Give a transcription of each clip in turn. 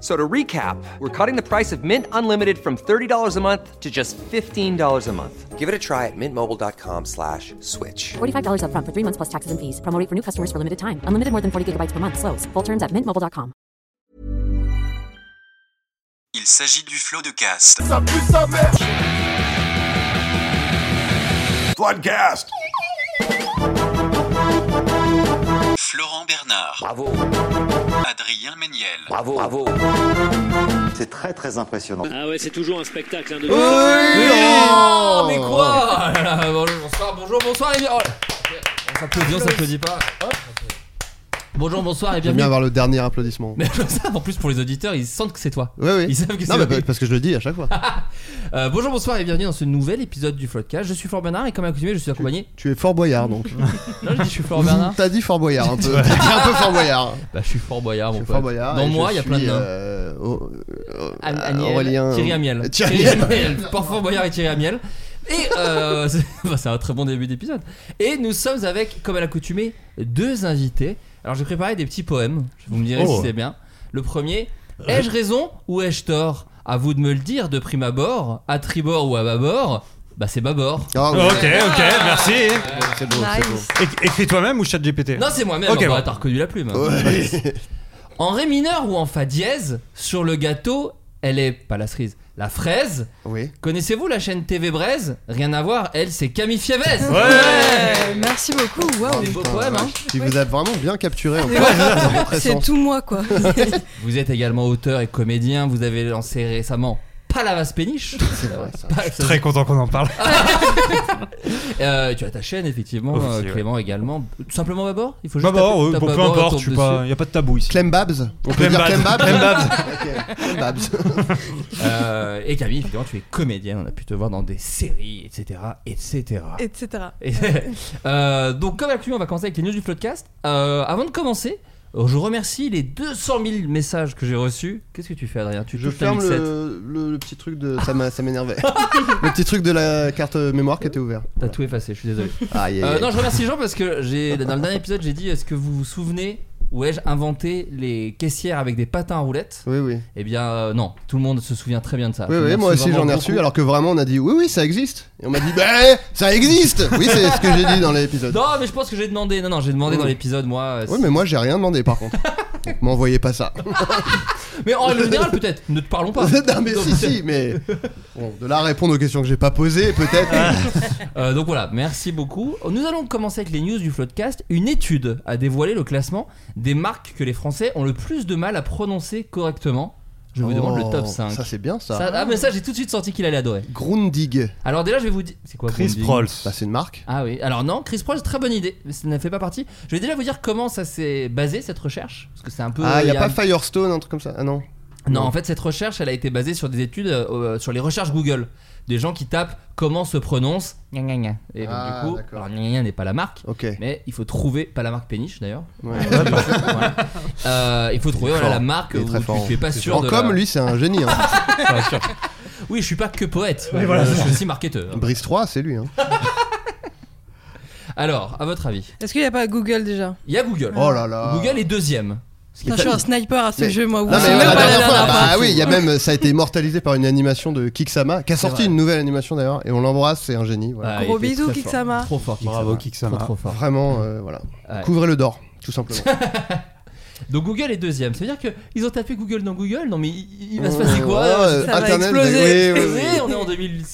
So to recap, we're cutting the price of Mint Unlimited from $30 a month to just $15 a month. Give it a try at mintmobile.com slash switch. $45 up front for three months plus taxes and fees. Promo rate for new customers for limited time. Unlimited more than 40 gigabytes per month. Slows. Full terms at mintmobile.com. Il s'agit du flot de cast. Floodcast. Florent Bernard. Bravo. Adrien Méniel. Bravo, bravo. C'est très très impressionnant. Ah ouais, c'est toujours un spectacle. Hein, de Mais, non mais quoi Oh là là, Bonjour, bonsoir, bonjour, bonsoir et bien. oh là. on s'applaudit, on s'applaudit pas. Hop. Bonjour, bonsoir et J'aime bien bienvenue. avoir le dernier applaudissement. Mais comme ça, en plus pour les auditeurs, ils sentent que c'est toi. Ouais, oui. Ils savent que c'est Non, mais lui. parce que je le dis à chaque fois. Euh, bonjour, bonsoir et bienvenue dans ce nouvel épisode du Floodcast. Je suis Florent Bernard et comme accoutumé, je suis accompagné. tu es Fort Boyard donc. Non, je dis je suis Florent Bernard. T'as dit Fort Boyard un peu. T'as dit un peu Fort Boyard. Bah, je suis Fort Boyard, Je mon suis pote. Fort Boyard. dans et moi, je il y a plein de suis, noms. euh, oh, euh, Am- Amiel, Aurélien. Euh, Thierry Amiel. Thierry Amiel. Par Fort Boyard et Thierry Amiel. Et euh, c'est bah, c'est un très bon début d'épisode. Et nous sommes avec, comme à l'accoutumée, deux invités. Alors j'ai préparé des petits poèmes. Vous me direz Oh. Euh, si c'est bien. Le premier Ai-je raison ou ai-je tort À vous de me le dire de prime abord, à tribord ou à bâbord. Bah c'est bâbord. Ah, oui. Ok, ok, merci. C'est beau, c'est beau. É- Écris toi-même ou chat GPT Non, c'est moi-même. Ok, Ah bah, bon. T'as reconnu la plume. Oh. Ouais. En ré mineur ou en fa dièse, sur le gâteau, elle est pas la cerise, la fraise. Oui. Connaissez-vous la chaîne TV Braise Rien à voir, elle c'est Camille Fiavez. Ouais. Merci beaucoup. Wow, Ah, beau putain, poème, hein. Tu vous as vraiment bien capturé. en fait. C'est tout moi quoi. Vous êtes également auteur et comédien. Vous avez lancé récemment Palavas Péniche. C'est vrai, ça. Pas- Très content qu'on en parle. Euh, tu as ta chaîne effectivement, Aussi, euh, ouais. Clément également. Tout simplement Babord Il faut Bah juste. bah, taper- ouais, bon, taper peu Babord, importe, tombe je suis pas, dessus. y a pas de tabou ici. Clem Babs. On peut Clem dire Babs. Clem Babs. Clem Babs. Ok, Clem Babs. Euh, et Camille, évidemment, tu es comédienne. On a pu te voir dans des séries, etc., etc. Etc. Et- Euh, donc, comme actuellement, on va commencer avec les news du podcast. Euh, avant de commencer, euh, je remercie les 200 000 messages que j'ai reçus. Qu'est-ce que tu fais, Adrien Tu Je touches ta ferme mixette. le, le- le petit truc de. Ça m'a- ça m'énervait. le petit truc de la carte mémoire qui était Ah, ouvert. T'as tout effacé, je suis désolé. Aïe, aïe, Euh, aïe. non, je remercie les gens parce que j'ai dans le dernier épisode, j'ai dit est-ce que vous vous souvenez où ai-je inventé les caissières avec des patins à roulettes Oui, oui. Eh bien, euh, non, tout le monde se souvient très bien de ça. Oui, Je oui, m'en moi aussi souviens j'en ai vraiment reçu, beaucoup. alors que vraiment on a dit oui, oui, ça existe. Et on m'a dit, bah, ça existe Oui, c'est ce que j'ai dit dans l'épisode. Non, mais je pense que j'ai demandé. Non, non, j'ai demandé Mm. dans l'épisode, moi. euh, Oui, si- mais moi j'ai rien demandé par contre. Donc, M'envoyez pas ça. mais en règle générale, peut-être. Ne te parlons pas. non, mais si, si, mais. Bon, de là à répondre aux questions que j'ai pas posées, peut-être. Euh, donc voilà, merci beaucoup. Nous allons commencer avec les news du Floodcast. Une étude a dévoilé le classement des marques que les Français ont le plus de mal à prononcer correctement. Je vous demande le top Oh, 5. Ça, c'est bien ça. Ça- ah, mais ça, j'ai tout de suite senti qu'il allait adorer. Grundig. Alors déjà, je vais vous dire. C'est quoi Chris Grundy Prolls. Bah, c'est une marque. Ah oui, alors non, Chris Prolls, très bonne idée, mais ça ne fait pas partie. Je vais déjà vous dire comment ça s'est basé cette recherche, parce que c'est un peu. Ah, il y a y a- pas Firestone, un truc comme ça. Ah non. Non, en fait, cette recherche, elle a été basée sur des études, euh, euh, sur les recherches Google. Des gens qui tapent comment se prononce. gna gna gna. Et donc, Ah, du coup, d'accord. alors gna gna gna n'est pas la marque, Ok. mais il faut trouver, pas la marque Péniche d'ailleurs. Ouais. Voilà. Euh, il faut trouver Ah, Il est voilà, la fort. marque Il est où très tu, fort. tu es pas sûr En de. com, la- lui, c'est un génie. Hein. Pas sûr. Oui, je suis pas que poète, euh, je suis aussi marketeur. Brice 3, c'est lui. Hein. Alors, à votre avis, Est-ce qu'il n'y a pas Google déjà il y a Google. Oh là là. Google est deuxième. Ce qui Putain, Je suis un sniper à ce Mais- jeu moi. Non, Vous mais savez ouais, la pas, dernière la fois, dernière fois. bah oui, il y a même, ça a été immortalisé par une animation de Kiksama qui a sorti vrai. une nouvelle animation d'ailleurs et on l'embrasse, c'est un génie. voilà. Ah, il Gros était bisous, très Kiksama. fort. Trop fort, Kiksama. Bravo, Kiksama. Trop, trop fort. Vraiment, euh, voilà. Ouais. Couvrez le d'or, tout simplement. Donc Google est deuxième. Ça veut dire que ils ont tapé Google dans Google. Non mais il, il va se passer quoi Ouais, euh, euh, ça va Internet, exploser. oui, oui, oui. On est en 2012.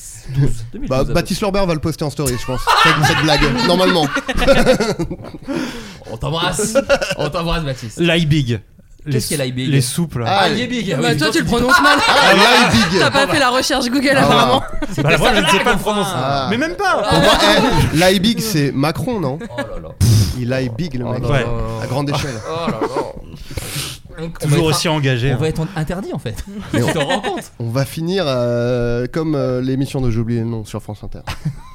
2012 Bah, à peu Baptiste Lorbert va le poster en story, je pense. Cette, cette blague, normalement. près. On t'embrasse. On t'embrasse, Baptiste. Lie Big. Qu'est-ce qu'est l'IBIG Les soupes là. Ah, l'IBIG. Bah, toi, tu le prononces mal. Ah, Ah, T'as pas fait la recherche Google apparemment. Bah, la vraie, je ne sais pas le prononcer. Ah. Mais même pas Pour moi, eh, l'aille big, c'est Macron, non Oh Pff, Il aille big, le mec. non, Ouais. À grande échelle. On va être- Toujours aussi engagé. On hein. va être interdit en fait. Mais Tu on- t'en rends compte On va finir euh, comme euh, l'émission de J'ai oublié le nom sur France Inter.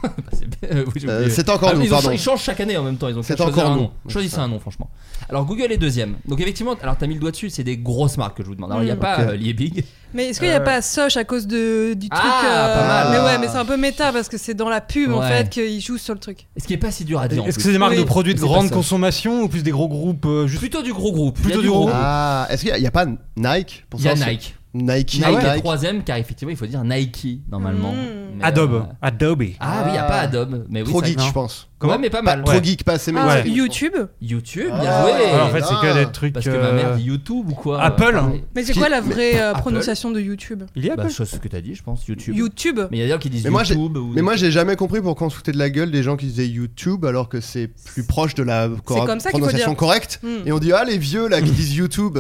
Bah, c'est- euh, oui, j'ai Euh, oublié. c'est encore Ah, nous, ils ont- pardon. Ils changent chaque année en même temps. Ils ont C'est qu'à choisir encore un nous. nom. Choisissez un nom, franchement. Alors Google est deuxième. Donc effectivement, alors t'as mis le doigt dessus, c'est des grosses marques que je vous demande. Alors il n'y a Mm. pas Ok. euh, Liebig. Mais est-ce qu'il n'y a Euh. pas Soch à cause de, du Ah, truc euh, pas mal. Mais ouais, mais c'est un peu méta parce que c'est dans la pub en Ouais. fait qu'ils jouent sur le truc. Ce qui est pas si dur à dire. en Est-ce que plus. c'est des marques Oui. de produits de C'est pas grande ça. consommation ou plus des gros groupes euh, juste plutôt du gros groupe Plutôt Il y a du gros groupe. Ah, est-ce qu'il n'y a, pas Nike pour Il y a savoir si- Nike. Nike. Nike Eh est troisième car effectivement il faut dire Nike normalement. Mm. Mais, Adobe euh, Adobe. Ah oui, il n'y a pas Adobe. Mais oui, Trop ça- geek, non. je pense. Ouais, mais pas Pas- mal. Trop Ouais. geek, pas assez Ah, mainstream. YouTube YouTube, bien Ah. joué. Alors, en fait, c'est Ah. que des trucs. Parce que ma mère euh, dit YouTube ou quoi Apple, euh, hein. Mais c'est Qui- quoi la vraie euh, Apple prononciation de YouTube Il y a Bah, Apple. chose ce que t'as dit, je pense, YouTube. YouTube Mais il y a d'ailleurs qui disent Mais moi, j'ai- YouTube. ou- Mais moi j'ai jamais compris pourquoi on se foutait de la gueule des gens qui disaient YouTube alors que c'est plus proche de la cor- C'est comme ça qu'il faut prononciation dire. correcte. Hmm. Et on dit ah les vieux là qui disent YouTube,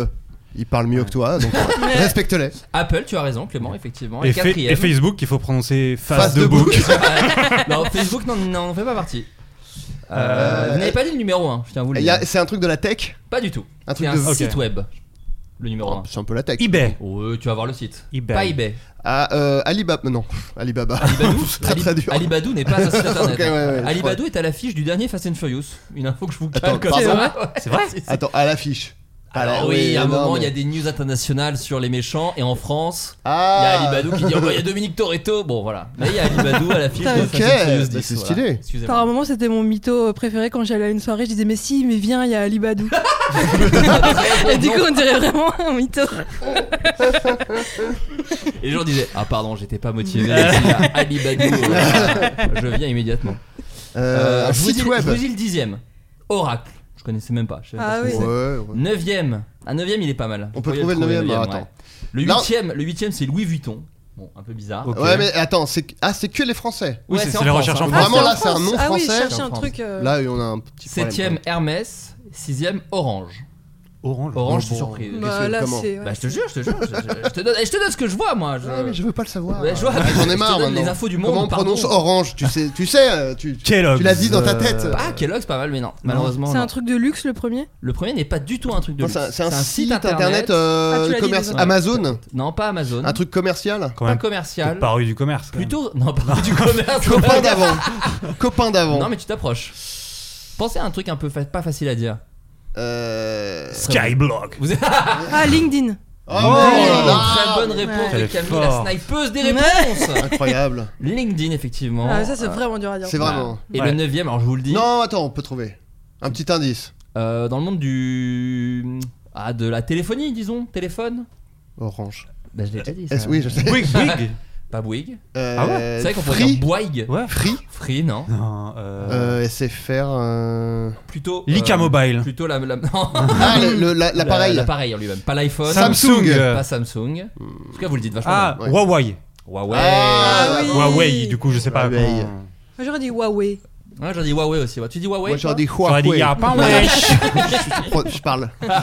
ils parlent mieux que toi donc respecte-les. Apple, tu as raison, Clément, effectivement. et, Et fa- quatrième. et Facebook, il faut prononcer face, Face de, de book. non, Facebook, non, non, on fait pas partie. Euh, Euh, vous n'avez pas dit le numéro 1, je tiens à vous le Il y dire. a- C'est un truc de la tech. Pas du tout. Un C'est truc un de Oh, Ok. site web, le numéro 1. c'est un peu la tech. eBay. Ouais, tu vas voir le site. eBay. Pas eBay. Ah, euh, Alibaba non Alibaba. Alibadou, très très dur. Alibadou n'est pas un site internet. Ok, ouais, ouais, je Alibadou est à l'affiche du dernier Fast and Furious. Une info que je vous cale Attends, comme pardon Ah, ça. C'est vrai Attends à l'affiche. Alors Ah, oui, à un non, moment, il mais- y a des news internationales sur les méchants et en France, il y Ah. a Alibadou qui dit oh, bah, il y a Dominique Toretto. Bon voilà, mais il y a Alibadou à l'affiche de Ok, Fast and Furious bah, 10, c'est voilà. stylé. Par un Excusez-moi. moment, c'était mon mytho euh, préféré quand j'allais à une soirée. Je disais, mais si, mais viens, il y a Alibadou. Et du coup, on dirait vraiment un mytho. Et les gens disaient ah pardon, j'étais pas motivé. Il y a Alibadou, euh, je viens immédiatement. Euh, Euh, un je, vous site dis, web. je vous dis le dixième. Oracle, je connaissais même pas. Je savais Ah pas ce que oui. Ouais, ouais. c'est. Neuvième, un neuvième il est pas mal. On Vous peut pourriez trouver le neuvième, neuvième, ah, ouais. attends. Le Là- huitième, le huitième c'est Louis Vuitton. Bon, un peu bizarre. Ok. Ouais mais attends c'est ah c'est que les Français. Oui, Ah, Ouais, c'est- en c'est les France, recherches en hein. Ah, Vraiment, c'est en là, c'est un nom Ah oui, français. chercher C'est en un France. truc. euh, Là on a un petit. problème. Septième Hermès, sixième Orange. Orange. Orange, je bon. suis surpris. Bah, bah, qu'est-ce que- là, comment c'est. ouais. Bah, je te jure, je te jure, je, je- je te donne, je te donne ce que je vois moi. Ah, Je, Ouais, mais je veux pas le savoir. Ouais, je vois, je Ah, J'en te ai donne marre maintenant. les infos du monde. Comment on pardon. prononce orange Tu sais, tu sais, euh, tu, tu Kellogg's. l'as dit dans ta tête. Ah, Kellogg, c'est pas mal, mais non, malheureusement. C'est non. un truc de luxe le premier Le premier n'est pas du tout un truc de. Non, luxe. c'est un, c'est un site internet, euh, Ah, tu l'as dit, commerce- désolé. Amazon, Non, pas Amazon. un truc commercial. Quand pas même. commercial. Paru du commerce. quand même. Plutôt. Non, pas du commerce. Copain d'avant. Copain d'avant. Non, mais tu t'approches. Pensez à un truc un peu fa- pas facile à dire. Euh... Skyblock. Vous êtes Ah, LinkedIn Oh, là là. très bonne réponse Elle de est Camille, la forte. snipeuse des Ouais. réponses. Incroyable. LinkedIn, effectivement. Ah, ça, c'est vraiment dur à dire. C'est vraiment. Et Ouais. le neuvième, alors je vous le dis. Non, attends, on peut trouver. Un petit indice. Euh, dans le monde du. Ah, de la téléphonie, disons, téléphone Orange. Bah, je l'ai déjà dit. Est-ce- Oui, je sais. Bouygues. Bouygues. Pas Bouygues. Euh, Ah ouais C'est vrai qu'on pourrait Free. dire Bouygues. Ouais. Free. Free, non. Non. euh, Euh, SFR. Euh... Plutôt. euh, Lika Mobile. Plutôt la. la- non. Ah, le- le- la- l'appareil. Euh. La- L'appareil en lui-même. Pas l'iPhone. Samsung. Pas Samsung. En tout cas, vous le dites vachement. Ah, Ouais. Huawei. bien. Huawei. Ah, Ah oui. Huawei, du coup, je sais pas. Huawei. quand- Moi, J'aurais dit Huawei. Ouais, j'aurais dit Huawei aussi. ouais. Tu dis Huawei Moi, j'aurais dit J'aurais dit, Huawei. y a pas wesh. Pro- Je parle. toi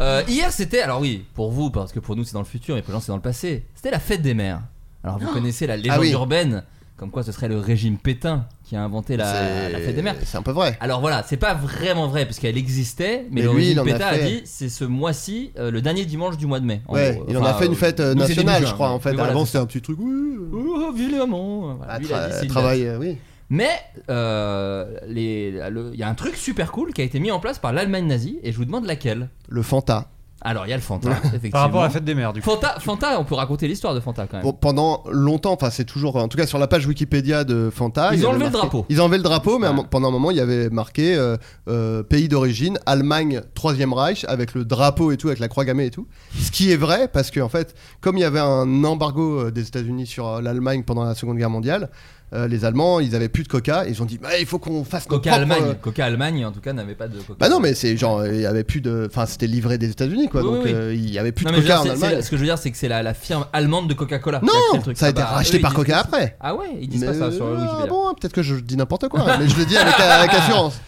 Euh, Hier, c'était. Alors oui, pour vous, parce que pour nous, c'est dans le futur, mais pour les gens, c'est dans le passé. C'était la fête des mères. Alors vous connaissez la légende Oh. Ah oui. urbaine, comme quoi ce serait le régime Pétain qui a inventé la, C'est- la fête des mères. Ah, C'est un peu vrai. Alors voilà, c'est pas vraiment vrai parce qu'elle existait, mais, Mais le lui, régime il en a Pétain a, fait. dit c'est ce mois-ci, euh, le dernier dimanche du mois de mai. en ouais, gros. il en Enfin, a fait une euh, fête euh, nous, c'est début nationale, juin, je crois. En mais fait, voilà, avant c'est- c'était un petit truc. oui, Oh, violemment. Voilà, Ah, lui, il a tra- dit, c'est une travail, euh, oui. Mais euh, les- le- il y a un truc super cool qui a été mis en place par l'Allemagne nazie et je vous demande laquelle. Le Fanta. Alors il y a le Fanta, effectivement. Par rapport à la fête des mères, du coup. Fanta, Fanta, on peut raconter l'histoire de Fanta quand même. Bon, pendant longtemps, enfin c'est toujours, en tout cas sur la page Wikipédia de Fanta. Ils il y ont avait enlevé le marqué- drapeau. Ils ont enlevé le drapeau, mais à un Ouais. mo- pendant un moment, il y avait marqué euh, euh, pays d'origine, Allemagne, Troisième Reich, avec le drapeau et tout, avec la croix gammée et tout. Ce qui est vrai, parce qu'en fait, comme il y avait un embargo euh, des États-Unis sur euh, l'Allemagne pendant la Seconde Guerre mondiale, euh, les Allemands, ils avaient plus de coca, et ils ont dit, bah, il faut qu'on fasse notre Coca propre, Allemagne, euh, Coca Allemagne en tout cas n'avait pas de Coca. Bah non, mais c'est genre, il y avait plus de. Enfin, c'était livré des États-Unis, quoi. Oui, donc, oui, oui. euh, il y avait plus Non, de mais je veux coca dire, en c'est- c'est Allemagne. la- ce que je veux dire, c'est que c'est la, la firme allemande de Coca-Cola. qui a créé le Non, truc. ça a été Ah bah, racheté eux, par ils disent- Coca après. Ah ouais, ils disent pas Mais, ça sur le euh, Wikipédia. ah bon, peut-être que je dis n'importe quoi, mais je le dis euh, avec, avec assurance.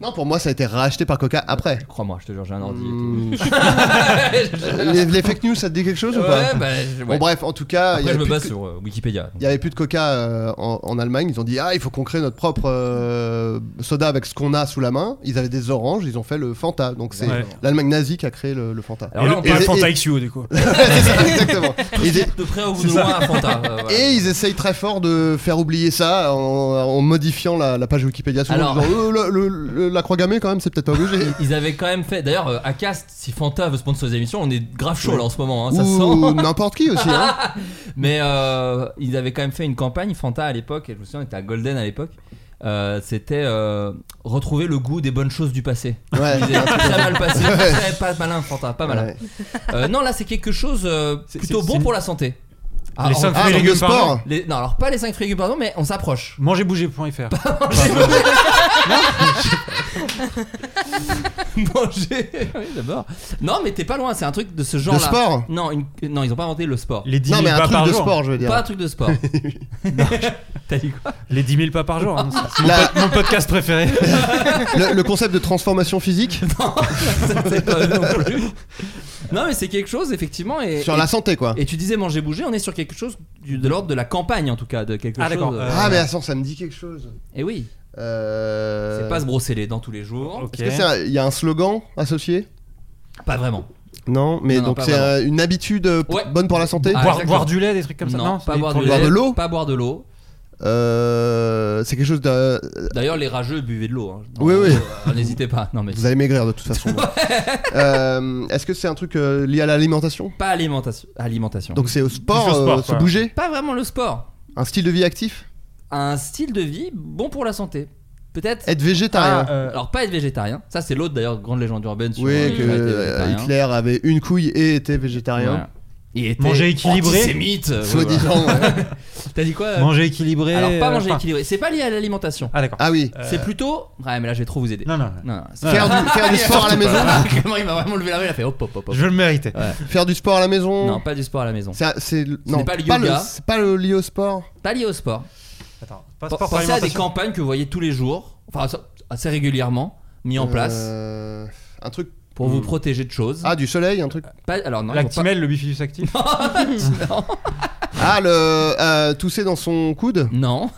Non, pour moi, ça a été racheté par Coca après. Crois-moi, je te jure, j'ai un ordi. Hmm, les, les fake news, ça te dit quelque chose ou pas Ouais, bah, je- ouais. Bon, bref, en tout cas, il Après, je y avait me plus de base co- sur euh, Wikipédia. il n'y avait plus de coca euh, en, en Allemagne. Ils ont dit Ah, il faut qu'on crée notre propre euh, soda avec ce qu'on a sous la main. Ils avaient des oranges, ils ont fait le Fanta. Donc c'est Ouais. l'Allemagne nazie qui a créé le, le Fanta. Et le- et le Fanta XU, du coup. Ouais, c'est ça, exactement. Tout Ils- de près ou de C'est ça. loin à Fanta. euh, voilà. Et ils essayent très fort de faire oublier ça en, en modifiant la, la page Wikipédia. Souvent, Alors- en disant, Euh, le- le- le- la croix gammée, quand même, c'est peut-être pas obligé. Ils avaient quand même fait. D'ailleurs, euh, à Cast, si Fanta veut sponsoriser l'émission, on est grave chaud là en ce moment. hein, ça Ou sent. n'importe qui aussi. hein. Mais euh, ils avaient quand même fait une campagne Fanta à l'époque. et Je me souviens, on était à Golden à l'époque. euh, C'était euh, retrouver le goût des bonnes choses du passé. Ouais. Ah, Ils disaient, très mal passé, Ouais. très pas malin Fanta, pas malin. Ouais. Euh, non, là c'est quelque chose euh, plutôt c'est- bon c'est- pour la santé. Les en- cinq Ah, fruits et dans le légumes par sport. jour. les- non, alors pas les 5 fruits et légumes, pardon, mais on s'approche. Mangerbouger.fr. Manger, oui, d'abord. Non, mais t'es pas loin, c'est un truc de ce genre-là. sport Non, une- non, ils ont pas inventé le sport. Les 10 Non, 000 mais un pas truc par de jour. sport, je veux dire. Pas un truc de sport. T'as dit quoi Les 10 000 pas par jour. hein, c'est- c'est mon La- po- Mon podcast préféré. Le, le concept de transformation physique Non, ça, c'est pas non plus. Non, mais c'est quelque chose, effectivement. Et, sur et- la santé, quoi. et tu disais manger, bouger, on est sur quelque chose du- de l'ordre de la campagne, en tout cas, de quelque Ah, d'accord. chose. Euh, Ah, mais attends, ça me dit quelque chose. Et oui, Euh, c'est pas se brosser les dents tous les jours. Ok. Est-ce que c'est un- il y a un slogan associé Pas vraiment. Non, mais Non, non, donc pas c'est vraiment. euh, une habitude euh, p- Ouais. bonne pour la santé Ah, Boire, exactement. boire du lait, des trucs comme ça. non, c'est pas des boire trucs- de boire lait. de l'eau Pas boire de l'eau. Euh, C'est quelque chose de. D'ailleurs, les rageux buvez de l'eau. hein. Non, Oui, oui. euh, N'hésitez pas. Non, mais Vous allez maigrir de toute façon. Euh, Est-ce que c'est un truc euh, lié à l'alimentation pas alimentation. Alimentation. Donc c'est au sport, Plus au sport, euh, se quoi. bouger pas vraiment le sport. Un style de vie actif Un style de vie bon pour la santé. Peut-être. Être végétarien Ah, euh, alors pas être végétarien. Ça c'est l'autre d'ailleurs grande légende urbaine sur euh, Oui, que être euh, végétarien. Hitler avait une couille et était végétarien. Voilà. Il était Manger équilibré. antisémite. euh, Soit ouais, voilà. disant. ouais. T'as dit quoi euh, Manger équilibré. Alors pas euh, manger enfin- équilibré. C'est pas lié à l'alimentation. Ah, d'accord. Ah oui. Euh, C'est plutôt. Ouais, mais là je vais trop vous aider. Non, non. non. non, non, c'est- Faire du, faire du sport à la maison Clément, il m'a vraiment levé la main. Il a fait hop hop hop. hop. Je veux le Euh, mériter. Faire du sport à la maison Non, pas du sport à la maison. C'est- C'est n'est non, pas le le yoga. C'est pas le lié au sport Pas lié au sport. Attends, pas P- sport par Pensez à des alimentation. campagnes que vous voyez tous les jours, enfin ça- assez régulièrement, mis en place Euh, Un truc. pour hmm. vous protéger de choses. Ah, du soleil, un truc. Pas- alors non, ils vont pas- L'actimel, le bifidus actif. non. Ah, le. euh, tousser dans son coude Non.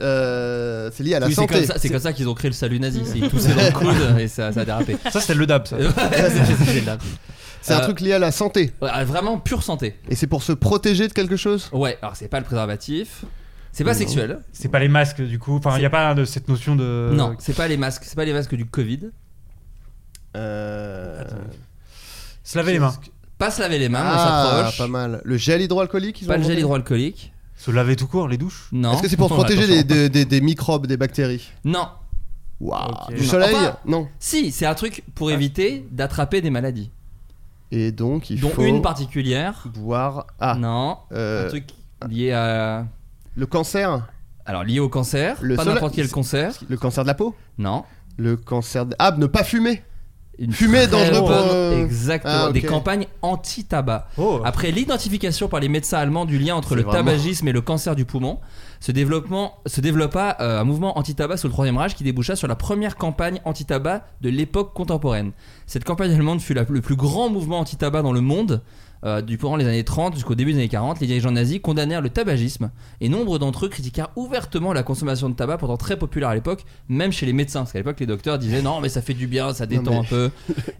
Euh, C'est lié à la Oui, c'est comme santé. ça, c'est comme ça qu'ils ont créé le salut nazi. C'est ils toussaient dans le coude et ça, ça a dérapé. Ça, c'était le DAB, Hmm. ça. Ouais, c'est- c'est- c'est de la- C'est un Euh, truc lié à la santé. ouais, euh, Vraiment pure santé. Et c'est pour se protéger de quelque chose Ouais, alors c'est pas le préservatif, c'est pas Non. sexuel. C'est pas les masques, du coup. Enfin, il n'y a pas de, cette notion de. Non, c'est pas les masques, c'est pas les masques du Covid. Euh. Se laver les mains. Pas se laver les mains, Ah, on pas s'approche. mal. Le gel hydroalcoolique ils Pas ont le gel inventé hydroalcoolique. Se laver tout court, les douches. Non. Est-ce que c'est pour se Attends, protéger des, attends. des, des- des microbes, des bactéries Non. Waouh Ok. Du soleil Enfin- Non. Si, c'est un truc Ah. pour éviter d'attraper des maladies. Et donc, il dont faut une particulière. boire. Ah, Non. Un euh, truc lié à. le cancer Alors lié au cancer. Le pas soleil- n'importe quel cancer. Le cancer de la peau Non. Le cancer. De... Ah, ne pas fumer Une Fumer est très dangereux pour, bonne- euh, Exactement. ah, ok. Des campagnes anti-tabac. Oh. Après l'identification par les médecins allemands du lien entre C'est le vraiment- tabagisme et le cancer du poumon, se, développement, se développa euh, un mouvement anti-tabac sous le Troisième Reich qui déboucha sur la première campagne anti-tabac de l'époque contemporaine. Cette campagne allemande fut la- le plus grand mouvement anti-tabac dans le monde. euh, du courant les années 30 jusqu'au début des années 40, les dirigeants nazis condamnèrent le tabagisme et nombre d'entre eux critiquèrent ouvertement la consommation de tabac, pourtant très populaire à l'époque, même chez les médecins. Parce qu'à l'époque, les docteurs disaient non, mais ça fait du bien, ça détend mais- un peu.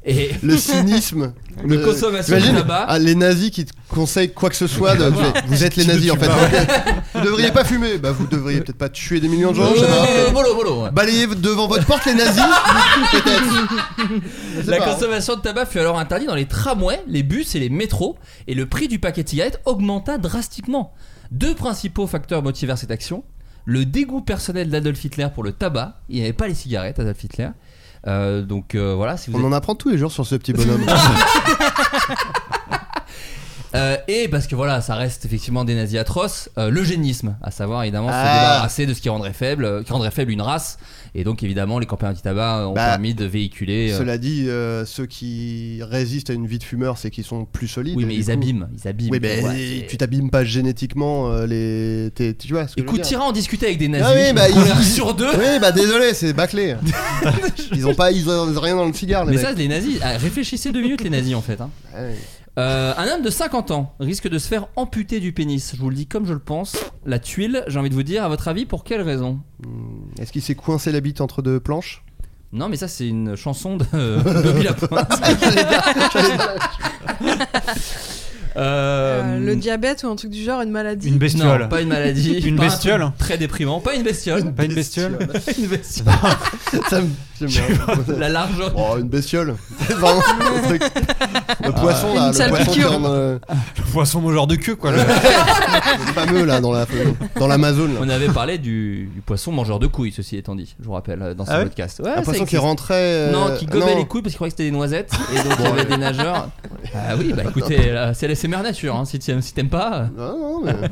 Et Le cynisme Le Euh, consommation t'imagines de tabac. ah, les nazis qui te conseillent quoi que ce soit. de- Voilà. tu fais, vous êtes les Tu- nazis tu en fait. vas- vous devriez pas fumer. Bah, vous devriez peut-être pas tuer des millions de gens. je sais pas. Euh, mollo, mollo, ouais. Balayez devant votre porte les nazis Peut-être Je sais La pas, hein. consommation de tabac fut alors interdite dans les tramways, les bus et les métros, et le prix du paquet de cigarettes augmenta drastiquement. Deux principaux facteurs motivèrent cette action le dégoût personnel d'Adolf Hitler pour le tabac, il n'avait pas les cigarettes, Adolf Hitler. Euh, donc euh, voilà, si vous On êtes- en apprend tous les jours sur ce petit bonhomme. Euh, et parce que voilà, ça reste effectivement des nazis atroces, euh, l'eugénisme, à savoir évidemment Ah. se débarrasser de ce qui rendrait faible, euh, qui rendrait faible une race. Et donc évidemment, les campagnes anti-tabac ont Bah, permis de véhiculer. euh, Cela dit, euh, ceux qui résistent à une vie de fumeur, c'est qu'ils sont plus solides. Oui, et mais bah, du ils coup- abîment, ils abîment. Oui, mais Ouais, tu t'abîmes pas génétiquement euh, les. t'es- Tu vois ce que Écoute, je veux dire t'iras en discuter avec des nazis. ah oui, bah, on ils, leur ils- sur deux. Oui, bah désolé, c'est bâclé. ils ont pas, ils ont rien dans le cigare. Les Mais mecs. Ah ça, les nazis, ah, réfléchissez deux minutes, les nazis en fait. hein. Euh, un homme de 50 ans risque de se faire amputer du pénis. Je vous le dis comme je le pense. La tuile, j'ai envie de vous dire, à votre avis, pour quelle raison Est-ce qu'il s'est coincé la bite entre deux planches Non, mais ça, c'est une chanson de euh, Bobby Lapointe. Euh, Euh, le diabète ou un truc du genre, une maladie. Une bestiole. Ah, Non, pas une maladie. Une pas un bestiole. truc Très déprimant. Pas une bestiole. Pas une bestiole une bestiole. Ça me- j'aime bien. La largeur. Oh, une bestiole. C'est vraiment le truc. Le poisson, là, Une le sale poisson qui piqûre. rentre, euh, Le poisson, mon genre de queue, quoi. le- le fameux là dans la dans l'Amazone. là. On avait parlé du, du poisson mangeur de couilles, ceci étant dit, je vous rappelle, euh, dans ce Ah ouais podcast. Ouais, Un ça poisson qui existe. rentrait. euh, Non, qui gobait non. les couilles parce qu'il croyait que c'était des noisettes. Et donc il y avait des nageurs. Ah oui, bah écoutez, là, c'est la SMR nature. hein, Si t'aimes si t'aimes pas. euh. Non, non, mais-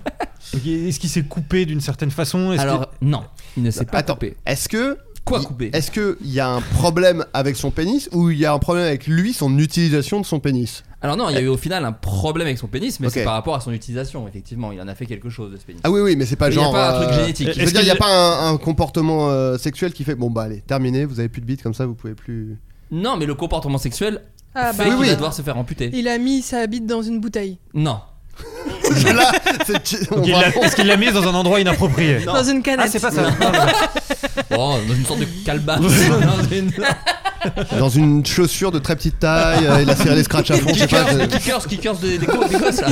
Ok, Est-ce qu'il s'est coupé d'une certaine façon Est-ce Alors, non, il ne s'est pas Attends, coupé. est-ce que Quoi il- couper Est-ce que il y a un problème avec son pénis ou il y a un problème avec lui, son utilisation de son pénis Alors, non, il y a eu au final un problème avec son pénis, mais Ok. c'est par rapport à son utilisation, effectivement. Il en a fait quelque chose de ce pénis. Ah oui, oui, mais c'est pas Il y a genre. pas un truc euh, génétique. Je veux Est-ce dire, il n'y a que- pas un, un comportement euh, sexuel qui fait bon bah allez, terminé, vous avez plus de bite comme ça, vous pouvez plus. Non, mais le comportement sexuel Ah, fait bah, qu'il oui, va oui. devoir se faire amputer. Il a mis sa bite dans une bouteille. Non. Là, c'est- on qu'il va- l'a- est-ce qu'il l'a mise dans un endroit inapproprié Dans une Ah, canette. Oh, dans une sorte de calbasse. Dans une- Ah dans une chaussure de très petite taille, euh, il a serré les scratchs à fond, je sais pas, Kickers, de- kickers, kickers de- des co- des gosses, là.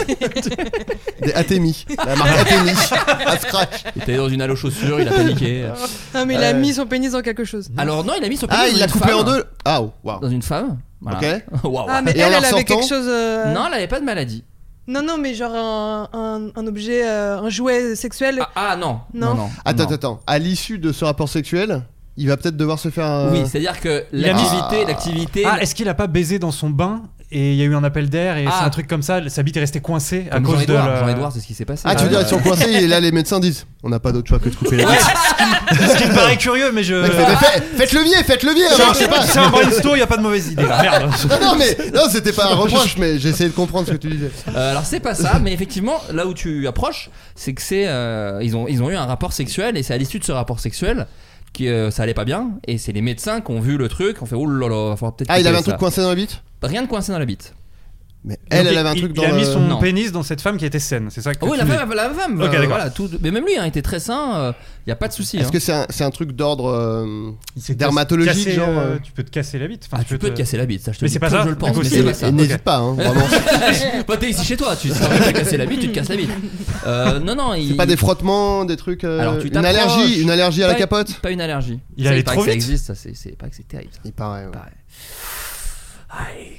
des Atemi, la marque Atemi, à scratch. Il était dans une halo chaussure, il a paniqué. Non, mais il a Euh. mis son pénis dans quelque chose. Alors, non, il a mis son pénis Ah, dans il l'a une coupé femme. en deux. Ah, oh, waouh. Dans une femme Voilà. Waouh. Ah, mais Et en elle, la elle avait ressortant quelque chose. euh, Non, là, il n'y avait pas de maladie. non, non, mais genre un, un- un objet, euh, un jouet sexuel. Euh, Ah, ah, non. Non. non, non. Attends, non. attends. À l'issue de ce rapport sexuel, il va peut-être devoir se faire. euh, Oui, c'est-à-dire que Il a mis- l'activité, l'activité, Ah, est-ce qu'il a pas baisé dans son bain et il y a eu un appel d'air et Ah. c'est un truc comme ça Sa bite est restée coincée à comme cause de. Jean-Édouard, la- Jean-Édouard, c'est ce qui s'est passé. Ah, tu veux dire, ils sont Euh, coincés et là, les médecins disent on n'a pas d'autre choix que de couper les bite. Ce qui me paraît curieux, mais je. Mec, fait- bah, fait- faites levier, faites levier alors, je sais pas. C'est un brainstorm, il n'y a pas de mauvaise idée. Ah, Merde. Non, non, mais non, c'était pas un reproche, mais j'essayais de comprendre ce que tu disais. euh, alors c'est pas ça, mais effectivement, là où tu approches, c'est que c'est euh, ils ont ils ont eu un rapport sexuel et c'est à l'issue de ce rapport sexuel que euh, ça allait pas bien et c'est les médecins qui ont vu le truc, ont fait ouh là là, va falloir peut-être Ah, il couper avait un ça. truc coincé dans la bite Rien de coincé dans la bite. Mais elle, Donc, elle avait un il- truc il dans a le- mis son Non. pénis dans cette femme qui était saine, c'est ça que Ah tu oui, la dis. femme, la femme, Ok, euh, d'accord. voilà, tout, mais même lui, hein, était très sain, il y a pas de souci. Est-ce hein. que c'est un, c'est un truc d'ordre. euh, Il s'est Dermatologique, cassé, genre, euh, euh, Tu peux te casser la bite. enfin, Ah, tu peux te casser la bite, ça je te Mais le dis c'est pas comme ça je le pense, Du coup, mais et- c'est c'est- pas ça. et Ok. N'hésite pas, hein, vraiment. Bah, t'es ici chez toi, tu si t'as envie de te casser la bite, tu te casses la bite. Euh, non, non, il. C'est pas des frottements, des trucs. euh, Alors, tu une t'approches. allergie, une allergie à la Pas- capote Pas une allergie. Il Ça, allait paraît trop que Ça vite. existe, ça, c'est, c'est pas que c'est terrible. ça. Il paraît, ouais. Pareil. Aïe.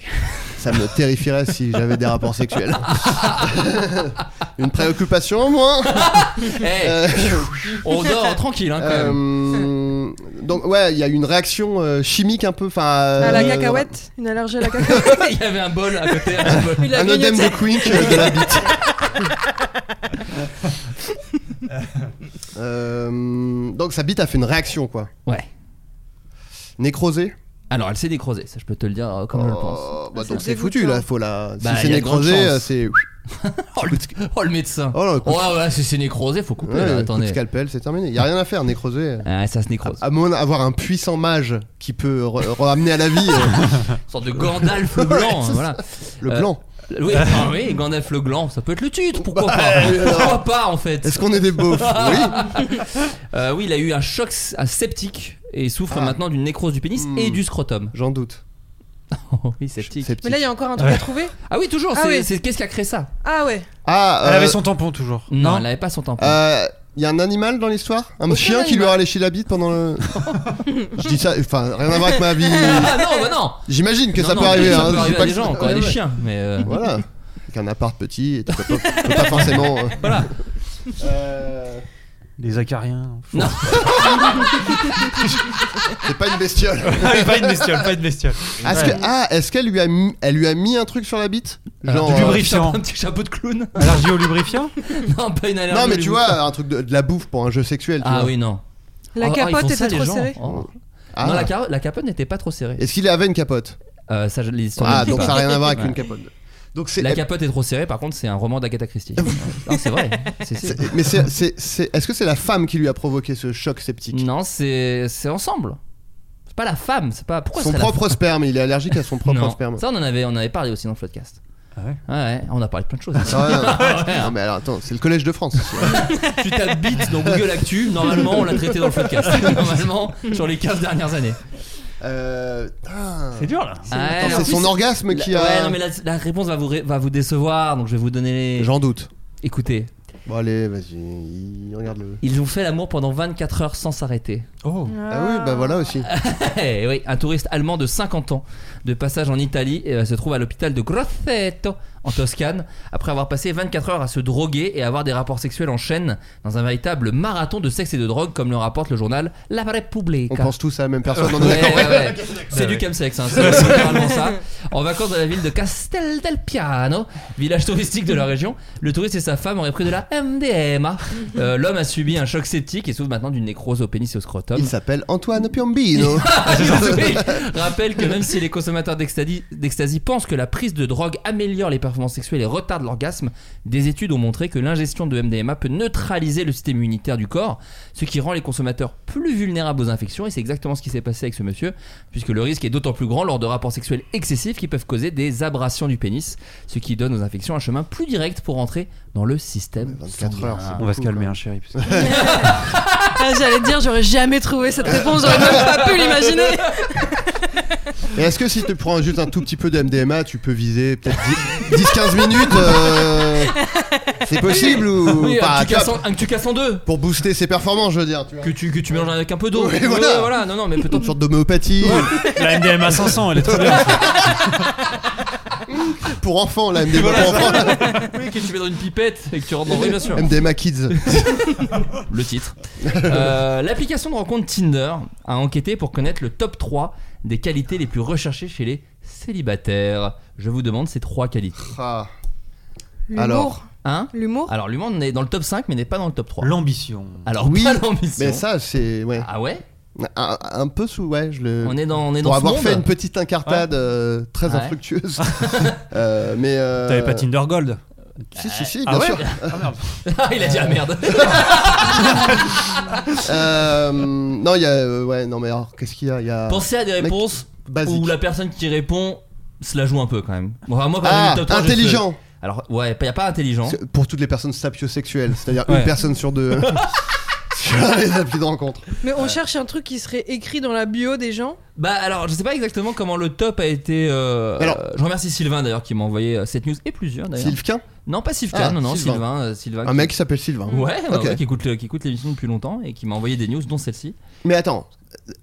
Ça me terrifierait si j'avais des rapports sexuels. une préoccupation en moins Eh, Euh, on dort tranquille hein, quand même. euh, Donc, ouais, il y a une réaction euh, chimique un peu. enfin Ah, À la euh, cacahuète, une allergie à la cacahuète. Il y avait un bol à côté. un bol. Il a Un grignoté. œdème de Quink euh, de la bite. Euh, donc sa bite a fait une réaction quoi. Ouais. Nécrosée Alors, elle s'est décrosée, ça je peux te le dire euh, comme je le pense. Oh, bah, C'est donc c'est dégoûtant. foutu là, faut la. Bah, si y c'est a de grandes nécrosé, chances. euh, c'est. Oh le, oh, le médecin. Oh là, le coup de- ouais, ouais, si c'est nécrosé, faut couper. Ouais, là, coup de attendez. scalpel, c'est terminé. Y a rien à faire, nécrosé. Ah, ça se nécrose. À moins d'avoir un puissant mage qui peut re- ramener à la vie euh, Une sorte de Gandalf le blanc. Ouais, c'est voilà. le Euh, blanc. Oui, ah oui, Gandalf le gland, ça peut être le titre, pourquoi pas Pourquoi pas en fait Est-ce qu'on est des beaufs Oui. Euh, Oui, il a eu un choc s- un septique et souffre Ah. maintenant d'une nécrose du pénis Hmm. et du scrotum. J'en doute. Oh, oui, septique. Sceptique. Mais là, il y a encore un truc à trouver. Ah oui, toujours, Ah c'est oui. c'est- qu'est-ce qui a créé ça Ah ouais. Ah, Elle avait euh, son tampon toujours. non, elle avait pas son tampon. Euh, y a un animal dans l'histoire Un chien qui lui animal. aura léché la bite pendant le. Je dis ça, enfin, rien à voir avec ma vie. Ah non, bah non J'imagine que Non, ça non, peut mais arriver. Ça hein, peut je dis arriver pas à des que- gens, encore à des Ouais, ouais. chiens, mais. euh, Voilà. euh. Avec un appart petit, et tu peux pas, tu peux pas forcément. Voilà. Des acariens. C'est pas une bestiole. Ah oui, pas une bestiole, pas une bestiole. Est-ce Ouais. que- ah, est-ce qu'elle lui a mis, elle lui a mis un truc sur la bite Ah, Genre du euh, lubrifiant. Un petit chapeau de clown Allergie au lubrifiant Non, pas une allergie. Non, mais au tu lubrifiant. vois, un truc de, de la bouffe pour un jeu sexuel. tu Ah vois. oui, non. La Oh, oh, ils capote font ça, était les trop gens. serrée. Oh. Ah. Non, la, car- la capote n'était pas trop serrée. Est-ce qu'il avait une capote Euh, ça, je- l'histoire Ah, ne dit donc pas. ça n'a rien à voir avec Ouais. une capote. Donc c'est. La capote est trop serrée, par contre, c'est un roman d'Agatha Christie. non, c'est vrai. C'est- c'est- Ah c'est- Mais c'est, c'est- c'est- est-ce que c'est la femme qui lui a provoqué ce choc sceptique Non, c'est c'est ensemble. C'est pas la femme, c'est pas. Pourquoi Son c'est la propre sperme, il est allergique à son propre Non. sperme. Ça, on en avait, on avait parlé aussi dans le podcast. Ah ouais Ouais, ouais, on a parlé de plein de choses. Ah, ouais, non, Ouais. non, mais alors attends, c'est le collège de France. ici. hein. tu tapes bite dans Google Actu, normalement, on l'a traité dans le podcast. Normalement, sur les 15 dernières années. Ah Euh, putain. C'est dur là. Ouais, Attends, mais en c'est plus, son orgasme la- qui a. Ouais, non, mais la, la réponse va vous, ré- va vous décevoir, donc je vais vous donner les. J'en doute. Écoutez, Bon, allez, vas-y, regarde-le. ils ont fait l'amour pendant 24 heures sans s'arrêter. Oh. Ah oui, bah voilà aussi. Eh oui, un touriste allemand de 50 ans, de passage en Italie, euh, se trouve à l'hôpital de Grosseto, en Toscane, après avoir passé 24 heures à se droguer et avoir des rapports sexuels en chaîne, dans un véritable marathon de sexe et de drogue, comme le rapporte le journal La Repubblica. On pense tous à la même personne. dans Ouais, nos- ouais, ouais. C'est Ouais, du ouais. chemsex, hein, c'est littéralement ça. En vacances dans la ville de Castel del Piano, village touristique de la région, le touriste et sa femme auraient pris de la MDMA. Euh, L'homme a subi un choc septique et souffre maintenant d'une nécrose au pénis et au scrotum. Il s'appelle Antoine Piombino. Ah, Newsweek rappelle que même si les consommateurs d'ecstasy d'ecstasy pensent que la prise de drogue améliore les performances sexuelles et retarde l'orgasme, des études ont montré que l'ingestion de MDMA peut neutraliser le système immunitaire du corps, ce qui rend les consommateurs plus vulnérables aux infections. Et c'est exactement ce qui s'est passé avec ce monsieur, puisque le risque est d'autant plus grand lors de rapports sexuels excessifs qui peuvent causer des abrasions du pénis, ce qui donne aux infections un chemin plus direct pour entrer dans le système. 24 sanguin. heures. c'est On va se beaucoup, calmer, quoi. hein, chéri. parce que- Ah, J'allais te dire, j'aurais jamais trouvé cette réponse, j'aurais même pas pu l'imaginer. hein. Et est-ce que si tu prends juste un tout petit peu de MDMA, tu peux viser peut-être 10-15 minutes euh, C'est possible ou Oui, pas un tu tuca vois, cent- un tuca 102 Pour booster ses performances, je veux dire. Tu vois. que tu, que tu mélanges avec un peu d'eau. Oui, Ouais, voilà. non, non, mais peut-être Une sorte d'homéopathie La MDMA 500, elle est trop bien. euh, pour enfants, la MDMA Voilà, pour enfants. Oui, que tu mets dans une pipette et que tu rentres dans. Oui, bien sûr. MDMA Kids. Le titre. Euh, L'application de rencontre Tinder a enquêté pour connaître le top 3 des qualités les plus recherchées chez les célibataires. Je vous demande ces trois qualités. Ah, Alors. L'humour. Hein L'humour Alors, l'humain n'est dans le top 5 mais n'est pas dans le top 3. L'ambition. Alors, Oui, pas l'ambition. mais ça, c'est. Ouais. Ah ouais Un, un peu sous. Ouais, je le. On est dans, on est dans Pour ce avoir monde fait une petite incartade euh, très Ouais. infructueuse. Euh, mais. euh, T'avais pas Tinder Gold Si, si, si, bien Ah ouais sûr. Ah merde. Ah, Il a dit ah merde. Euh, non, il y a. euh, ouais, non, mais alors, qu'est-ce qu'il y a Il y a. Pensez à des Mec, réponses basique. où la personne qui répond se la joue un peu quand même. Bon, enfin, moi, quand j'ai Ah, le top 3, je intelligent fais- Alors, ouais, il a pas intelligent. C'est Pour toutes les personnes sapiosexuelles, c'est-à-dire Ouais. une personne sur deux. sur les applis de rencontre. Mais on cherche un truc qui serait écrit dans la bio des gens. Bah alors je sais pas exactement comment le top a été. euh, Alors- euh, je remercie Sylvain d'ailleurs qui m'a envoyé euh, cette news et plusieurs d'ailleurs. Sylvain non pas Sylvain, Ah, non non Sylvain. Sylvain, euh, Sylvain Un qui- mec qui s'appelle Sylvain. Ouais, ouais, Ok. ouais, qui écoute le- qui écoute l'émission depuis longtemps et qui m'a envoyé des news dont celle-ci. Mais attends,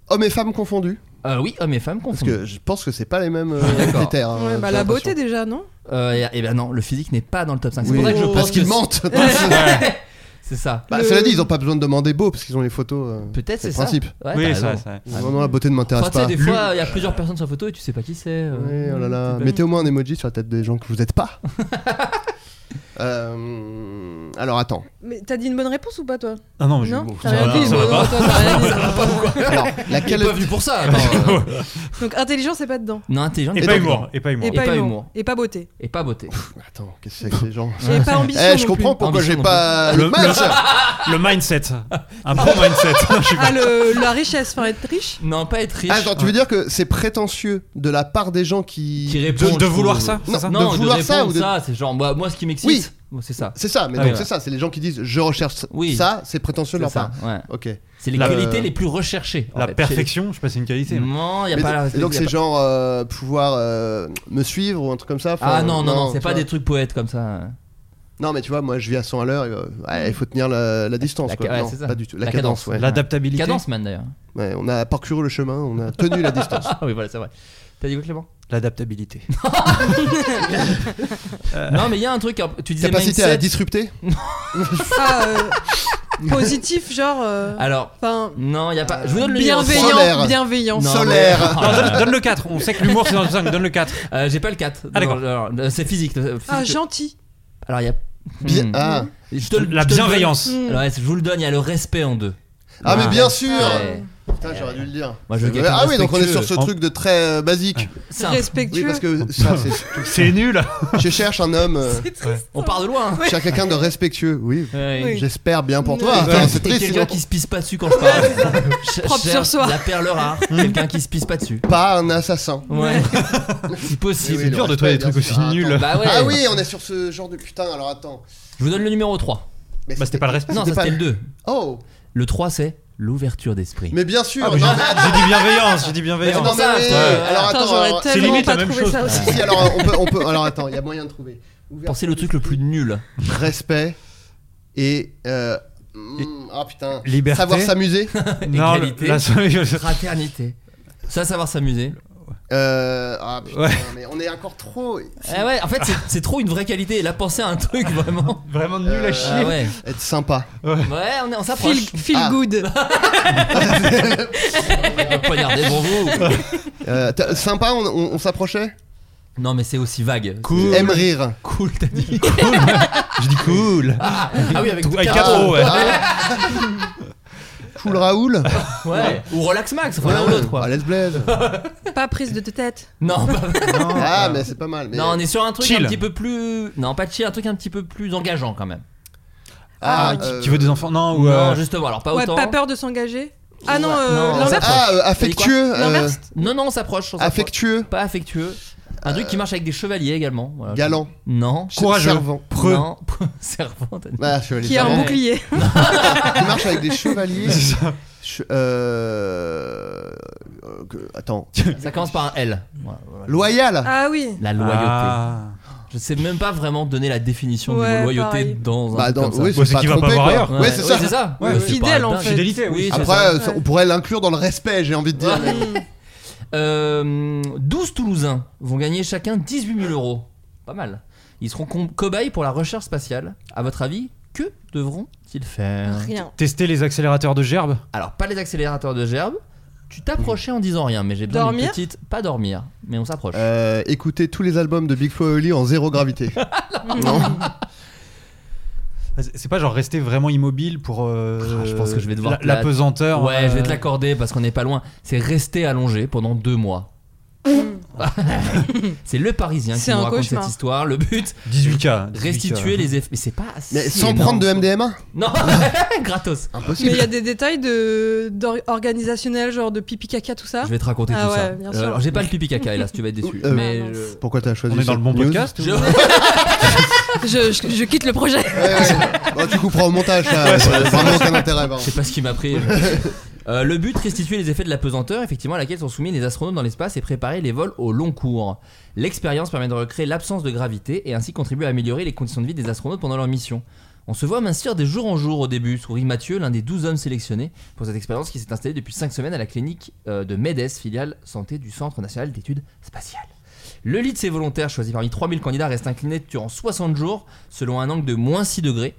hommes et femmes confondus Euh, oui hommes et femmes Parce confondus. que je pense que c'est pas les mêmes euh, Ah, D'accord. critères. hein, Ouais, bah, j'ai la l'impression. beauté déjà, non Euh, et, et ben non le physique n'est pas dans le top 5 C'est Oui. pour ça que je pense Parce qu'ils que- mentent C'est ça. Bah, Le- Cela dit, ils ont pas besoin de demander beau parce qu'ils ont les photos. euh, Peut-être c'est c'est le ça. principe. Ouais, Oui, t'as ça, raison. ça. Ouais. Vraiment, Ah la beauté ne m'intéresse Enfin, tu sais, pas. des fois il y a plusieurs personnes sur la photo et tu sais pas qui c'est. euh. Ouais, oh là là. Tu peux- Mettez au moins un emoji sur la tête des gens que vous êtes pas. Euh, Alors attends. Mais t'as dit une bonne réponse ou pas, toi Ah non, mais je- Non bon, T'as ça rien va, dit, ça bon, va non, pas. toi, t'as rien dit, ça va pas. Alors, la Il est qualité- pas venu pour ça. attends, euh. Donc intelligence et pas dedans. non intelligent. Et mais pas pas- humour. Et pas humour. Et, pas, pas humour. humour. Et pas beauté. Et pas beauté. Attends, qu'est-ce que c'est que ces gens Et pas ambition. non Eh, je plus. comprends pourquoi Ambition j'ai non pas le Le- match. Le mindset. Un bon mindset. Je sais pas. Ah, le- la richesse, enfin être riche. Non pas être riche. Ah, Attends, tu veux dire que c'est prétentieux de la part des gens qui. qui de- répond de je vouloir trouve. ça, c'est non, ça non, de vouloir répondre ça ça, ou de- c'est genre moi, moi, ce qui m'excite Oui. Moi, c'est ça C'est ça, mais Ah donc oui, c'est ça, c'est les gens qui disent je recherche ça. Oui. ça, c'est prétentieux de c'est leur ça part. ouais. Ok. c'est les La- qualités les plus recherchées en La fait, perfection, je sais pas, c'est une chez les- qualité. mais- non y a Mais- pas la- et donc y a c'est pas- genre euh, pouvoir euh, me suivre ou un truc comme ça. enfin, ah non non non tu c'est pas vois. des trucs poètes comme ça Non mais tu vois, moi je vis à 100 à l'heure, et, euh, ouais, il faut tenir la, la distance. la- quoi. ouais, Non, c'est ça. pas du tout. La, La cadence, cadence. ouais. L'adaptabilité. cadence man d'ailleurs Ouais, On a parcouru le chemin, on a tenu la distance. ah oui voilà c'est vrai t'as dit quoi Clément L'adaptabilité. Euh. non mais il y a un truc tu disais Capacité à mindset disrupter Ah, euh, Positif, genre. euh, Alors, Enfin. non, il y a pas. Je vous donne le numéro bienveillant, Solaire. bienveillant. Non, Solaire. mais- Non, donne, donne le 4. On sait que l'humour, c'est dans le 5. Donne le 4. Euh, J'ai pas le 4. Ah, d'accord. Non, alors, euh, C'est physique. le- Ah, physique. gentil. Alors, il y a. Bien- Hmm. ah. Je te le- La je te le donne. bienveillance. Mm. Alors, ouais, je vous le donne, il y a le respect en deux. Ah, mais Ouais. bien sûr Ouais. Putain, j'aurais dû le dire. Moi, je veux quelqu'un ah oui, donc on est respectueux. Ah. sur ce truc de très euh, basique. Simple. Oui, Respectueux. parce que ça, c'est. C'est nul. Je cherche un homme. euh, C'est triste. On part de loin. hein. Je cherche quelqu'un de respectueux. Oui. Oui. J'espère bien pour toi. Ouais. Enfin, c'est Et triste. quelqu'un sinon- qui se pisse pas dessus quand je parle. Je Propre cherche sur soi. La perle rare. quelqu'un qui se pisse pas dessus. Pas un assassin. Ouais. si Oui, possible. oui, dur de le trouver des respect, trucs bien aussi sûr. Ah, attends. nuls. Bah ouais. Ah oui, on est sur ce genre de putain. Alors attends. Je vous donne le numéro 3. Mais Bah, c'était pas le respect. Non, Ah, C'était ça pas- c'était le 2. Oh, Le 3 c'est l'ouverture d'esprit. mais bien sûr. Ah, mais non, J'ai mais- j'ai dit bienveillance. J'ai dit mais non, bienveillance. mais ça, oui, ouais. Alors Putain, attends. j'aurais alors- c'est tellement limite pas la même trouvé chose. ça aussi. Si, alors on peut, on peut. Alors attends, il y a moyen de trouver. Pensez le truc le plus nul. Respect et. euh, mm, Ah putain. Liberté. Savoir s'amuser. Non, Égalité. la- la- Fraternité. Ça, savoir s'amuser. Euh, ah putain, Ouais. mais on est encore trop. Eh ouais, en fait, c'est- c'est trop une vraie qualité. Là, pensez à un truc vraiment. Vraiment nul à Euh, Ah chier. ouais. Être sympa. Ouais, on, est- on Feel, s'approche. feel Ah. good. Poignardez pour vous. Euh, t'as- sympa, on, on- on s'approchait Non, mais c'est aussi vague. Cool. Aime rire. Cool, t'as dit. J'ai dit cool. Ah, ah oui, avec Avec deux quatre carreaux. euros, ouais. ah, Cool Raoul. Ouais. Ou relax Max, enfin l'un ou l'autre quoi. Ah, let's blaze. Pas prise de tête. Non, pas- Ah, mais c'est pas mal. mais- non, on est sur un truc Chill. un petit peu plus. Non, pas de chill, un truc un petit peu plus engageant quand même. Ah, qui, euh, qui veut des enfants Non, ou. euh, Non, justement, alors pas ouais, autant. pas peur de s'engager. Ah non, Ouais. euh, Non, Ah, l'inverse. euh, T'as affectueux. euh, L'inverse. Non, non, on s'approche. on s'approche. affectueux. Pas affectueux. Un truc qui marche avec des chevaliers également. Voilà. Galant. Non. Courageux. Servant. Preux. Non. Servant, t'as dit. Ah, chevalier Qui a servant. un bouclier. Qui marche avec des chevaliers. C'est ça. Che- euh, euh, que- Attends. Ça commence par un L. Voilà, voilà. Loyal. Ah oui. La loyauté. Ah. Je sais même pas vraiment donner la définition Ouais, du mot loyauté pareil. dans un. Bah, truc dans- comme ça. oui, Bon, c'est pas qu'il va pas trompé, voir quoi. ailleurs. Ouais, Ouais, c'est oui, ça. c'est ça. Ouais, Oui, fidèle, c'est pas en dingue. fait. Fidélité, oui. Oui, c'est Après, ça. euh, ça- Ouais. on pourrait l'inclure dans le respect, j'ai envie de dire. mais- Euh, 12 Toulousains vont gagner chacun 18 000 euros. Pas mal. Ils seront com- cobayes pour la recherche spatiale. À votre avis, que devront-ils faire Rien. Tester les accélérateurs de gerbe. Alors, pas les accélérateurs de gerbe. Tu t'approchais en disant rien, mais j'ai besoin d'une Dormir petite. Pas dormir, mais on s'approche. Euh, écoutez tous les albums de Big Flo et Oli en zéro gravité. non. C'est pas genre rester vraiment immobile pour. euh, Ah, je pense que je vais devoir la- te La, la- pesanteur. ouais, je vais euh, te l'accorder parce qu'on n'est pas loin. C'est rester allongé pendant deux mois. c'est le Parisien Mm. qui C'est nous un raconte cauchemar. cette histoire. Le but, euh, 18K. 18K. restituer les effets. Mais c'est pas assez. Mais sans énorme. prendre de MDMA Non, gratos. Impossible. Mais il y a des détails de d'or- organisationnel, genre de pipi caca, tout ça. Je vais te raconter Ah tout ouais, ça. bien Euh, sûr. alors j'ai pas le pipi caca, hélas, tu vas être déçu. Euh, mais Ah, non. je- Pourquoi t'as choisi On est dans cette le bon news podcast ou- je- Je, je- je quitte le projet. Ouais, ouais. Bon, Tu couperas au montage, ça. ça a vraiment aucun intérêt. vraiment. je sais pas ce qui m'a pris. Euh, le but, restituer les effets de la pesanteur, effectivement, à laquelle sont soumis les astronautes dans l'espace et préparer les vols au long cours. L'expérience permet de recréer l'absence de gravité et ainsi contribuer à améliorer les conditions de vie des astronautes pendant leur mission. On se voit mincir des jours en jour au début, sourit Mathieu, l'un des 12 hommes sélectionnés pour cette expérience qui s'est installée depuis 5 semaines à la clinique euh, de MEDES, filiale santé du Centre national d'études spatiales. Le lit de ces volontaires choisis parmi 3000 candidats reste incliné durant 60 jours selon un angle de moins 6 degrés,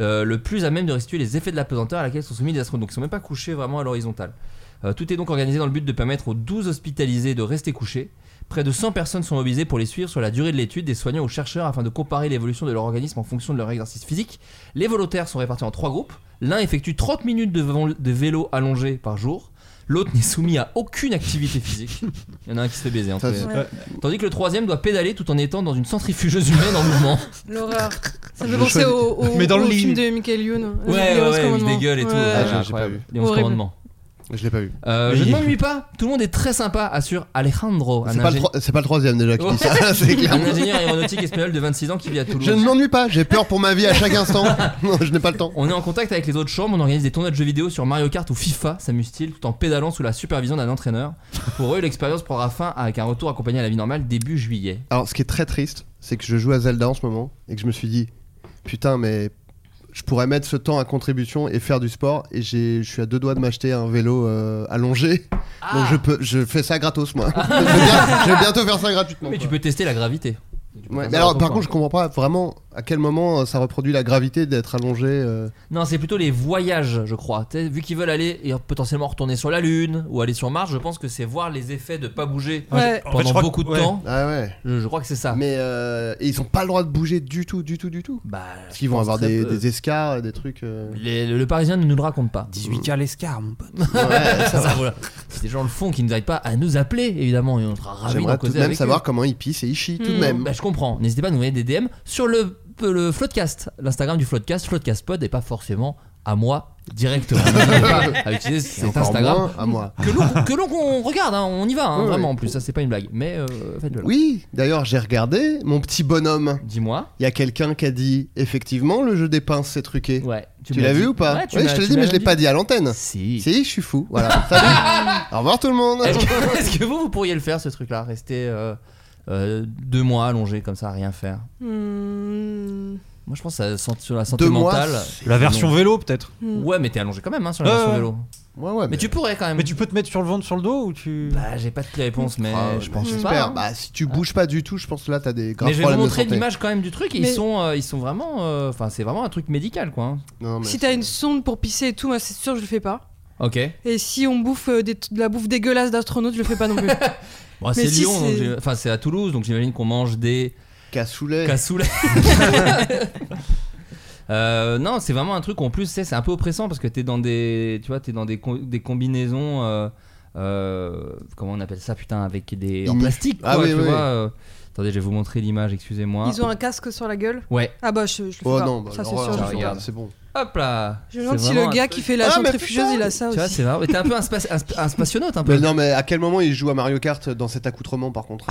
euh, le plus à même de restituer les effets de la pesanteur à laquelle sont soumis les astronautes. Donc ils sont même pas couchés vraiment à l'horizontale. Euh, tout est donc organisé dans le but de permettre aux 12 hospitalisés de rester couchés. Près de 100 personnes sont mobilisées pour les suivre sur la durée de l'étude, des soignants aux chercheurs afin de comparer l'évolution de leur organisme en fonction de leur exercice physique. Les volontaires sont répartis en trois groupes. L'un effectue 30 minutes de, vo- de vélo allongé par jour. L'autre n'est soumis à aucune activité physique. Il y en a un qui se fait baiser. en Ça, fait. c'est- Ouais. Tandis que le troisième doit pédaler tout en étant dans une centrifugeuse humaine en mouvement. L'horreur. Ça me Je fait penser choisis- au, au- Mais dans le au lit. film de Michael Youn. Ouais, ouais, ouais, il dégueule et tout. Ah, Ouais, j'ai- j'ai incroyable. pas vu. Les onze hein. Horrible. commandements. Je l'ai pas vu. Euh, Mais je il- ne m'ennuie pas, tout le monde est très sympa, assure Alejandro, un, C'est pas, le ingé- tro- c'est pas le troisième déjà qui dit ça, c'est clair. un ingénieur aéronautique espagnol de 26 ans qui vit à Toulouse. Je ne m'ennuie pas, j'ai peur pour ma vie à chaque instant. Non, je n'ai pas le temps. On est en contact avec les autres chambres, on organise des tournois de jeux vidéo sur Mario Kart ou FIFA, s'amuse-t-il, tout en pédalant sous la supervision d'un entraîneur. Pour eux, l'expérience prendra fin avec un retour accompagné à la vie normale début juillet. Alors, ce qui est très triste, c'est que je joue à Zelda en ce moment et que je me suis dit, putain, mais je pourrais mettre ce temps à contribution et faire du sport. Et j'ai- je suis à deux doigts de m'acheter un vélo euh, allongé. Donc, je, peux, je fais ça gratos, moi. je, vais bien- je vais bientôt faire ça gratuitement. Mais tu quoi. peux tester la gravité. Tu peux Ouais, faire mais ça alors, dans par ton contre, je coin. comprends pas vraiment à quel moment euh, ça reproduit la gravité d'être allongé. euh. Non, c'est plutôt les voyages, je crois. Tu sais, vu qu'ils veulent aller et potentiellement retourner sur la Lune ou aller sur Mars, je pense que c'est voir les effets de pas bouger Ouais. pendant En fait, je crois beaucoup que- de ouais. temps. Ah ouais. Je, je crois que c'est ça. Ah. Mais euh, et ils ont pas le droit de bouger du tout, du tout, du tout. Bah, Parce qu'ils vont pense avoir très des, peu. des escarres, des trucs. euh. Les- le, le Parisien ne nous le raconte pas. 18 à l'escar, mon pote. Ouais, ça va. voilà. Si des gens le font, qui nous n'arrêtent pas à nous appeler, évidemment, et on sera ravis d'en J'aimerais tout causer de même avec savoir eux. comment ils pissent et ils chient tout de Hmm. même. Bah, je comprends. N'hésitez pas à nous envoyer des DM sur le, le Floodcast, l'Instagram du Floodcast, Floodcast Pod, et pas forcément à moi directement. N'hésitez pas à utiliser Et cet encore Instagram moins à moi. que l'on que l'on qu'on regarde. hein. on y va, hein, Ouais, vraiment. ouais. En plus, ça c'est pas une blague, mais euh, faites-le. là. Oui, d'ailleurs, j'ai regardé mon petit bonhomme. Dis-moi. Il y a quelqu'un qui a dit effectivement le jeu des pinces c'est truqué. Ouais. Tu, me l'as l'as vu dit. ou pas Ouais, tu Oui, m'as- je te l'ai tu dit, m'as mais je l'ai dit. pas dit à l'antenne. Si. Si, je suis fou. Voilà. Salut. Au revoir tout le monde. Est-ce que, est-ce que vous, vous pourriez le faire ce truc-là Rester euh, euh, deux mois allongé comme ça, à rien faire Hmm. Moi je pense que ça, sent- sur la santé Deux mois, mentale. c'est La version vélo, peut-être. Hmm. Ouais, mais t'es allongé quand même hein, sur la Ouais, version ouais. vélo. Ouais, Ah, ouais, Mais tu pourrais quand même. Mais tu peux te mettre sur le ventre, sur le dos ou tu. Bah, j'ai pas de réponse, mais Ah, je pense j'espère. pas. hein. Bah, si tu bouges pas du tout, je pense que là t'as des graves mais je vais vous problèmes de montrer santé. l'image quand même du truc. et Mais- Ils sont, euh, ils sont vraiment. euh, Enfin, c'est vraiment un truc médical, quoi. hein. Non, mais Si c'est- t'as une sonde pour pisser et tout, moi c'est sûr je le fais pas. Ok. Et si on bouffe euh, des- de la bouffe dégueulasse d'astronaute, je le fais pas non plus. Bon, c'est si, Lyon, donc c'est- j'ai- enfin c'est à Toulouse, donc j'imagine qu'on mange des cassoulet. cassoulet. Euh, non, c'est vraiment un truc en plus, c'est c'est un peu oppressant parce que t'es dans des, tu vois, t'es dans des, com- des combinaisons, euh, euh, comment on appelle ça, putain, avec des en Inu- plastique, quoi, Ah oui, tu oui. vois. euh. attendez, je vais vous montrer l'image, excusez-moi. Ils ont un casque sur la gueule. Ouais. Ah bah je, je le fais Oh pas. non, bah, ça c'est sûr. l'horreur, Je, le Ah, fais regarde. c'est bon. Hop là. pas. Je me demande C'est si le vraiment un gars truc- qui fait la Ah, mais centrifugeuse, putain. il a ça Tu vois, aussi. c'est vraiment. T'es un peu un, spa- un sp- un spationaute, un peu. Mais non, mais à quel moment il joue à Mario Kart dans cet accoutrement par contre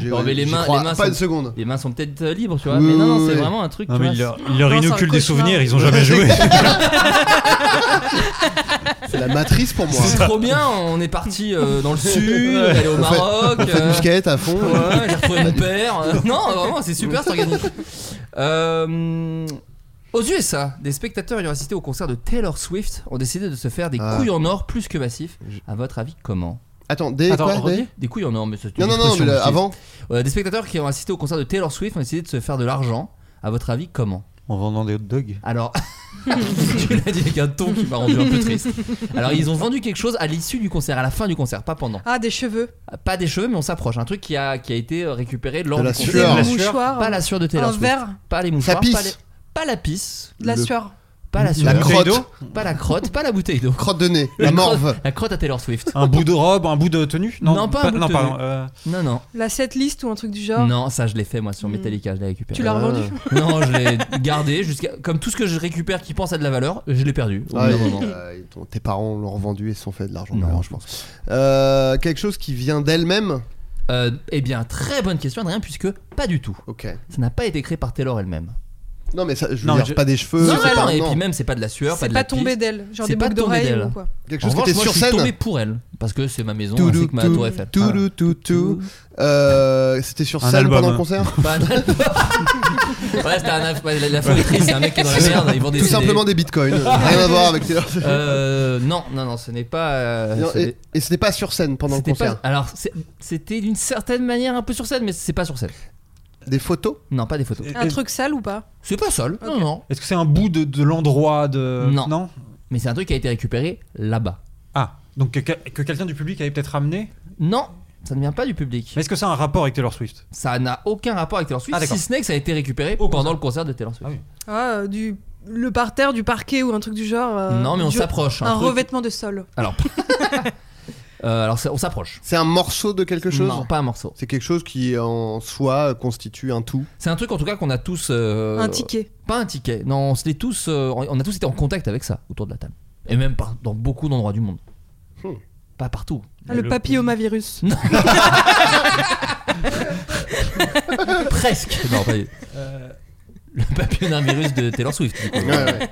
J'ai- Non, mais les j'y mains- crois les mains pas sont- une seconde. Les mains sont peut-être euh, libres, tu vois. Oui, mais non, non, oui, c'est oui. vraiment un truc. Non, tu mais vois, il leur, il leur Non, c'est un inocule des cauchemar. souvenirs, ils ont jamais joué. C'est la matrice pour moi. C'est trop bien, on est parti euh, dans le sud, on est allé au Maroc. On fait euh, du skate à fond. Ouais, j'ai retrouvé mon père. Euh, Non, vraiment, c'est super cet organisme. Euh, aux USA, des spectateurs ayant assisté au concert de Taylor Swift ont décidé de se faire des Ah. couilles en or plus que massif. À votre avis, comment Attends, des Attends, quoi, redis. des- Des couilles en or, mais c'est une Non, non, non, mais expression le- que j'utilise. avant. Euh, des spectateurs qui ont assisté au concert de Taylor Swift ont décidé de se faire de l'argent. À votre avis, comment En vendant des hot dogs. Alors, tu l'as dit avec un ton qui m'a rendu un peu triste. Alors, ils ont vendu quelque chose à l'issue du concert, à la fin du concert, pas pendant. Ah des cheveux, Pas des cheveux, mais on s'approche. Un truc qui a, qui a été récupéré lors De la du concert. des sueur. La mouchoirs, Pas la sueur de Taylor un Swift. verre, Pas les mouchoirs. Ça pisse. Pas, les- pas la pisse. de la Le- sueur. Pas la La sueur. bouteille crotte. d'eau Pas la crotte. Pas la bouteille d'eau. Crotte de nez. La La crotte- morve. La crotte à Taylor Swift. Un bout de robe, un bout de tenue Non, pas un bout de non, tenue. pardon, euh, Non, non. La setlist ou un truc du genre. Non, ça, je l'ai fait moi sur Metallica. Je l'ai récupéré. Mm. Tu l'as revendu Non, je l'ai gardé jusqu'à. Comme tout ce que je récupère qui pense à de la valeur, je l'ai perdu. Au Ah, bout d'un ils- moment. euh, ils t'ont- tes parents l'ont revendu et se sont fait de l'argent. Non. derrière, je pense. Euh, quelque chose qui vient d'elle-même. Euh, eh bien, très bonne question, Adrien, puisque pas du tout. Ok. Ça n'a pas été créé par Taylor elle-même. Non, mais ça, je veux Non, dire, je- pas des cheveux. non, Euh, c'est non, pas- non, et non. puis même, c'est pas de la sueur, pas C'est de pas la tombé pisse. d'elle, genre C'est des pas boucles tombé d'oreilles d'elle. ou quoi. Quelque En chose qui revanche, était moi, sur je suis scène. tombé pour elle, parce que c'est ma maison, Tout, ainsi tout, que ma tour Eiffel. Ah. tout, tout, tout, tout. Euh, C'était sur Un scène album, pendant le hein. concert Pas- Ouais, c'était un aff- ouais, la, la feuilleterie, c'est un mec qui est dans la merde, ils vend des Tout CD. simplement des bitcoins. Rien à voir avec Taylor Swift. Euh, non, non, non, ce n'est pas. euh, Non, ce n'est- et et c'était pas sur scène pendant le c'était concert. pas. Alors, c'est- c'était d'une certaine manière un peu sur scène, mais c'est pas sur scène. Des photos Non, pas des photos. Un truc sale ou pas C'est pas seul. Non, non. Est-ce que c'est un bout de, de l'endroit de. Non. Mais c'est un truc qui a été récupéré là-bas. Ah, donc que, que quelqu'un du public avait peut-être ramené. Non, ça ne vient pas du public. Mais est-ce que ça a un rapport avec Taylor Swift Ça n'a aucun rapport avec Taylor Swift, Ah, d'accord. si ce n'est que ça a été récupéré Au pendant concert. le concert de Taylor Swift. Ah, euh, du le parterre du parquet ou un truc du genre. euh, non, mais on du- s'approche. Un, un truc- revêtement de sol. Alors, Euh, alors ça- on s'approche. C'est un morceau de quelque chose Non, pas un morceau. C'est quelque chose qui en soi constitue un tout. C'est un truc en tout cas qu'on a tous. euh, Un ticket. Pas un ticket. Non, on se l'est tous. euh, on a tous été en contact avec ça autour de la table. Et même par- dans beaucoup d'endroits du monde. Hmm. Pas partout. Ah, le le- papillomavirus. Presque. Non, pas- Euh. Le papillomavirus de Taylor Swift. du coup. Ouais, ouais.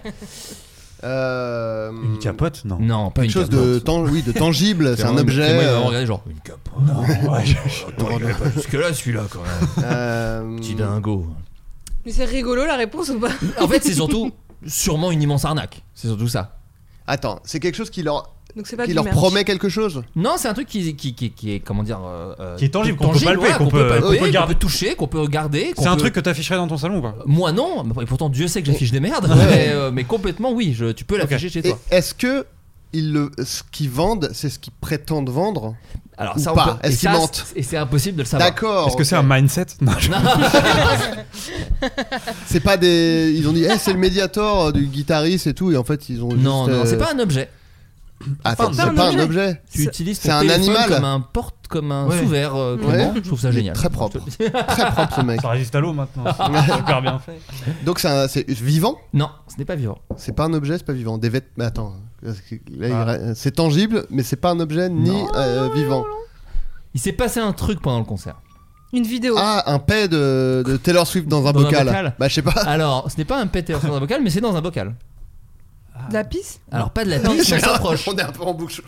Euh, Une capote Non. Non, pas une Quelque chose capote. de, tan- oui, de tangible, c'est un vraiment- objet. moi, il m'a euh, regardé genre une capote. Non, pas jusque-là celui-là quand même. euh, Petit dingo. Mais c'est rigolo la réponse ou pas En fait, c'est surtout sûrement une immense arnaque. C'est surtout ça. Attends, c'est quelque chose qui leur Donc c'est pas qui du leur merch. promet quelque chose. Non, c'est un truc qui, qui, qui, qui est comment dire euh, Qui est tangible, qu'on peut tangible, palper, voilà, qu'on peut- qu'on peut palper, qu'on garder. peut toucher, qu'on peut regarder. qu'on C'est un peut- truc que t'afficherais dans ton salon ou pas Moi non, mais pourtant Dieu sait que j'affiche des merdes, Ouais. mais, euh, mais complètement oui, je- tu peux l'afficher chez Et toi. Est-ce que ils le, ce qu'ils vendent, c'est ce qu'ils prétendent vendre Alors ou ça, on pas peut- et Est-ce qu'ils ça, mentent c'est- Et c'est impossible de le savoir. D'accord. Est-ce que c'est Oh, ok. un mindset Non, je- C'est pas des. Ils ont dit, Eh, c'est le médiator du guitariste et tout, et en fait ils ont. Non, juste, non, euh, c'est pas un objet. Attends, c'est pas c'est un pas un objet. objet. Tu C'est- utilises ton c'est un téléphone animal. comme un porte, comme un Ouais. sous-verre. euh, Ouais. Clément. Je trouve ça Il est génial. Très propre. très propre ce mec. Ça résiste à l'eau maintenant. C'est super bien fait. Donc c'est un- c'est vivant Non, ce n'est pas vivant. C'est pas un objet, c'est pas vivant. Des vêtements. Mais attends, parce que là, il Ah. ra- c'est tangible, mais c'est pas un objet ni Non, euh, vivant. Il s'est passé un truc pendant le concert. Une vidéo. Ah, un paix de, de Taylor Swift dans un Dans un bocal. bocal. Ah, Bah je sais pas. Alors, ce n'est pas un péteur dans un bocal, mais c'est dans un bocal. Ah. De la pisse Alors, pas de la piste, mais on s'approche. On est un peu en bouche.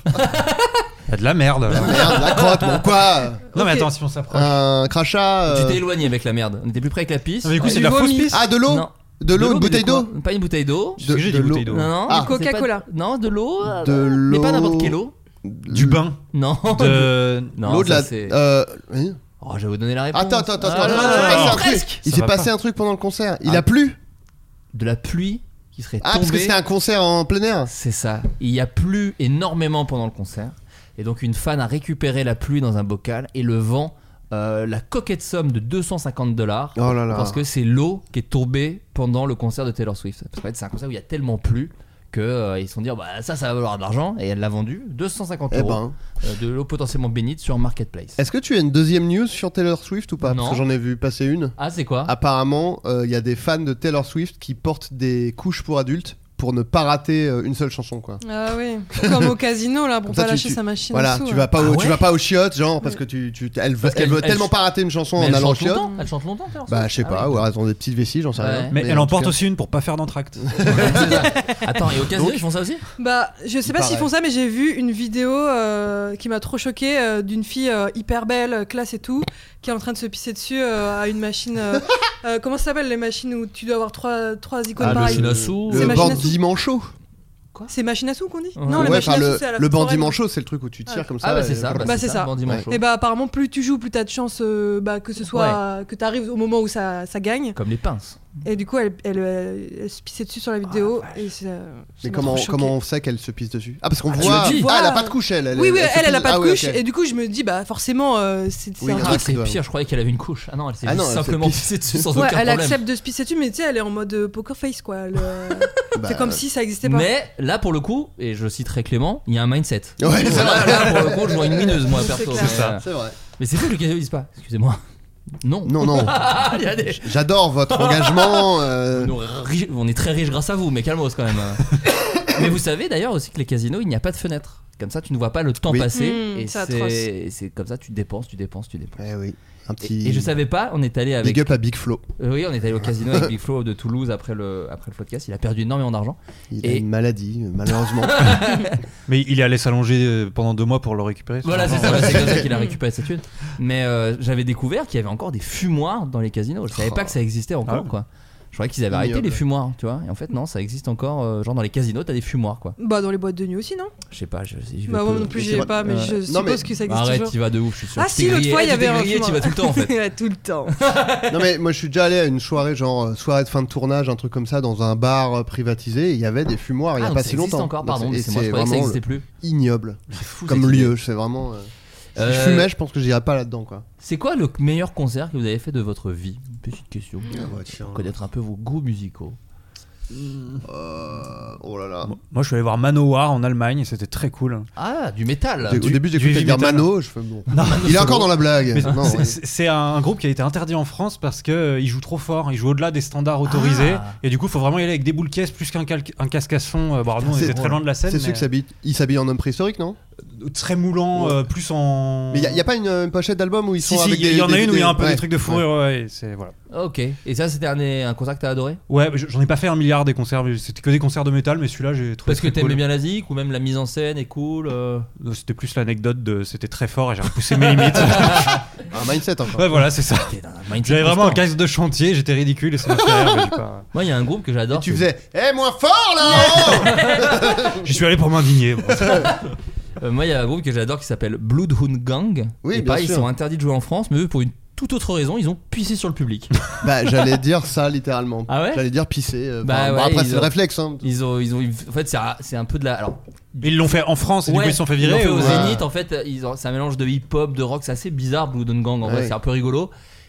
T'as de la merde. Merde, la crotte, bon quoi Non, mais Ok. attends, si on s'approche. Un crachat. Tu euh, t'es éloigné avec la merde. On était plus près avec la piste. Non, mais du coup, Ah, c'est de du la fausse vomi. piste. Ah, de l'eau Non. De l'eau, une mais bouteille quoi d'eau Pas une bouteille d'eau. C'est ce que j'ai dit, de l'eau. bouteille d'eau. Non, non. Ah. c'est pas- Coca-Cola. Non, de l'eau. euh, De l'eau. Mais pas n'importe quelle eau. Du bain. Non. Oh, De. Non, l'eau de ça, la. c'est- euh, hein Oh, je vais vous donner la réponse. Attends, attends, attends. Ah, attends, là, il là, là, s'est passé là. un truc. Il Ça s'est va passé pas. un truc pendant le concert. Il Ah. a plu De la pluie qui serait Ah, parce que tombée. c'était un concert en plein air. C'est ça. Il y a plu énormément pendant le concert. Et donc une fan a récupéré la pluie dans un bocal et le vend euh, la coquette somme de 250 dollars. Oh là là. Parce que c'est l'eau qui est tombée pendant le concert de Taylor Swift. Parce qu'en fait, c'est un concert où il y a tellement plu que euh, ils se sont dit bah ça ça va valoir de l'argent et elle l'a vendu 250 Eh euros ben. Eh. euh, de l'eau potentiellement bénite sur marketplace. Est-ce que tu as une deuxième news sur Taylor Swift ou pas Non. Parce que j'en ai vu passer une. Ah c'est quoi Apparemment, euh, il y a des fans de Taylor Swift qui portent des couches pour adultes pour ne pas rater euh, une seule chanson quoi. Ah oui. Comme au casino là, pour Comme pas ça, tu- lâcher tu- sa machine. en Voilà, dessous, hein. tu ouais. Mm. vas pas Ah au, ouais tu vas pas aux chiottes genre parce que tu, tu elle veut, Parce elle qu'elle- veut elle- tellement pas rater une chanson Mais en elle allant aux chante chiottes. longtemps. Elle chante longtemps. Taylor Bah Swift je sais Ah pas, oui. ou alors elles ont des petites vessies, j'en sais Ouais. rien. Mais elle en en porte tout cas- aussi une pour pas faire d'entracte. Attends et au casino Donc- ils font ça aussi Bah, je sais pas Pareil. s'ils font ça, mais j'ai vu une vidéo euh, qui m'a trop choquée euh, d'une fille euh, hyper belle, euh, classe et tout, qui est en train de se pisser dessus euh, à une machine. euh, euh, comment ça s'appelle les machines où tu dois avoir trois, trois icônes Ah, le pareilles machine à sous. C'est Le machine à bandit sous. manchot. C'est machine à sous qu'on dit Ouais. Non, les Ouais, machines enfin, à sous, le, c'est à la le bandit Citroën. manchot, c'est le truc où tu tires comme ça. Ah bah c'est et- ça. Bah, c'est ça. Bandit Ouais. manchot. Et bah apparemment plus tu joues plus t'as de chance euh, bah, que ce soit que t'arrives au moment où ça, ça gagne Comme les pinces. et du coup elle, elle, elle- elle se pissait dessus sur la vidéo et c'est, euh, ça Ah, Mais m'a comment, trop choquée. comment on sait qu'elle se pisse dessus Ah parce qu'on Ah, tu voit. le dis. Ah elle a Voilà. pas de couche elle. Oui oui se elle elle a pisse- pas de ah ouais, couche ok. et du coup je me dis bah forcément euh, c'est c'est Oui, un grave. truc C'est Ouais. pire, je croyais qu'elle avait une couche. Ah non, elle s'est Ah juste non, elle s'est simplement pissée. pissée dessus sans Ouais, aucun elle problème. accepte de se pisser dessus, mais tu sais, elle est en mode euh, poker face, quoi. Elle, euh, Bah, c'est comme si ça existait pas. Mais là, pour le coup, et je citerai Clément, il y a un mindset. Ouais, c'est Là, vrai. là, pour le coup, je vois une mineuse, moi, C'est perso. clair. Mais, C'est euh, C'est vrai. Mais c'est fou que le casino dise pas. Excusez-moi. Non. Non non. Ah, il y a des- J'adore votre engagement. euh, Nous, riches- on est très riches grâce à vous, mais calmos quand même. mais vous savez d'ailleurs aussi que les casinos, il n'y a pas de fenêtre. Comme ça, tu ne vois pas le temps Oui. passer. Mmh, et c'est atroce. c'est et c'est comme ça, tu dépenses, tu dépenses, tu dépenses. Eh oui. Un petit. Et, et je savais pas, on est allé avec. Big up à Big Flo. Euh, oui, on est allé au casino avec Big Flo de Toulouse après le, après le podcast. Il a perdu énormément d'argent. Il a Et- une maladie, euh, malheureusement. Mais il est allé s'allonger euh, pendant deux mois pour le récupérer. Voilà, c'est ça, Ouais. c'est comme ça qu'il a récupéré cette thune. Mais euh, j'avais découvert qu'il y avait encore des fumoirs dans les casinos. Je savais pas que ça existait encore, Ah ouais. quoi. Je croyais qu'ils avaient arrêté Ignoble. les fumoirs, tu vois. Et en fait, non, ça existe encore. euh, genre dans les casinos, t'as des fumoirs, quoi. Bah, dans les boîtes de nuit aussi, non Je sais pas, je j'y vais Bah, peu. moi non plus, Mais j'y c'est ai vrai. pas, mais Ouais. je Non, suppose mais que ça existe Arrête, toujours. tu vas de ouf, je suis sûr. Ah, Tu si, t'es l'autre grillé, fois, il y tu t'es avait un grillé, tu fumoir. vas tout le temps, en Ah, fait. Ouais, tout le temps. non mais moi je suis déjà allé à une soirée genre euh, soirée de fin de tournage, un truc comme ça dans un bar euh, privatisé. et Il y avait des fumoirs il y Ah, a donc pas ça si existe longtemps. encore, Donc, pardon, et mais c'est moi, je c'est croyais que ça vraiment euh, n'existait plus. ignoble C'est fou, comme cette idée. lieu. C'est vraiment. euh, Si je Euh, fumais, je pense que j'irais pas là-dedans quoi. C'est quoi le meilleur concert que vous avez fait de votre vie Petite question. Pour Connaître un peu vos goûts musicaux. Euh, Oh là là. Moi, je suis allé voir Manowar en Allemagne et c'était très cool. Ah, du métal Au début j'écoutais heavy dire metal. Mano, je fais bon. Non, Il est encore dans la blague. Mais Non, c'est- ouais. c'est c'est un, un groupe qui a été interdit en France parce que euh, il joue trop fort, il joue au-delà des standards autorisés Ah. et du coup, faut vraiment y aller avec des boules caisses plus qu'un calque- un casque à son. Euh, bon, alors, nous, on C'est- était très loin de la scène. C'est ceux mais- qui s'habillent. Ils s'habillent en homme préhistorique, non très moulant, euh, plus en. Mais il n'y a, pas une, une pochette d'album où ils Si, sont si, avec il des. y en a des- une où il y a un peu ouais. des trucs de fourrure, ouais, et c'est. Voilà. Ok. Et ça, c'était un, un concert que t'as adoré Ouais, mais je- j'en ai pas fait un milliard des concerts, mais c'était que des concerts de métal, mais celui-là j'ai trouvé. Parce que très t'aimais cool. bien la zik ou même la mise en scène est cool euh. Euh, C'était plus l'anecdote de c'était très fort et j'ai repoussé mes limites. Un mindset encore. Ouais, voilà, c'est ça. T'es dans un mindset J'avais vraiment un constant. casque de chantier, j'étais ridicule et ça m'a fait rire, mais j'ai pas- Moi, il y a un groupe que j'adore. Tu c'est- faisais Eh, moins fort là J'y suis allé pour m'indigner. bon. Euh, moi, il y a un groupe que j'adore qui s'appelle Bloodhound Gang. Oui, et bien pareil, sûr. ils sont interdits de jouer en France, mais eux, pour une toute autre raison, ils ont pissé sur le public. Bah, j'allais dire ça littéralement. Ah ouais J'allais dire pisser. euh, Bah enfin, bon, ouais, après, ils c'est ont- le réflexe. Hein. Ils ont, ils ont, en fait, c'est un- c'est un peu de la. Alors, Ils l'ont fait en France et du Ouais, coup ils se sont fait virer. l'ont ou- au Ouais. Zénith, en fait, ils ont- c'est un mélange de hip-hop, de rock, c'est assez bizarre, Blue Dawn Gang, en vrai, Ouais. c'est un peu rigolo.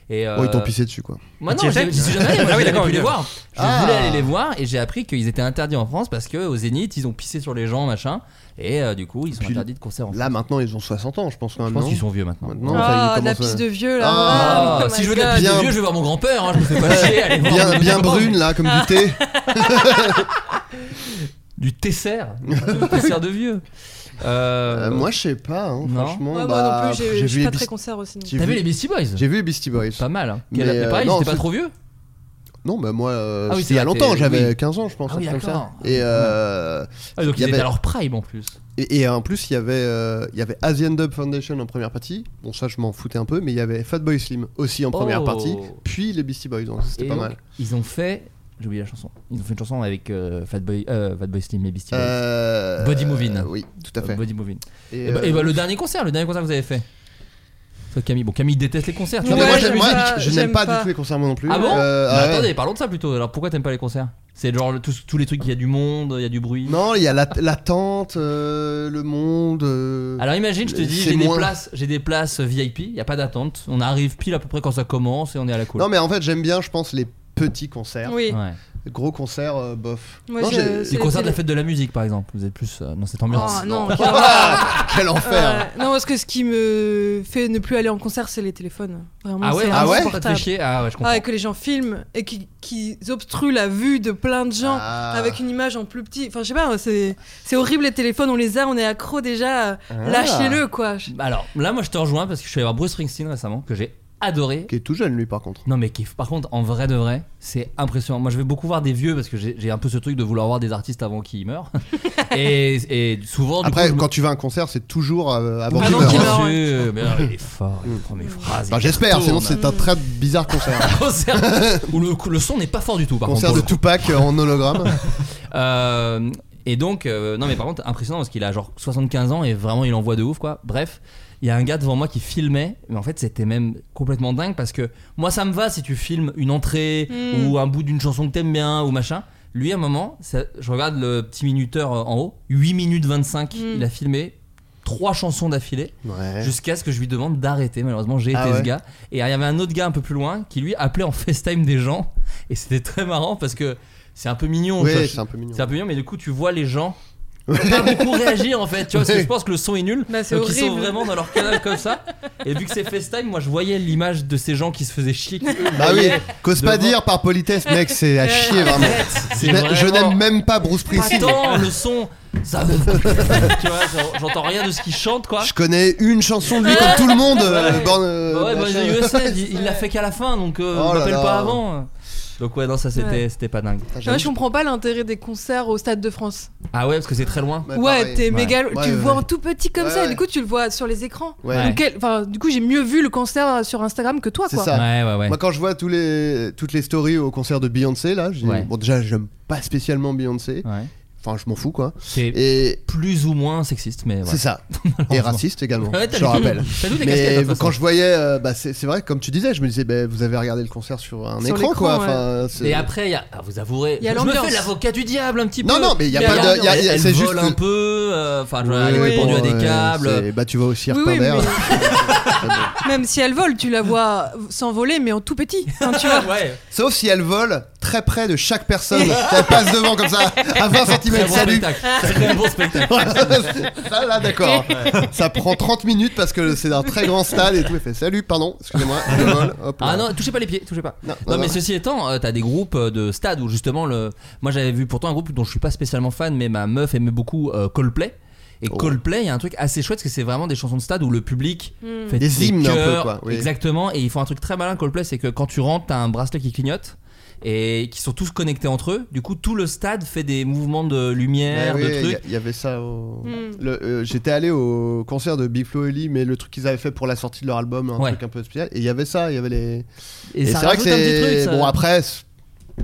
Et, euh, Oh, ils t'ont pissé dessus quoi. Moi, Ah, non, t'y j'ai- étais j'y suis jamais allé, moi, Ah oui, j'avais d'accord, pu les ok. voir. Je Ah. voulais aller les voir et j'ai appris qu'ils étaient interdits en France parce que au Zénith, ils ont pissé sur les gens, machin. Et euh, du coup, ils sont Puis- interdits de concert en France. Là maintenant, ils ont 60 ans, je pense Je quand même. pense non qu'ils sont vieux maintenant. Maintenant, ça, Ah, ils de la commencent à- pisse de vieux là. Ah, Ah, Oh si my je veux de la God. vie de Bien- vieux, je vais voir mon grand-père, hein, je me fais pas chier. allez voir Bien, mon bien grand-père. brune là, comme du thé. Du tesser. Du tesser de vieux. Euh, Euh, moi, je sais pas, hein, non. franchement. Ouais, bah, moi non plus, j'ai- je suis vu pas les très Beast- concert aussi. non. j'ai T'as vu vu- les Beastie Boys J'ai vu les Beastie Boys. Pas mal. hein. Mais, Quel- euh, Mais pareil, non, c'était pas c'est- trop vieux Non, mais moi, euh, Ah oui, c'était il y c'est a vrai, longtemps, t'es- j'avais oui. 15 ans, je pense. Ah oui, un truc comme d'accord. ça. Et, euh, Ah, donc Il ils y étaient avait- à leur prime en plus. et, et en plus, il y avait, euh, il y avait Asian Dub Foundation en première partie. Bon, ça, je m'en foutais un peu, mais il y avait Fatboy Slim aussi en première Oh. partie. Puis les Beastie Boys, donc c'était Et pas donc, mal. Ils ont fait. J'ai oublié la chanson. Ils ont fait une chanson avec euh, Fatboy, euh, Fatboy Slim et Beastie Boys. Euh, Body Movin'. euh, oui, tout à fait. Euh, Body Movin'. Et, Et, bah, euh, et bah, le dernier concert, le dernier concert que vous avez fait. Toi, Camille. Bon, Camille déteste les concerts. tu non, mais vois. moi, Ouais, j'ai- j'aime moi, pas, je j'aime n'aime pas, pas. du tout les concerts, moi non plus. Ah bon Euh, Bah, ah ouais. Attendez, parlons de ça plutôt. Alors pourquoi t'aimes pas les concerts C'est genre tous, tous les trucs, il y a du monde, il y a du bruit. Non, il y a la, la tente, euh, le monde. euh, Alors imagine, je te dis, C'est j'ai des moins- places, j'ai des places euh, VIP, il y a pas d'attente, on arrive pile à peu près quand ça commence et on est à la cool. Non, mais en fait, j'aime bien, je pense, les petits concerts. Oui. Ouais. Gros concerts, euh, bof. Moi, Non, je- j'ai- c'est- Les concerts de la fête de la musique par exemple, vous êtes plus euh, dans cette ambiance. Oh non. Ah, Quel enfer Ouais. non, parce que ce qui me fait ne plus aller en concert, c'est les téléphones. Vraiment, Ah ouais, c'est Ah ouais Ça te fait insupportable. chier Ah ouais, je comprends. Ah, et que les gens filment et qui, qui obstruent la vue de plein de gens Ah. avec une image en plus petit. Enfin, je sais pas, hein, c'est c'est horrible les téléphones, on les a, on est accro déjà. Ah. Lâchez-le quoi. Je- Alors là, moi je te rejoins parce que je suis allé voir Bruce Springsteen récemment, que j'ai adoré. Qui est tout jeune, lui, par contre. Non mais qui, par contre, en vrai de vrai, c'est impressionnant. Moi je vais beaucoup voir des vieux parce que j'ai j'ai un peu ce truc de vouloir voir des artistes avant qu'ils meurent. et, et souvent, du Après, coup, je me- quand tu vas à un concert, c'est toujours euh, avant Ah qu'il non, meure. qu'il Bien meurt, sûr, mais non, il est fort, il prend mes phrases. Enfin, il Bah, J'espère, tourne. sinon c'est un très bizarre concert. concert où le, le son n'est pas fort du tout par concert contre. de pour le coup. Tupac euh, en hologramme. Euh, et donc, euh, non mais par contre, impressionnant parce qu'il a genre 75 ans et vraiment il envoie de ouf quoi. Bref, il y a un gars devant moi qui filmait, mais en fait c'était même complètement dingue parce que moi ça me va si tu filmes une entrée Mm. ou un bout d'une chanson que t'aimes bien ou machin. Lui à un moment, ça- je regarde le petit minuteur euh, en haut, 8 minutes 25, Mm. il a filmé trois chansons d'affilée. Ouais. Jusqu'à ce que je lui demande d'arrêter. Malheureusement, j'ai été Eh. Ah ouais. ce gars. Et il y avait un autre gars un peu plus loin qui lui appelait en FaceTime des gens. Et c'était très marrant parce que c'est un peu mignon. tu vois. Ouais, c'est un peu mignon. C'est un peu mignon, mais du coup, tu vois les gens pas beaucoup réagir en fait. Tu vois, parce que Ouais. je pense que le son est nul. Bah, c'est donc ils sont horrible. vraiment dans leur canal comme ça. Et vu que c'est FaceTime, moi je voyais l'image de ces gens qui se faisaient chier. qui, eux, Bah oui, voyaient. cause pas devant. dire par politesse, mec, c'est à chier vraiment. Je C'est n'ai- Je vraiment- n'aime même pas Bruce Springsteen. Pourtant, le son. Ça... tu vois, genre, j'entends rien de ce qu'ils chantent quoi. Je connais une chanson de lui comme tout le monde. euh, born, euh, Ouais, bah, machin. USA, il, il l'a fait qu'à la fin, donc euh, Oh on là m'appelle là. pas avant. Donc ouais, non, ça c'était Ouais. c'était pas dingue. Putain, Moi, j'avoue, je comprends pas l'intérêt des concerts au Stade de France. Ah ouais, parce que c'est très loin. Ouais, Ouais, pareil. t'es méga. Ouais, tu le ouais, vois ouais. en tout petit comme Ouais, ça, et ouais. du coup, tu le vois sur les écrans. Ouais. Donc, quel- enfin, du coup, j'ai mieux vu le concert sur Instagram que toi, C'est quoi. ça. Ouais, ouais, ouais. Bah, Moi, quand je vois tous les, toutes les stories au concert de Beyoncé, là, je dis, Ouais. bon, déjà, j'aime pas spécialement Beyoncé. Ouais. Enfin, je m'en fous, quoi. C'est Et plus ou moins sexiste, mais c'est ouais. ça. Et raciste également. Ouais, t'as je le vu- rappelle. T'as vu des Mais casquettes, hein, de toute quand façon. je voyais, euh, bah, c'est c'est vrai, comme tu disais, je me disais, bah, vous avez regardé le concert sur un Sur écran, l'écran, quoi. ouais. Enfin, c'est- Et après, il y a. ah, vous avouerez. Il y a je me l'ambiance. fais l'avocat du diable un petit peu. euh, Non, non, mais il y a pas elle- de- il y a- il y a- elle c'est vole juste un que- peu. euh, Enfin, je- elle Ouais, Oui. est pendue à des bon, ouais, câbles. c'est- Bah, tu vas au cirque Oui, oui, Imbert. Même si elle vole, tu la vois s'envoler, mais en tout petit. Enfin, tu vois. Ah Ouais, Sauf si elle vole très près de chaque personne. elle passe devant comme ça, à 20 très cm. bon Salut. spectacle. Très bon spectacle. ça là d'accord ça prend 30 minutes parce que c'est un très grand stade et tout il fait salut pardon excusez-moi je vole hop là. Ah non, touchez pas les pieds, touchez pas. Non, Non, non, mais non. ceci étant, euh, t'as des groupes euh, de stades où justement le. Moi j'avais vu pourtant un groupe dont je suis pas spécialement fan, mais ma meuf aimait beaucoup euh, Coldplay. Oh. Et Coldplay, il y a un truc assez chouette parce que c'est vraiment des chansons de stade où le public Mm. fait Des hymnes un peu, chœurs. quoi, oui. Exactement. Et ils font un truc très malin, Coldplay, c'est que quand tu rentres, t'as un bracelet qui clignote. Et qui sont tous connectés entre eux. Du coup, tout le stade fait des mouvements de lumière, Ouais, de ouais, trucs. y a- Bah Il y, avait ça au- Mm. Le- euh, J'étais allé au concert de Big Flo et Oli, mais le truc qu'ils avaient fait pour la sortie de leur album, un Ouais. truc un peu spécial. Et il y avait ça, il y avait les. Et ça c'est vrai que rajoute un petit c'est. truc, ça. Bon, après, c'est-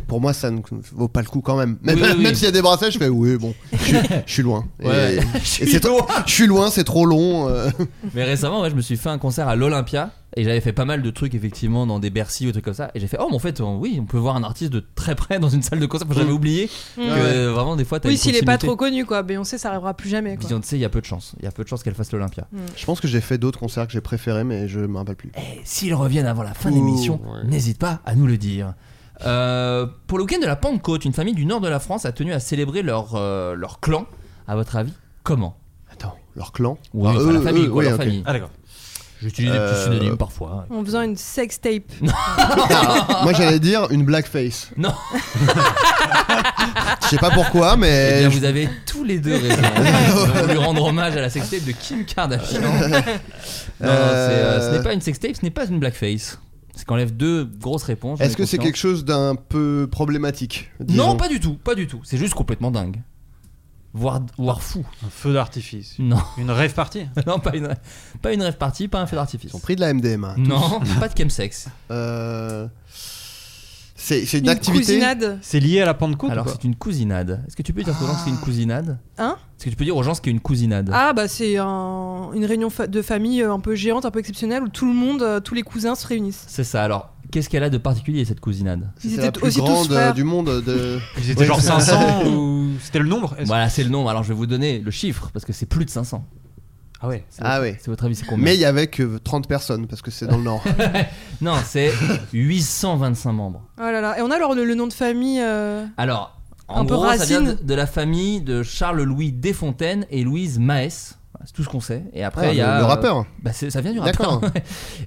pour moi, ça ne vaut pas le coup quand même. Même, Oui, oui, oui. même s'il y a des brassets, je fais oui, bon, je, je suis loin. Et- Ouais. et Je c'est suis trop- Je suis loin, c'est trop long. euh. Mais récemment, ouais, je me suis fait un concert à l'Olympia et j'avais fait pas mal de trucs effectivement dans des Bercy ou des trucs comme ça. Et j'ai fait, oh, mais en fait, on- oui, on peut voir un artiste de très près dans une salle de concert. Enfin, J'avais oublié que Mm. euh, vraiment, des fois, t'as Oui, une s'il est pas trop proximité. connu, quoi. Beyoncé, ça arrivera plus jamais. Quoi. Beyoncé, il y a peu de chance. Il y a peu de chance qu'elle fasse l'Olympia. Je pense que j'ai fait d'autres concerts que j'ai préférés, mais je me rappelle plus. Et s'ils reviennent avant la fin de Ouh, l'émission, ouais. n'hésite pas à nous le dire. Euh, pour le week-end de la Pentecôte, une famille du nord de la France a tenu à célébrer leur, euh, leur clan. À votre avis, comment Attends, leur clan Ou euh, Ah, la eux, famille, eux, quoi, oui, leur ok. famille. Ah, d'accord. J'utilise des petits Euh, synonymes parfois. En faisant une sex tape. Moi j'allais dire une blackface. Non. Je sais pas pourquoi, Eh bien, mais. vous avez tous les deux raison. On lui rendre hommage à la sextape de Kim Kardashian. Non, non, c'est, euh, ce n'est pas une sextape, ce n'est pas une blackface. C'est qu'on lève deux grosses réponses. Est-ce que c'est quelque chose d'un peu problématique Non, disons pas du tout, pas du tout. C'est juste complètement dingue. Voire, voire fou. Un feu d'artifice. Non, Une rêve partie. non pas, une, pas une rêve partie, pas un fait d'artifice. Ils ont pris de la MDMA. Non, pas de chemsex. hein. Euh, C'est c'est une, Une activité. cousinade. C'est lié à la Pentecôte Alors, ou pas c'est une cousinade. Est-ce que tu peux dire aux gens ce qu'est une cousinade Hein Est-ce que tu peux dire aux gens ce qu'est une cousinade Ah, bah, c'est un- une réunion fa- de famille euh, un peu géante, un peu exceptionnelle, où tout le monde, euh, tous les cousins se réunissent. C'est ça. Alors, qu'est-ce qu'elle a de particulier cette cousinade C'est Ils la étaient plus aussi tous grande euh, frères. du monde. De... Ils étaient Ouais, genre c'est- 500 ou c'était le nombre Est-ce- Voilà, c'est le nombre. Alors, je vais vous donner le chiffre parce que c'est plus de 500. Ah ouais. C'est Ah votre- ouais. C'est votre avis, c'est combien Mais il y avait que 30 personnes parce que c'est dans le nord. Non, c'est 825 membres. Oh là là. Et on a alors le, le nom de famille. euh, Alors, en Un peu gros, ça vient de, racine. de la famille de Charles-Louis Desfontaines et Louise Maes. Voilà, C'est tout ce qu'on sait. Et après, Ah, il y a. le, le euh, rappeur. bah, c'est- ça vient du D'accord. rappeur.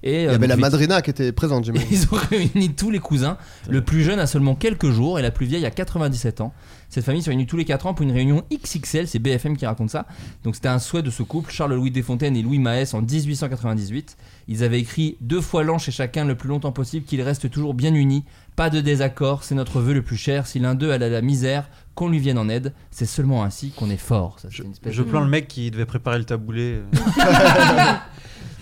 et, euh, Il y avait la madrina qui était présente, j'imagine. Ils ont réuni tous les cousins. Le plus jeune a seulement quelques jours et la plus vieille a 97 ans. Cette famille se réunit tous les 4 ans pour une réunion XXL. C'est BFM qui raconte ça. Donc c'était un souhait de ce couple, Charles-Louis Desfontaines et Louis Maes, en 1898. Ils avaient écrit deux fois l'an chez chacun le plus longtemps possible qu'ils restent toujours bien unis. Pas de désaccord, c'est notre vœu le plus cher. Si l'un d'eux a la, la misère, qu'on lui vienne en aide. C'est seulement ainsi qu'on est fort. Ça, c'est une espèce Je de- plains le mec qui devait préparer le taboulé. euh.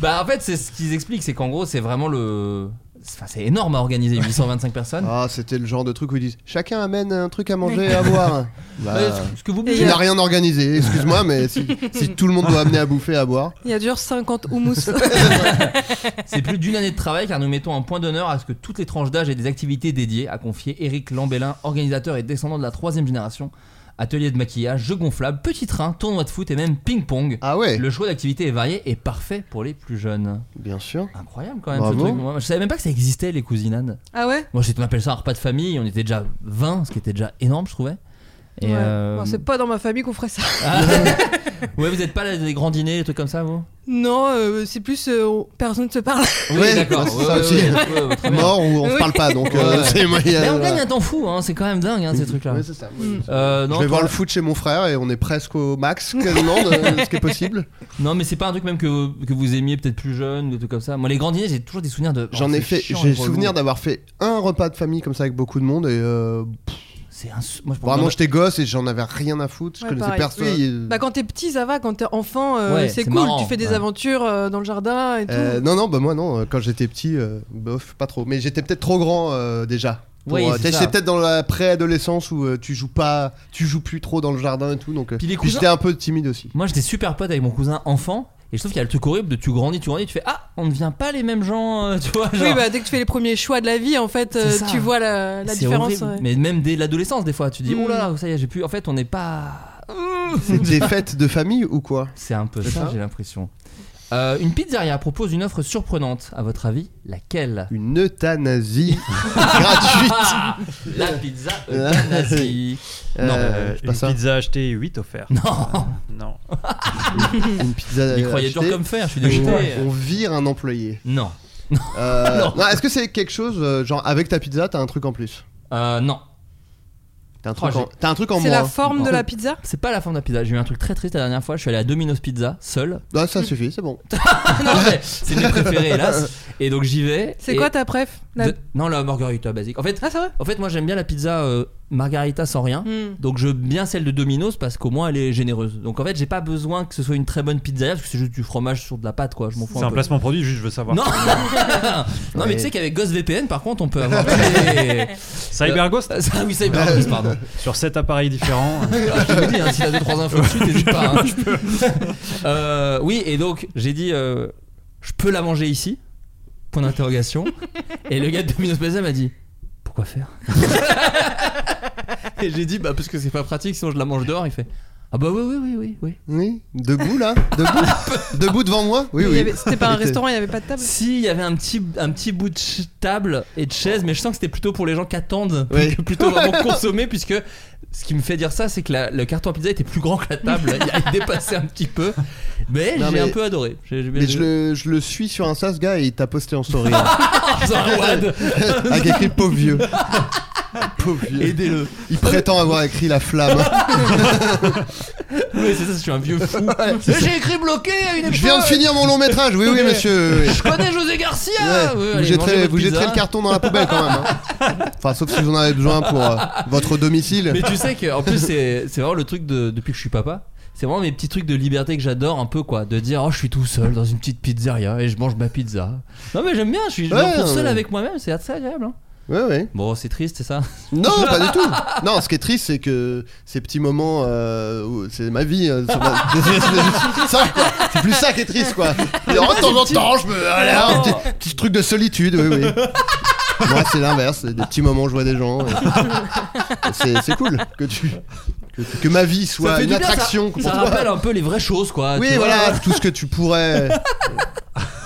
Bah en fait, c'est ce qu'ils expliquent, c'est qu'en gros, c'est vraiment le. Enfin, c'est énorme à organiser 825 personnes. Ah, c'était le genre de truc où ils disent chacun amène un truc à manger et à boire. Bah, Euh, ce- ce que vous me Et tu il y n'as a- rien organisé, excuse-moi, mais si, si tout le monde doit amener à bouffer, à boire. Il y a dur 50 houmous. C'est plus d'une année de travail car nous mettons un point d'honneur à ce que toutes les tranches d'âge et des activités dédiées, a confié Éric Lambellin, organisateur et descendant de la troisième génération. Atelier de maquillage, jeux gonflables, petits trains, tournoi de foot et même ping-pong. Ah ouais, Le choix d'activités est varié et parfait pour les plus jeunes. bien sûr. Incroyable quand même Bravo. ce truc. Moi, je savais même pas que ça existait les cousinades. ah ouais Moi, j'étais- on appelle ça un repas de famille, on était déjà 20, ce qui était déjà énorme, je trouvais. Et Ouais. euh, Bon, C'est pas dans ma famille qu'on ferait ça. ah, ouais, vous êtes pas là, des grands dîners, des trucs comme ça, vous Non, euh, c'est plus euh, on- personne ne se parle. Oui, Ouais, d'accord. c'est Ouais, ça ouais, aussi. ouais, ouais, ouais, très bien. Mort ou on se Oui. parle pas, donc euh, Ouais. c'est moyen. Mais on voilà. gagne un temps fou, hein, c'est quand même dingue hein, ces trucs-là. Ouais, c'est ça. Mm. Euh, je non, vais voir toi- le foot chez mon frère et on est presque au max quasiment de ce qui est possible. non, mais c'est pas un truc même que, que vous aimiez peut-être plus jeune ou des trucs comme ça. Moi, les grands dîners, j'ai toujours des souvenirs de. J'en Oh, ai c'est fait, chiant, j'ai relou. souvenir d'avoir fait un repas de famille comme ça avec beaucoup de monde et euh, C'est un. sou- Moi, je vraiment pense- j'étais gosse et j'en avais rien à foutre, je Ouais, connaissais pareil. personne. Oui. et- Bah quand t'es petit ça va, quand t'es enfant euh, Ouais, c'est c'est cool, marrant, tu fais des ouais. aventures euh, dans le jardin et tout. Euh, non non bah moi non euh, quand j'étais petit euh, bof pas trop mais j'étais peut-être trop grand euh, déjà. Pour, Oui, euh, c'est t'es- ça. c'est peut-être dans la préadolescence où euh, tu joues pas, tu joues plus trop dans le jardin et tout donc. euh, Puis les puis cousins- j'étais un peu timide aussi. Moi, j'étais super pote avec mon cousin enfant. Et je trouve qu'il y a le truc horrible de tu grandis, tu grandis, tu fais Ah, on ne devient pas les mêmes gens, euh, tu vois. Genre, Oui bah dès que tu fais les premiers choix de la vie en fait euh, C'est ça. tu vois la, la c'est différence. horrible. ouais. Mais même dès l'adolescence, des fois, tu dis Mm. Oh là là, ça y est, j'ai plus. En fait, on n'est pas. C'est des fêtes de famille ou quoi C'est un peu C'est ça, ça. j'ai l'impression. Euh, une pizzeria propose une offre surprenante. À votre avis, laquelle Une euthanasie gratuite. La pizza euthanasie. Non, Euh, Euh, c'est une pas ça. pizza achetée, 8 offerts. Non, Non. Une pizza. il croyait achetée. dur comme fer, je suis dégoûté. On, on vire un employé. Non. Euh, Non. non, Est-ce que c'est quelque chose, euh, genre avec ta pizza, t'as un truc en plus Euh, non. T'as un, truc Oh, en- j'ai- t'as un truc en C'est moins. la forme de la pizza C'est pas la forme de la pizza. J'ai eu un truc très triste la dernière fois. Je suis allé à Domino's Pizza seul. Ah, ça suffit, c'est bon. Non, mais c'est mes préférés, hélas. Et donc j'y vais. C'est et- quoi ta préf La- de- Non, la margarita basique. En fait, Ah, c'est vrai en fait moi j'aime bien la pizza euh, margarita sans rien. Hmm. Donc je bien celle de Domino's parce qu'au moins elle est généreuse. Donc en fait j'ai pas besoin que ce soit une très bonne pizza parce que c'est juste du fromage sur de la pâte quoi. Je m'en fous. C'est un peu. placement produit, juste je veux savoir. Non, non mais tu sais qu'avec Ghost VPN par contre on peut avoir. tous les- Cyberghost Ah oui Cyberghost pardon. Sur sept appareils différents. Ah, je te le dis, hein, si t'as deux trois infos dessus, t'hésites pas. hein. Euh, oui, et donc j'ai dit, euh, je peux la manger ici Point d'interrogation. et le gars de Domino's Pizza m'a dit, pourquoi faire Et j'ai dit, bah parce que c'est pas pratique, sinon je la mange dehors. Il fait, ah bah oui oui oui oui oui. Oui, debout là Debout Debout devant moi Oui, Il y oui. avait- C'était pas un Était- restaurant, il n'y avait pas de table Si, il y avait un petit, un petit bout de ch- table et de chaise, mais je sens que c'était plutôt pour les gens qui attendent, Oui. que plutôt vraiment consommer, puisque ce qui me fait dire ça, c'est que la- le carton à pizza était plus grand que la table, il a dépassé un petit peu, mais Non, j'ai mais- un peu adoré. J'ai- j'ai- Mais je le, je le suis sur un sas, gars, et il t'a posté en story. hein. Ah, Dans un wad. Avec écrit pauvre vieux. Pauvre vieux. Aidez-le. Il prétend avoir écrit la flamme. hein. Oui, c'est ça, je suis un vieux fou. Ouais, Mais c'est j'ai écrit bloqué à une Je viens de époque. finir mon long métrage, oui, oui, monsieur. oui, oui. Je connais José Garcia. Ouais, Ah, Ouais, vous allez, mangez jetterez, votre vous jetterez pizza. le carton dans la poubelle quand même. hein. Enfin, sauf si vous en avez besoin pour euh, votre domicile. Mais tu sais que en plus c'est c'est vraiment le truc de depuis que je suis papa. C'est vraiment mes petits trucs de liberté que j'adore un peu quoi, de dire oh je suis tout seul dans une petite pizzeria et je mange ma pizza. Non mais j'aime bien, je suis je me Ouais, retrouve seul ouais. avec moi-même, c'est assez agréable. hein. Ouais, ouais. Bon c'est triste c'est ça. Non, pas du tout. Non, ce qui est triste, c'est que ces petits moments, euh, où- c'est ma vie. euh, c'est pas- ça, quoi. C'est plus ça qui est triste, quoi. Et en de temps en temps, je me, voilà, un petit, petit truc de solitude, oui, oui. Moi, c'est l'inverse. c'est Des petits moments, je vois des gens. et- et C'est c'est cool que tu que, que ma vie Ça soit fait une du bien, attraction. Ça, pour ça toi. rappelle un peu les vraies choses quoi. Oui, tu vois. voilà, tout ce que tu pourrais.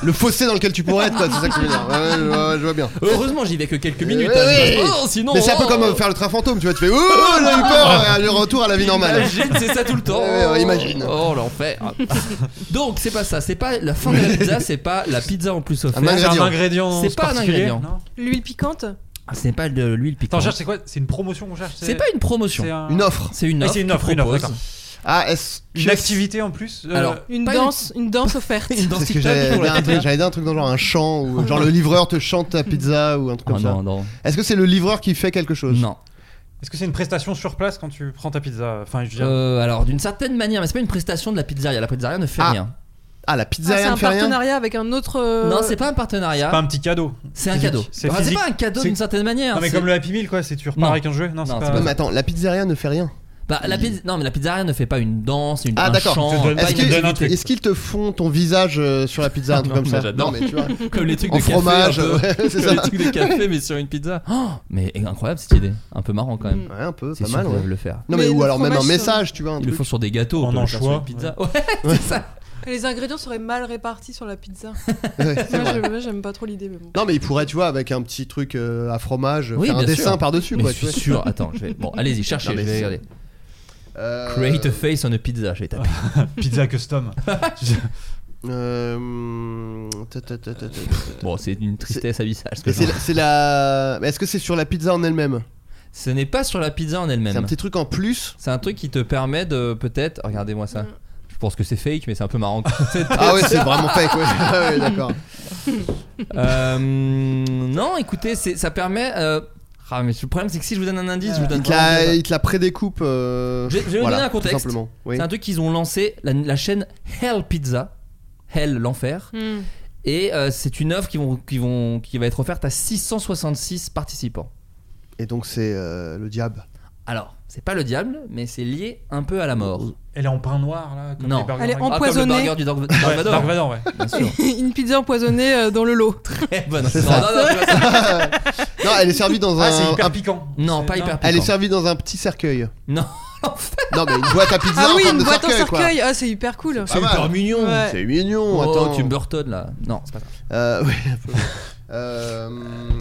Le fossé dans lequel tu pourrais être, quoi, c'est ça que je veux dire. Ouais, ouais, ouais, je vois bien. Heureusement j'y vais que quelques minutes. Ouais, hein, je ouais, passe- ouais. oh, sinon. Euh, Mais c'est un peu oh, comme euh, faire le train fantôme, tu vois, tu fais Oh, il a eu peur, et le retour à la vie normale. Imagine, c'est ça tout le temps. Ouais, ouais, imagine. Oh l'enfer. Donc c'est pas ça, c'est pas la fin de la pizza, c'est pas la pizza en plus offerte. Un C'est un ingrédient. ingrédient. C'est pas un particulier, ingrédient. non L'huile piquante Ah, c'est pas de l'huile Attends, piquante. on cherche, c'est quoi C'est une promotion qu'on cherche C'est pas une promotion. c'est un- Une offre. C'est une Ah, offre. c'est une qu'ils offre, une offre, proposent. d'accord. Ah, est-ce que- Une activité en plus euh, Alors, Une Pas danse, une danse offerte. une danse C'est ce que TikTok j'allais pour dire la un truc, pizza. j'allais dire un truc dans genre un chant ou genre le livreur te chante ta pizza ou un truc Ah comme ça. Oh. Euh, non, non. Est-ce que c'est le livreur qui fait quelque chose Non. Est-ce que c'est une prestation sur place quand tu prends ta pizza Enfin, je veux dire. Euh, alors, d'une certaine manière, mais c'est pas une prestation de la pizzeria. La pizzeria ne fait Ah. rien. Ah, la Ah, c'est pizzeria un ne fait rien. partenariat avec un autre. euh, Non, c'est pas un C'est pas partenariat. un petit cadeau. C'est un physique. cadeau. C'est Enfin, C'est physique. pas un cadeau C'est- d'une certaine manière. Non, mais c'est- comme le Happy Meal, quoi, c'est tu repars Non. avec un jouet Non, c'est c'est pas. pas- Ouais, mais attends, la pizzeria ne fait rien. Bah, la pizz- Non, mais la pizzeria ne fait pas une danse, une Ah, un d'accord. chant, Je te donne- pas Est-ce une que- donne un activité. truc. Est-ce qu'ils te font ton visage euh, sur la pizza, un Ah truc Non, comme mais ça j'adore. Non, mais tu vois. Comme les trucs En de café, fromage, euh, un peu. ouais, c'est Comme ça. les trucs de café, mais sur une pizza. Oh, mais incroyable cette idée. Un peu marrant quand même. Ouais, un peu, C'est Hmm. pas sûr mal, qu'ils ouais. doivent le faire. Non, mais, Mais ou le alors même un fromage, ça- message, tu vois. un Ils le truc. font sur des gâteaux. En on peut le faire sur anchois, une pizza. Ouais, c'est ça. Les ingrédients seraient mal répartis sur la pizza. Ouais, c'est Moi, vrai. je- moi, j'aime pas trop l'idée, mais bon. Non, mais il pourrait, tu vois, avec un petit truc euh, à fromage, Oui, faire un bien dessin sûr. par-dessus, Mais quoi. je suis tu vois. sûr. Attends, je vais. Bon, allez-y, cherchez. Non, mais je vais c'est- regarder. Euh, Create a face on a pizza. Je vais taper. Ah. Pizza custom. euh, ta, ta, ta, ta, ta, ta. Bon, c'est une tristesse abyssale. ce que Mais c'est j'en- la- c'est la. mais Est-ce que c'est sur la pizza en elle-même Ce n'est pas sur la pizza en C'est un elle-même. petit truc en plus C'est un truc qui te permet de peut-être. Regardez-moi ça. Je pense que c'est fake, mais c'est un peu marrant. Ah ouais, c'est vraiment fake, ouais. Ah ouais, d'accord. Euh, non, écoutez, c'est- ça permet. euh, Ah, mais le problème, c'est que si je vous donne un indice, je vous donne. Il te la, vraiment- il te la prédécoupe. euh, Je vais- je vais vous voilà, donner un tout contexte. Simplement. Oui. C'est un truc qu'ils ont lancé la, la chaîne Hell Pizza. Hell, l'enfer. Hmm. Et euh, c'est une œuvre qui, vont, qui, vont, qui va être offerte à 666 participants. Et donc, c'est euh, le diable. Alors, c'est pas le diable, mais c'est lié un peu à la mort. Elle est en pain noir, là. Comme Non. Euh, les burgers Elle est Ring. Ah, en- Empoisonné. Comme le burger du Dark, Dark Ouais, Vador. Dark Vador, ouais. Bien sûr. une pizza empoisonnée euh, dans le lot. Eh ben, non, non, non, tu vois, c'est- Non, elle est servie dans Ah, c'est un. hyper un- piquant. non, C'est- pas hyper Elle est piquant. servie dans un petit cercueil. Non, Non, mais une boîte à pizza Ah en oui, forme une de boîte en cercueil, quoi. cercueil. Ah, c'est hyper cool. pas mal. mignon. Ouais. C'est mignon, Oh, attends. Tim Burton là. Non, c'est pas ça. Euh, oui, un peu. Euh,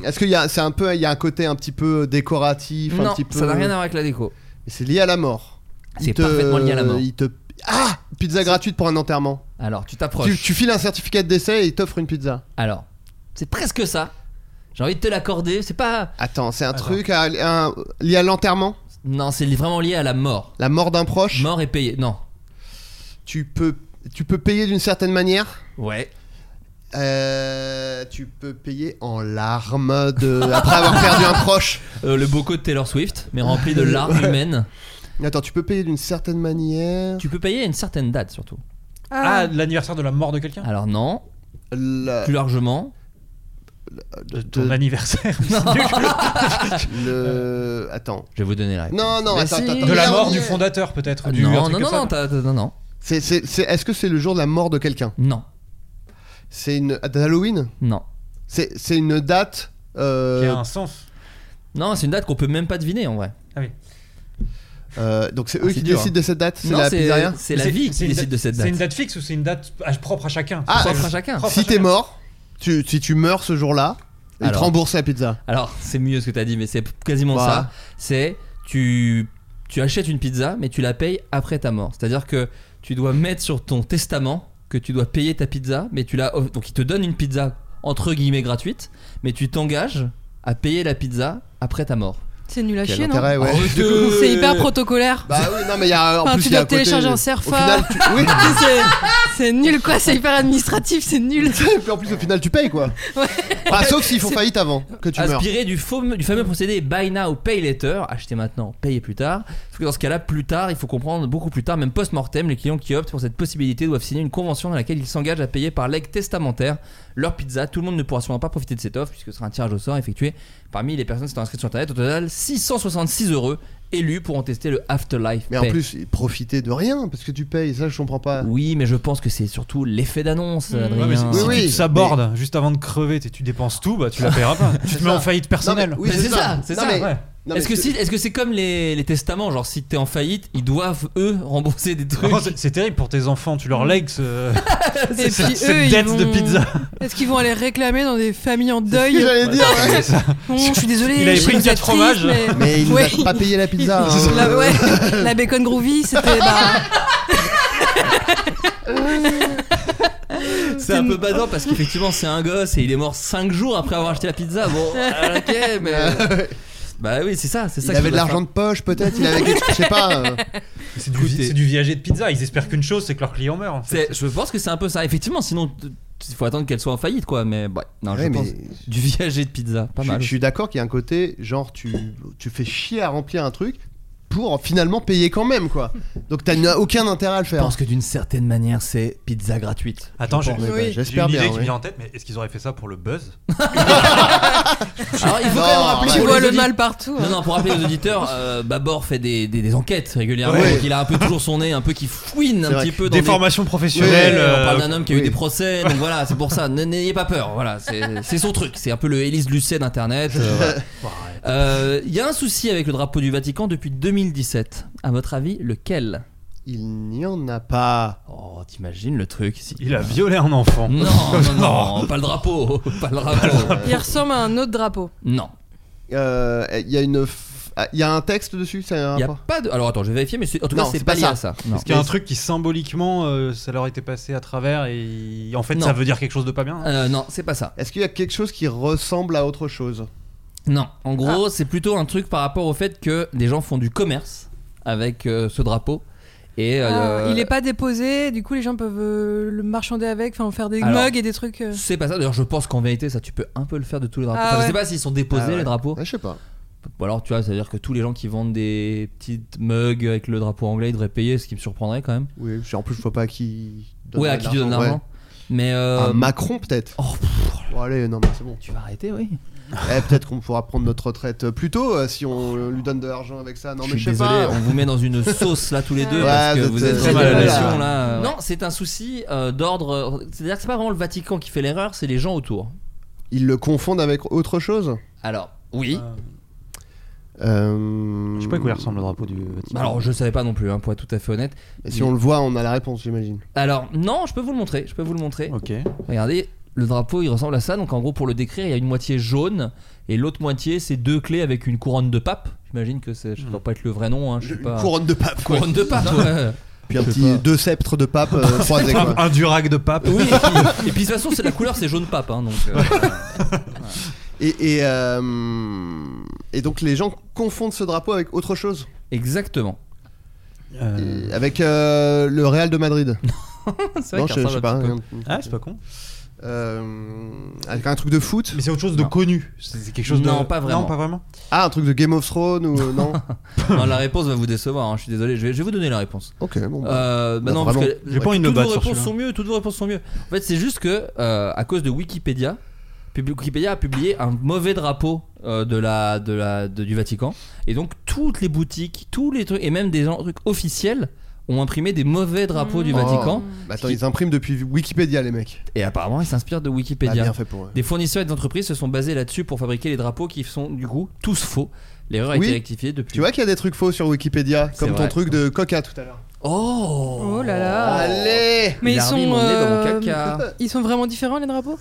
Est-ce qu'il y a, c'est un peu, il y a un côté un petit peu décoratif, un non, petit peu. ça n'a rien à voir avec la déco. Mais C'est lié à la mort. Il C'est te- parfaitement lié à la mort. il te- Ah, pizza gratuite pour un enterrement. Alors, tu t'approches. Tu, tu files un certificat de décès et il t'offre une pizza. Alors, c'est presque ça. J'ai envie de te l'accorder. C'est pas. Attends, c'est un Attends. truc à- un- lié à l'enterrement. Non, c'est li- vraiment lié à la mort. La mort d'un proche Mort est payée. Non. Tu peux, tu peux payer d'une certaine manière Ouais. Euh, tu peux payer en larmes de... après avoir perdu un proche. Euh, le boco de Taylor Swift, mais rempli de larmes humaines. Attends, tu peux payer d'une certaine manière. Tu peux payer à une certaine date surtout. Ah, l'anniversaire de la mort de quelqu'un Alors non. La- Plus largement. de- de- Ton anniversaire le... Attends. Je vais vous donner la réponse. Non, non, Mais attends, si. attends, attends. De la Merde. mort du fondateur, peut-être Ah, du- un non, truc non, comme non, ça. non, t'as- t'as- non, non, C'est- c'est- c'est- Est-ce que c'est le jour de la mort de quelqu'un non, C'est une. Halloween non. C'est c'est une date. euh, Qui a un sens. Non, c'est une date qu'on peut même pas deviner en vrai. euh, donc c'est Ah, eux c'est qui dur, décident de cette date C'est Non, la c'est- pizzeria C'est la C'est- vie c'est qui une décide date- de cette C'est date. une date fixe ou c'est une date à- propre à chacun Ah, Propre à chacun. propre à Si t'es chacun. mort, tu, si tu meurs ce jour-là, ils te Alors. remboursent la pizza. Alors, c'est mieux ce que t'as dit, mais c'est quasiment Ouais. ça. C'est tu tu achètes une pizza, mais tu la payes après ta mort. C'est-à-dire que tu dois mettre sur ton testament que tu dois payer ta pizza, mais tu la donc ils te donnent une pizza entre guillemets gratuite, mais tu t'engages à payer la pizza après ta mort. C'est nul à Quel chier, non intérêt, Ah ouais. C'est hyper protocolaire. Bah oui, non, mais il y a. En Enfin, plus, tu il y a dois à côté- télécharger un au Cerfa. final, tu- Oui, C'est- C'est nul quoi, c'est hyper administratif, c'est nul. et puis en plus, au final, tu payes quoi. Ouais. Enfin, sauf s'ils font faillite avant que tu meurs. Inspiré du, faux- du fameux procédé buy now, pay later, acheter maintenant, payer plus tard. Parce que dans ce cas-là, plus tard, il faut comprendre, beaucoup plus tard, même post-mortem, les clients qui optent pour cette possibilité doivent signer une convention dans laquelle ils s'engagent à payer par leg testamentaire leur pizza. Tout le monde ne pourra sûrement pas profiter de cette offre puisque ce sera un tirage au sort effectué parmi les personnes qui sont inscrites sur internet. Au total, 666 heureux élus pourront tester le Afterlife. Mais en Pay. plus, profiter de rien parce que tu payes, ça je comprends pas. Oui, mais je pense que c'est surtout l'effet d'annonce, Mm. Adrien. Mmh. Ouais, mais si, si Oui, oui, tu te sabordes juste avant de crever, t'es- tu dépenses tout, bah tu la paieras pas. tu te C'est mets en ça. faillite personnelle. Non, mais- oui, Mais c'est ça, c'est Non, ça. mais- Ouais. non, mais Est-ce que, c'est- si, est-ce que c'est comme les, les testaments Genre, si t'es en faillite, ils doivent eux rembourser des trucs. Franchement, c'est- C'est terrible pour tes enfants, tu leur lègues ce- Et puis cette eux, ils dette de vont- pizza. Est-ce qu'ils vont aller réclamer dans des familles en c'est ce que deuil j'allais dire. ouais. C'est ça. Bon, Je suis désolé. Il avait je pris une suis quatre fromages. triste, mais- Mais il Ouais. nous a pas payé la pizza. hein. La, ouais, la bacon groovy, c'était bah, C'est un peu badant parce qu'effectivement c'est un gosse et il est mort 5 jours après avoir acheté la pizza. Bon, euh, ok, mais. Bah oui, c'est ça, c'est ça. Il qu'il avait de doit l'argent de poche peut-être, il avait je sais pas. euh. C'est du, vi- Écoutez. c'est du viager de pizza. Ils espèrent qu'une chose, c'est que leur client meurt. en faire. fait. C'est- Je pense que c'est un peu ça. Effectivement, sinon t- il faut attendre qu'elle soit en faillite quoi. Mais ouais, non, Ouais, je mais pense. Du viager de pizza, pas je, mal. je suis d'accord qu'il y a un côté genre tu tu fais chier à remplir un truc pour finalement payer quand même quoi. Donc t'as n- aucun intérêt à le Je faire. pense que d'une certaine manière c'est pizza gratuite. Attends, j'ai pense, mais bah, j'ai j'espère une idée bien, qui ouais. me vient en tête, mais est-ce qu'ils auraient fait ça pour le buzz Alors il faut quand Non, même rappeler. arrête. tu pour vois les le audi- mal partout. hein. Non, non, pour rappeler aux auditeurs, euh, Babor fait des, des- des enquêtes régulièrement. Ouais. Donc il a un peu toujours son nez, un peu qui fouine un C'est vrai. petit peu dans Des des- formations Ouais, professionnelles. on euh, parle d'un homme qui a eu oui. des procès, donc voilà, c'est pour ça. ne- N'ayez pas peur, voilà, c'est c'est son truc. C'est un peu le Élise Lucet d'internet. euh, voilà. Euh, Il y a un souci avec le drapeau du Vatican depuis 2017. À votre avis, lequel Il n'y en a pas. Oh, t'imagines le truc si- Il a violé un enfant. Non, non, non, pas le drapeau, pas le drapeau. Il ressemble à un autre drapeau. Non, Euh, Il y a une f- ah, il y a un texte dessus, c'est un il y a rapport pas de. Alors attends, je vais vérifier, mais c'est- en tout Non, cas, c'est c'est pas pas lié ça. à ça. Non. Parce qu'il y a un truc qui symboliquement, euh, ça leur était passé à travers et en fait, Non. ça veut dire quelque chose de pas bien. hein. Euh, non, c'est pas ça. Est-ce qu'il y a quelque chose qui ressemble à autre chose Non, en gros, c'est plutôt un truc par rapport au fait que des gens font du commerce avec euh, ce drapeau. Et, Ah, euh, il est pas déposé, du coup les gens peuvent euh, le marchander avec, enfin en faire des Alors. mugs et des trucs. euh. C'est pas ça. D'ailleurs, je pense qu'en vérité, ça, tu peux un peu le faire de tous les drapeaux. Ah Enfin, Je ouais. sais pas s'ils sont déposés Ah ouais. les drapeaux. Ouais, Je sais pas. Ou alors, tu vois, ça veut dire que tous les gens qui vendent des petites mugs avec le drapeau anglais ils devraient payer, ce qui me surprendrait quand même. Oui, je- en plus je vois pas à qui. donne Ouais, à de qui tu donnes l'argent. Mais euh, Un Macron peut-être. oh, pff, Bon, allez, non mais c'est bon. tu vas arrêter, oui. Eh, peut-être qu'on pourra prendre notre retraite euh, plus tôt euh, si on euh, lui donne de l'argent avec ça. Non je mais suis je sais désolé, hein. pas. on vous met dans une sauce là tous les deux Ouais, parce que vous vous êtes êtes très très mal à la mal à nation, la- là. Non, c'est un souci euh, d'ordre. euh, C'est-à-dire que c'est pas vraiment le Vatican qui fait l'erreur, c'est les gens autour. Ils le confondent avec autre chose. Alors, oui. Euh, Je sais pas à quoi il ressemble le drapeau du Vatican. Alors, je savais pas non plus, hein, pour être tout à fait honnête. Et si on le voit, on a la réponse, j'imagine. Alors, non, je peux vous le montrer. Je peux vous le montrer. Ok. Regardez, le drapeau il ressemble à ça. Donc en gros, pour le décrire, il y a une moitié jaune et l'autre moitié c'est deux clés avec une couronne de pape. J'imagine que c'est- ça doit pas être le vrai nom. Hein, je sais Une pas. couronne de pape, quoi. Couronne de pape. ouais. Puis un Je sais petit pas. deux sceptres de pape euh, croisés, quoi. Un durac de pape. Oui. Et puis, et puis, de toute façon, c'est la couleur, c'est jaune pape. Hein, donc. euh, Et, et, euh, et donc les gens confondent ce drapeau avec autre chose. Exactement. Euh, Et Avec euh, le Real de Madrid. C'est vrai non, qu'il ressemble je, je un sais pas. petit hein. Ah, c'est pas con. Euh, avec un truc de foot. Mais c'est autre chose de Non. connu. C'est c'est quelque chose de. Non, pas vraiment. Non, pas vraiment. Ah, un truc de Game of Thrones ou non hein. Non, la réponse va vous décevoir, hein, je suis désolé, je vais, je vais vous donner la réponse. Ok, bon. bah. Euh, bah Bah, non, parce vraiment. que- J'ai pas envie de me toutes battre vos sur réponses celui-là. sont mieux, toutes vos réponses sont mieux. En fait, c'est juste que euh, à cause de Wikipédia, pub- Wikipédia a publié un mauvais drapeau euh, de la, de la, de- du Vatican, et donc toutes les boutiques, tous les trucs, et même des en- trucs officiels ont imprimé des mauvais Mm. drapeaux du Oh. Vatican. Bah, attends, ils impriment depuis Wikipédia, les mecs. Et apparemment, ils s'inspirent de Ah, Wikipédia. bien fait pour eux. Des fournisseurs et des entreprises se sont basés là-dessus pour fabriquer les drapeaux qui sont du coup tous faux. L'erreur a Oui. été rectifiée depuis. Tu vois qu'il y a des trucs faux sur Wikipédia, C'est comme ton vrai. truc de Coca tout à l'heure. Oh Oh là là. Allez Mais ils Il a remis sont, mon nez dans mon euh, caca. ils sont vraiment différents les drapeaux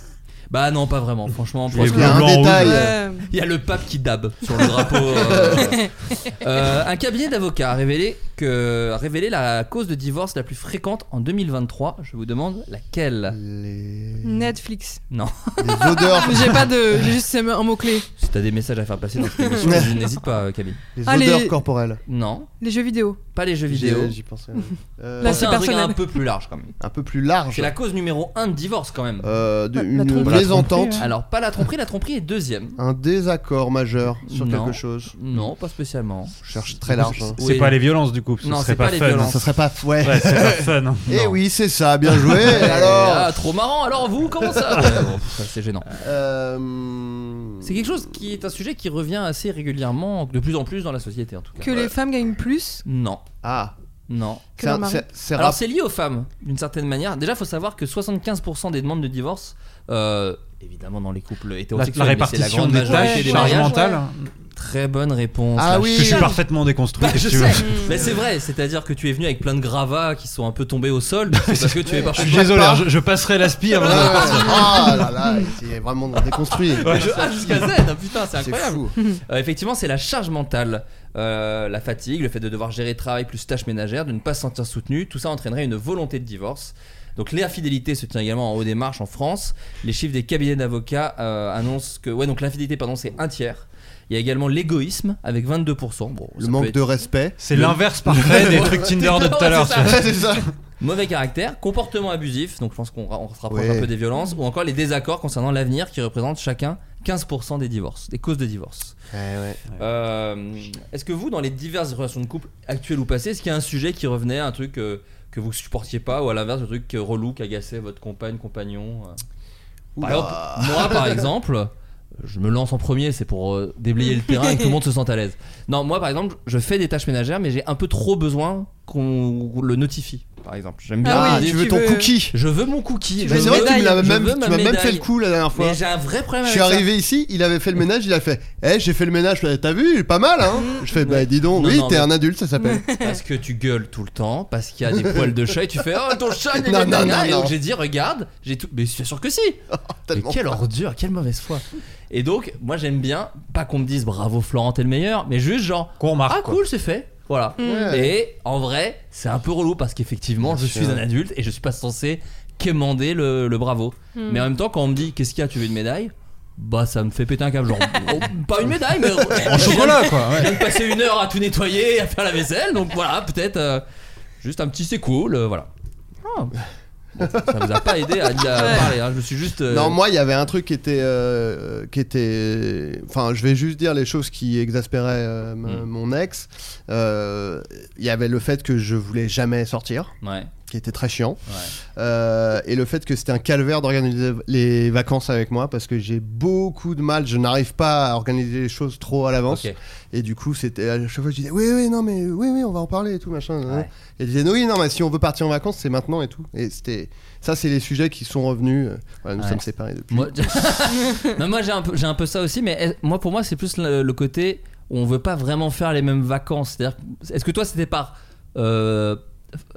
Bah non, pas vraiment. Franchement, Je l'ai franchement, Il y a Blanc, un rouge. détail. il y a le pape qui dabe sur le drapeau. euh, euh, un cabinet d'avocats a révélé que a révélé la cause de divorce la plus fréquente en 2023. Je vous demande laquelle Les... Netflix. Non. les odeurs. J'ai pas de. J'ai juste un mot clé. Si t'as des messages à faire passer dans cette émission, vas-y, n'hésite pas, euh, Camille. Les Allez. odeurs corporelles. Non, Les jeux vidéo. pas les jeux J'y- vidéo. J'y pensais. ouais. Euh, Là, C'est c'est un truc personnel. un peu plus large quand même. un peu plus large. C'est la cause numéro 1 de divorce quand même. Euh, de- La- la une tromperie. mésentente, La Alors pas la tromperie, la tromperie est deuxième. un désaccord majeur sur Non. quelque chose. Non, pas spécialement. Je cherche très large. hein. C'est Oui. pas les violences du coup. parce que Non, Ce c'est serait pas pas les fun. violences. Ça serait pas ouais. Ouais, c'est pas fun. hein. Eh Non. oui, c'est ça, bien joué. alors, Ah, trop marrant. Alors vous, comment ça Ouais, bon, ça, C'est gênant. euh, C'est quelque chose qui est un sujet qui revient assez régulièrement, de plus en plus dans la société en tout cas. Que les femmes gagnent plus. Non, ah, non. Que c'est leur un- mari. c'est- c'est Alors rap- c'est lié aux femmes d'une certaine manière. Déjà, faut savoir que 75% des demandes de divorce, euh, évidemment dans les couples La, la hétérosexuels, mais c'est la répartition grande des majorité tâches, des charge mariages. mentale. Très bonne réponse. Ah la oui. Je suis Putain. parfaitement déconstruit. Bah, qu'est-ce je que tu veux sais. Mais c'est vrai, c'est-à-dire que tu es venu avec plein de gravats qui sont un peu tombés au sol, c'est parce que tu es Je suis parfaitement. désolé, hein, je, je passerai l'aspi avant Ouais, de ouais, ouais. repartir. Ah là là, il est vraiment déconstruit. Ouais, je- ah, jusqu'à Z, ah, putain, c'est C'est incroyable. fou. Euh, effectivement, c'est la charge mentale, Euh, la fatigue, le fait de devoir gérer travail plus tâches ménagères, de ne pas se sentir soutenu, tout ça entraînerait une volonté de divorce. Donc l'infidélité se tient également en haut des marches en France. Les chiffres des cabinets d'avocats euh, annoncent que ouais donc l'infidélité pardon c'est un tiers. Il y a également l'égoïsme avec 22%. Bon, ça Le peut manque être- de respect. C'est l'inverse parfait des trucs Tinder de tout à l'heure. C'est tu vois. ça. c'est ça. Mauvais caractère, comportement abusif, donc je pense qu'on ra- on se rapproche Ouais. un peu des violences, ou encore les désaccords concernant l'avenir qui représentent chacun 15% des divorces, des causes de divorce. Eh Euh, Est-ce que vous, dans les diverses relations de couple actuelles ou passées, est-ce qu'il y a un sujet qui revenait, un truc euh, que vous supportiez pas, ou à l'inverse, un truc euh, relou qui agaçait votre compagne, compagnon euh Par exemple, moi, par exemple, je me lance en premier, c'est pour euh, déblayer le terrain et que tout le monde se sente à l'aise. Non, moi, par exemple, je fais des tâches ménagères, mais j'ai un peu trop besoin qu'on le notifie, par exemple. J'aime bien Ah Ah, l'idée- tu veux tu ton veux- cookie Je veux mon cookie. Tu je Mais c'est vrai veux- que tu me l'as je même, veux tu ma m'as même médaille. fait le coup la dernière fois. Mais j'ai un vrai problème Je avec suis ça. arrivé ici, il avait fait le ménage, il a fait Eh, j'ai fait le ménage, je fais, t'as vu, il est pas mal, hein Je fais Bah, Ouais. dis donc, Non, oui, non, t'es mais- un adulte, ça s'appelle. Parce que tu gueules tout le temps, parce qu'il y a des poils de chat et tu fais Oh ton chat, il est Non, non, nanana. non, Et non. Ah, donc j'ai dit Regarde, j'ai tout. Mais bien sûr que si Mais Tellement. quelle ordure, quelle mauvaise foi Et donc, moi j'aime bien, pas qu'on me dise Bravo Florent, t'es le meilleur, mais juste genre Qu'on remarque. Ah quoi. cool, c'est fait Voilà. Ouais. Et en vrai, c'est un peu relou parce qu'effectivement, Bien je sûr. suis un adulte et je suis pas censé quémander le, le bravo. Mais en même temps, quand on me dit Qu'est-ce qu'il y a, tu veux une médaille bah ça me fait péter un câble genre oh, pas une médaille mais euh, En chocolat, quoi. je ouais. viens de passer une heure à tout nettoyer, à faire la vaisselle, donc voilà, peut-être euh, juste un petit c'est cool, euh, voilà. Ah. Bon, ça vous a pas aidé à, à parler, hein, je me suis juste. euh, Non, moi, il y avait un truc qui était, euh, qui était. Enfin, je vais juste dire les choses qui exaspéraient euh, m- Mm. mon ex. Euh, Il y avait le fait que je voulais jamais sortir, Ouais, qui était très chiant, ouais. Euh, et le fait que c'était un calvaire d'organiser les vacances avec moi parce que j'ai beaucoup de mal. Je n'arrive pas à organiser les choses trop à l'avance. Ok. Et du coup, c'était à chaque fois je disais oui oui non mais oui oui on va en parler et tout machin. nan, nan. Ouais. Et elle disait oui non mais si on veut partir en vacances c'est maintenant et tout. Et c'était ça c'est les sujets qui sont revenus. Euh, voilà, nous Ouais. sommes séparés depuis. Moi, Non, moi, j'ai un peu, j'ai un peu ça aussi, mais est- moi pour moi c'est plus le, le côté où on veut pas vraiment faire les mêmes vacances. C'est-à-dire, est-ce que toi c'était par euh,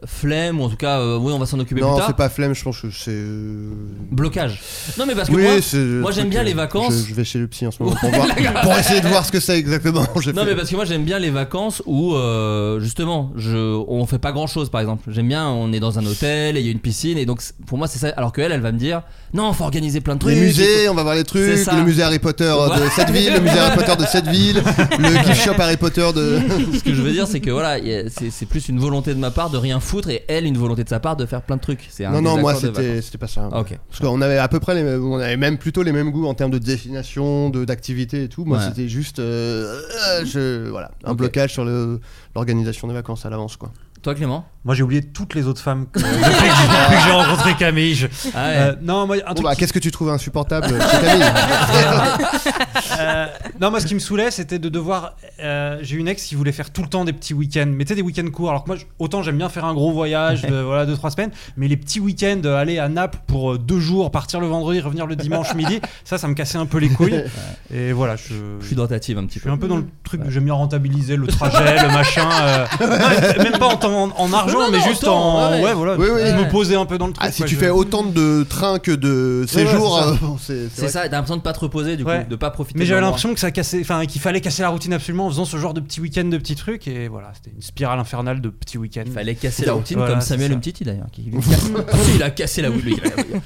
flemme ou en tout cas euh, oui on va s'en occuper Non, plus tard c'est pas flemme, je pense que c'est. euh, blocage non mais parce que oui, moi, c'est le moi, j'aime truc, bien euh, les vacances Je, je vais chez le psy en ce moment Ouais, pour, voir- d'accord. pour essayer de voir ce que c'est exactement. J'ai non fait- mais parce que moi j'aime bien les vacances où euh, justement je, on fait pas grand chose par exemple j'aime bien on est dans un hôtel et il y a une piscine et donc c'est- pour moi c'est ça alors qu'elle elle va me dire non faut organiser plein de trucs Les musées, il faut- on va voir les C'est trucs, ça. le musée Harry Potter de Voilà. cette ville, le musée Harry Potter de cette ville, le gift shop Harry Potter de. ce que je veux dire c'est que voilà y a- c'est c'est plus une volonté de ma part de rien foutre et elle une volonté de sa part de faire plein de trucs c'est un Non, non, moi désaccord de c'était vacances. c'était pas ça. Ah, ok Parce qu'on avait à peu près les mêmes, on avait même plutôt les mêmes goûts en termes de destination, de d'activité et tout. Moi Ouais. c'était juste, euh, euh, je voilà, un Ok. blocage sur le- l'organisation des vacances à l'avance quoi. toi Clément Moi, j'ai oublié toutes les autres femmes que- depuis que j'ai- depuis que j'ai rencontré Camille. je- Ah ouais. Euh, non, moi, un Bon, truc bah, qui- qu'est-ce que tu trouves insupportable euh, chez Camille Euh, non, moi, ce qui me saoulait, c'était de devoir. euh, j'ai une ex qui voulait faire tout le temps des petits week-ends, mais tu sais, des week-ends courts. Alors que moi, je- autant j'aime bien faire un gros voyage, de, voilà, deux, trois semaines, mais les petits week-ends, euh, aller à Naples pour euh, deux jours, partir le vendredi, revenir le dimanche midi, ça, ça me cassait un peu les couilles. Et voilà, je. je suis tentative un petit je suis peu un peu dans le truc que j'aime bien rentabiliser le trajet, le machin. euh, non, même pas en, temps- en argent, Non, non, mais en juste temps, en. ouais. Ouais, voilà. Oui, oui. Me poser un peu dans le truc. Ah, si quoi, tu je- fais autant de trains que de séjours, ouais, c'est ça. euh, bon, c'est c'est c'est vrai ça t'as l'impression de pas te reposer du coup Ouais. de pas profiter Mais de j'avais l'endroit. l'impression que ça cassait, enfin qu'il fallait casser la routine absolument en faisant ce genre de petits week-ends, de petits trucs, et voilà, c'était une spirale infernale de petits week-ends. Il fallait casser la routine Voilà, comme c'est Samuel ça. Umtiti d'ailleurs. qui lui casse- Parce qu'il a cassé la, lui,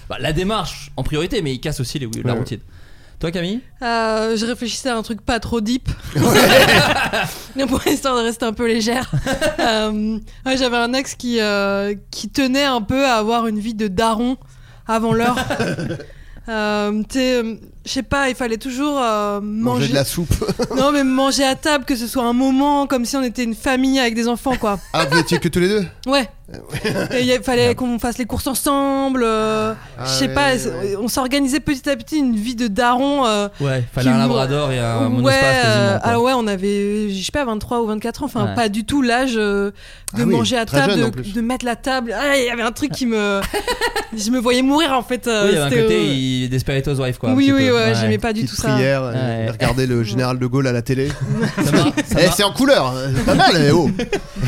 bah, la démarche en priorité, mais il casse aussi les- la Ouais. routine. Toi Camille Euh, je réfléchissais à un truc pas trop deep. Mais pour histoire de rester un peu légère. Euh, ouais, J'avais un ex qui, euh, qui tenait un peu à avoir une vie de daron avant l'heure. Euh, tu sais, euh, je sais pas, il fallait toujours euh, manger. manger, de la soupe. Non, mais manger à table, que ce soit un moment, comme si on était une famille avec des enfants, quoi. ah, vous étiez que tous les deux Ouais. Et il fallait qu'on fasse les courses ensemble. euh, Ah, je sais ouais, pas, ouais. c'est- on s'organisait petit à petit une vie de daron. euh, Ouais, fallait un Qui- labrador et un ouais, monospace euh, quasiment. quoi. ah ouais, on avait, je sais pas, 23 ou 24 ans, enfin Ouais. pas du tout l'âge euh, de Ah oui, manger à très table, jeune en de, plus. de mettre la table. Ah, il y avait un truc qui me, je me voyais mourir en fait. euh, Oui, il y avait un c'était, côté euh, il... Desperate Housewives, quoi. un oui, petit oui, peu. ouais, j'aimais pas du Petite tout ça. prière, euh, Ouais. regarder le général de Gaulle à la télé. Ça m'a- ça Eh, m'a- c'est en couleur, euh, pas mal, eh, oh.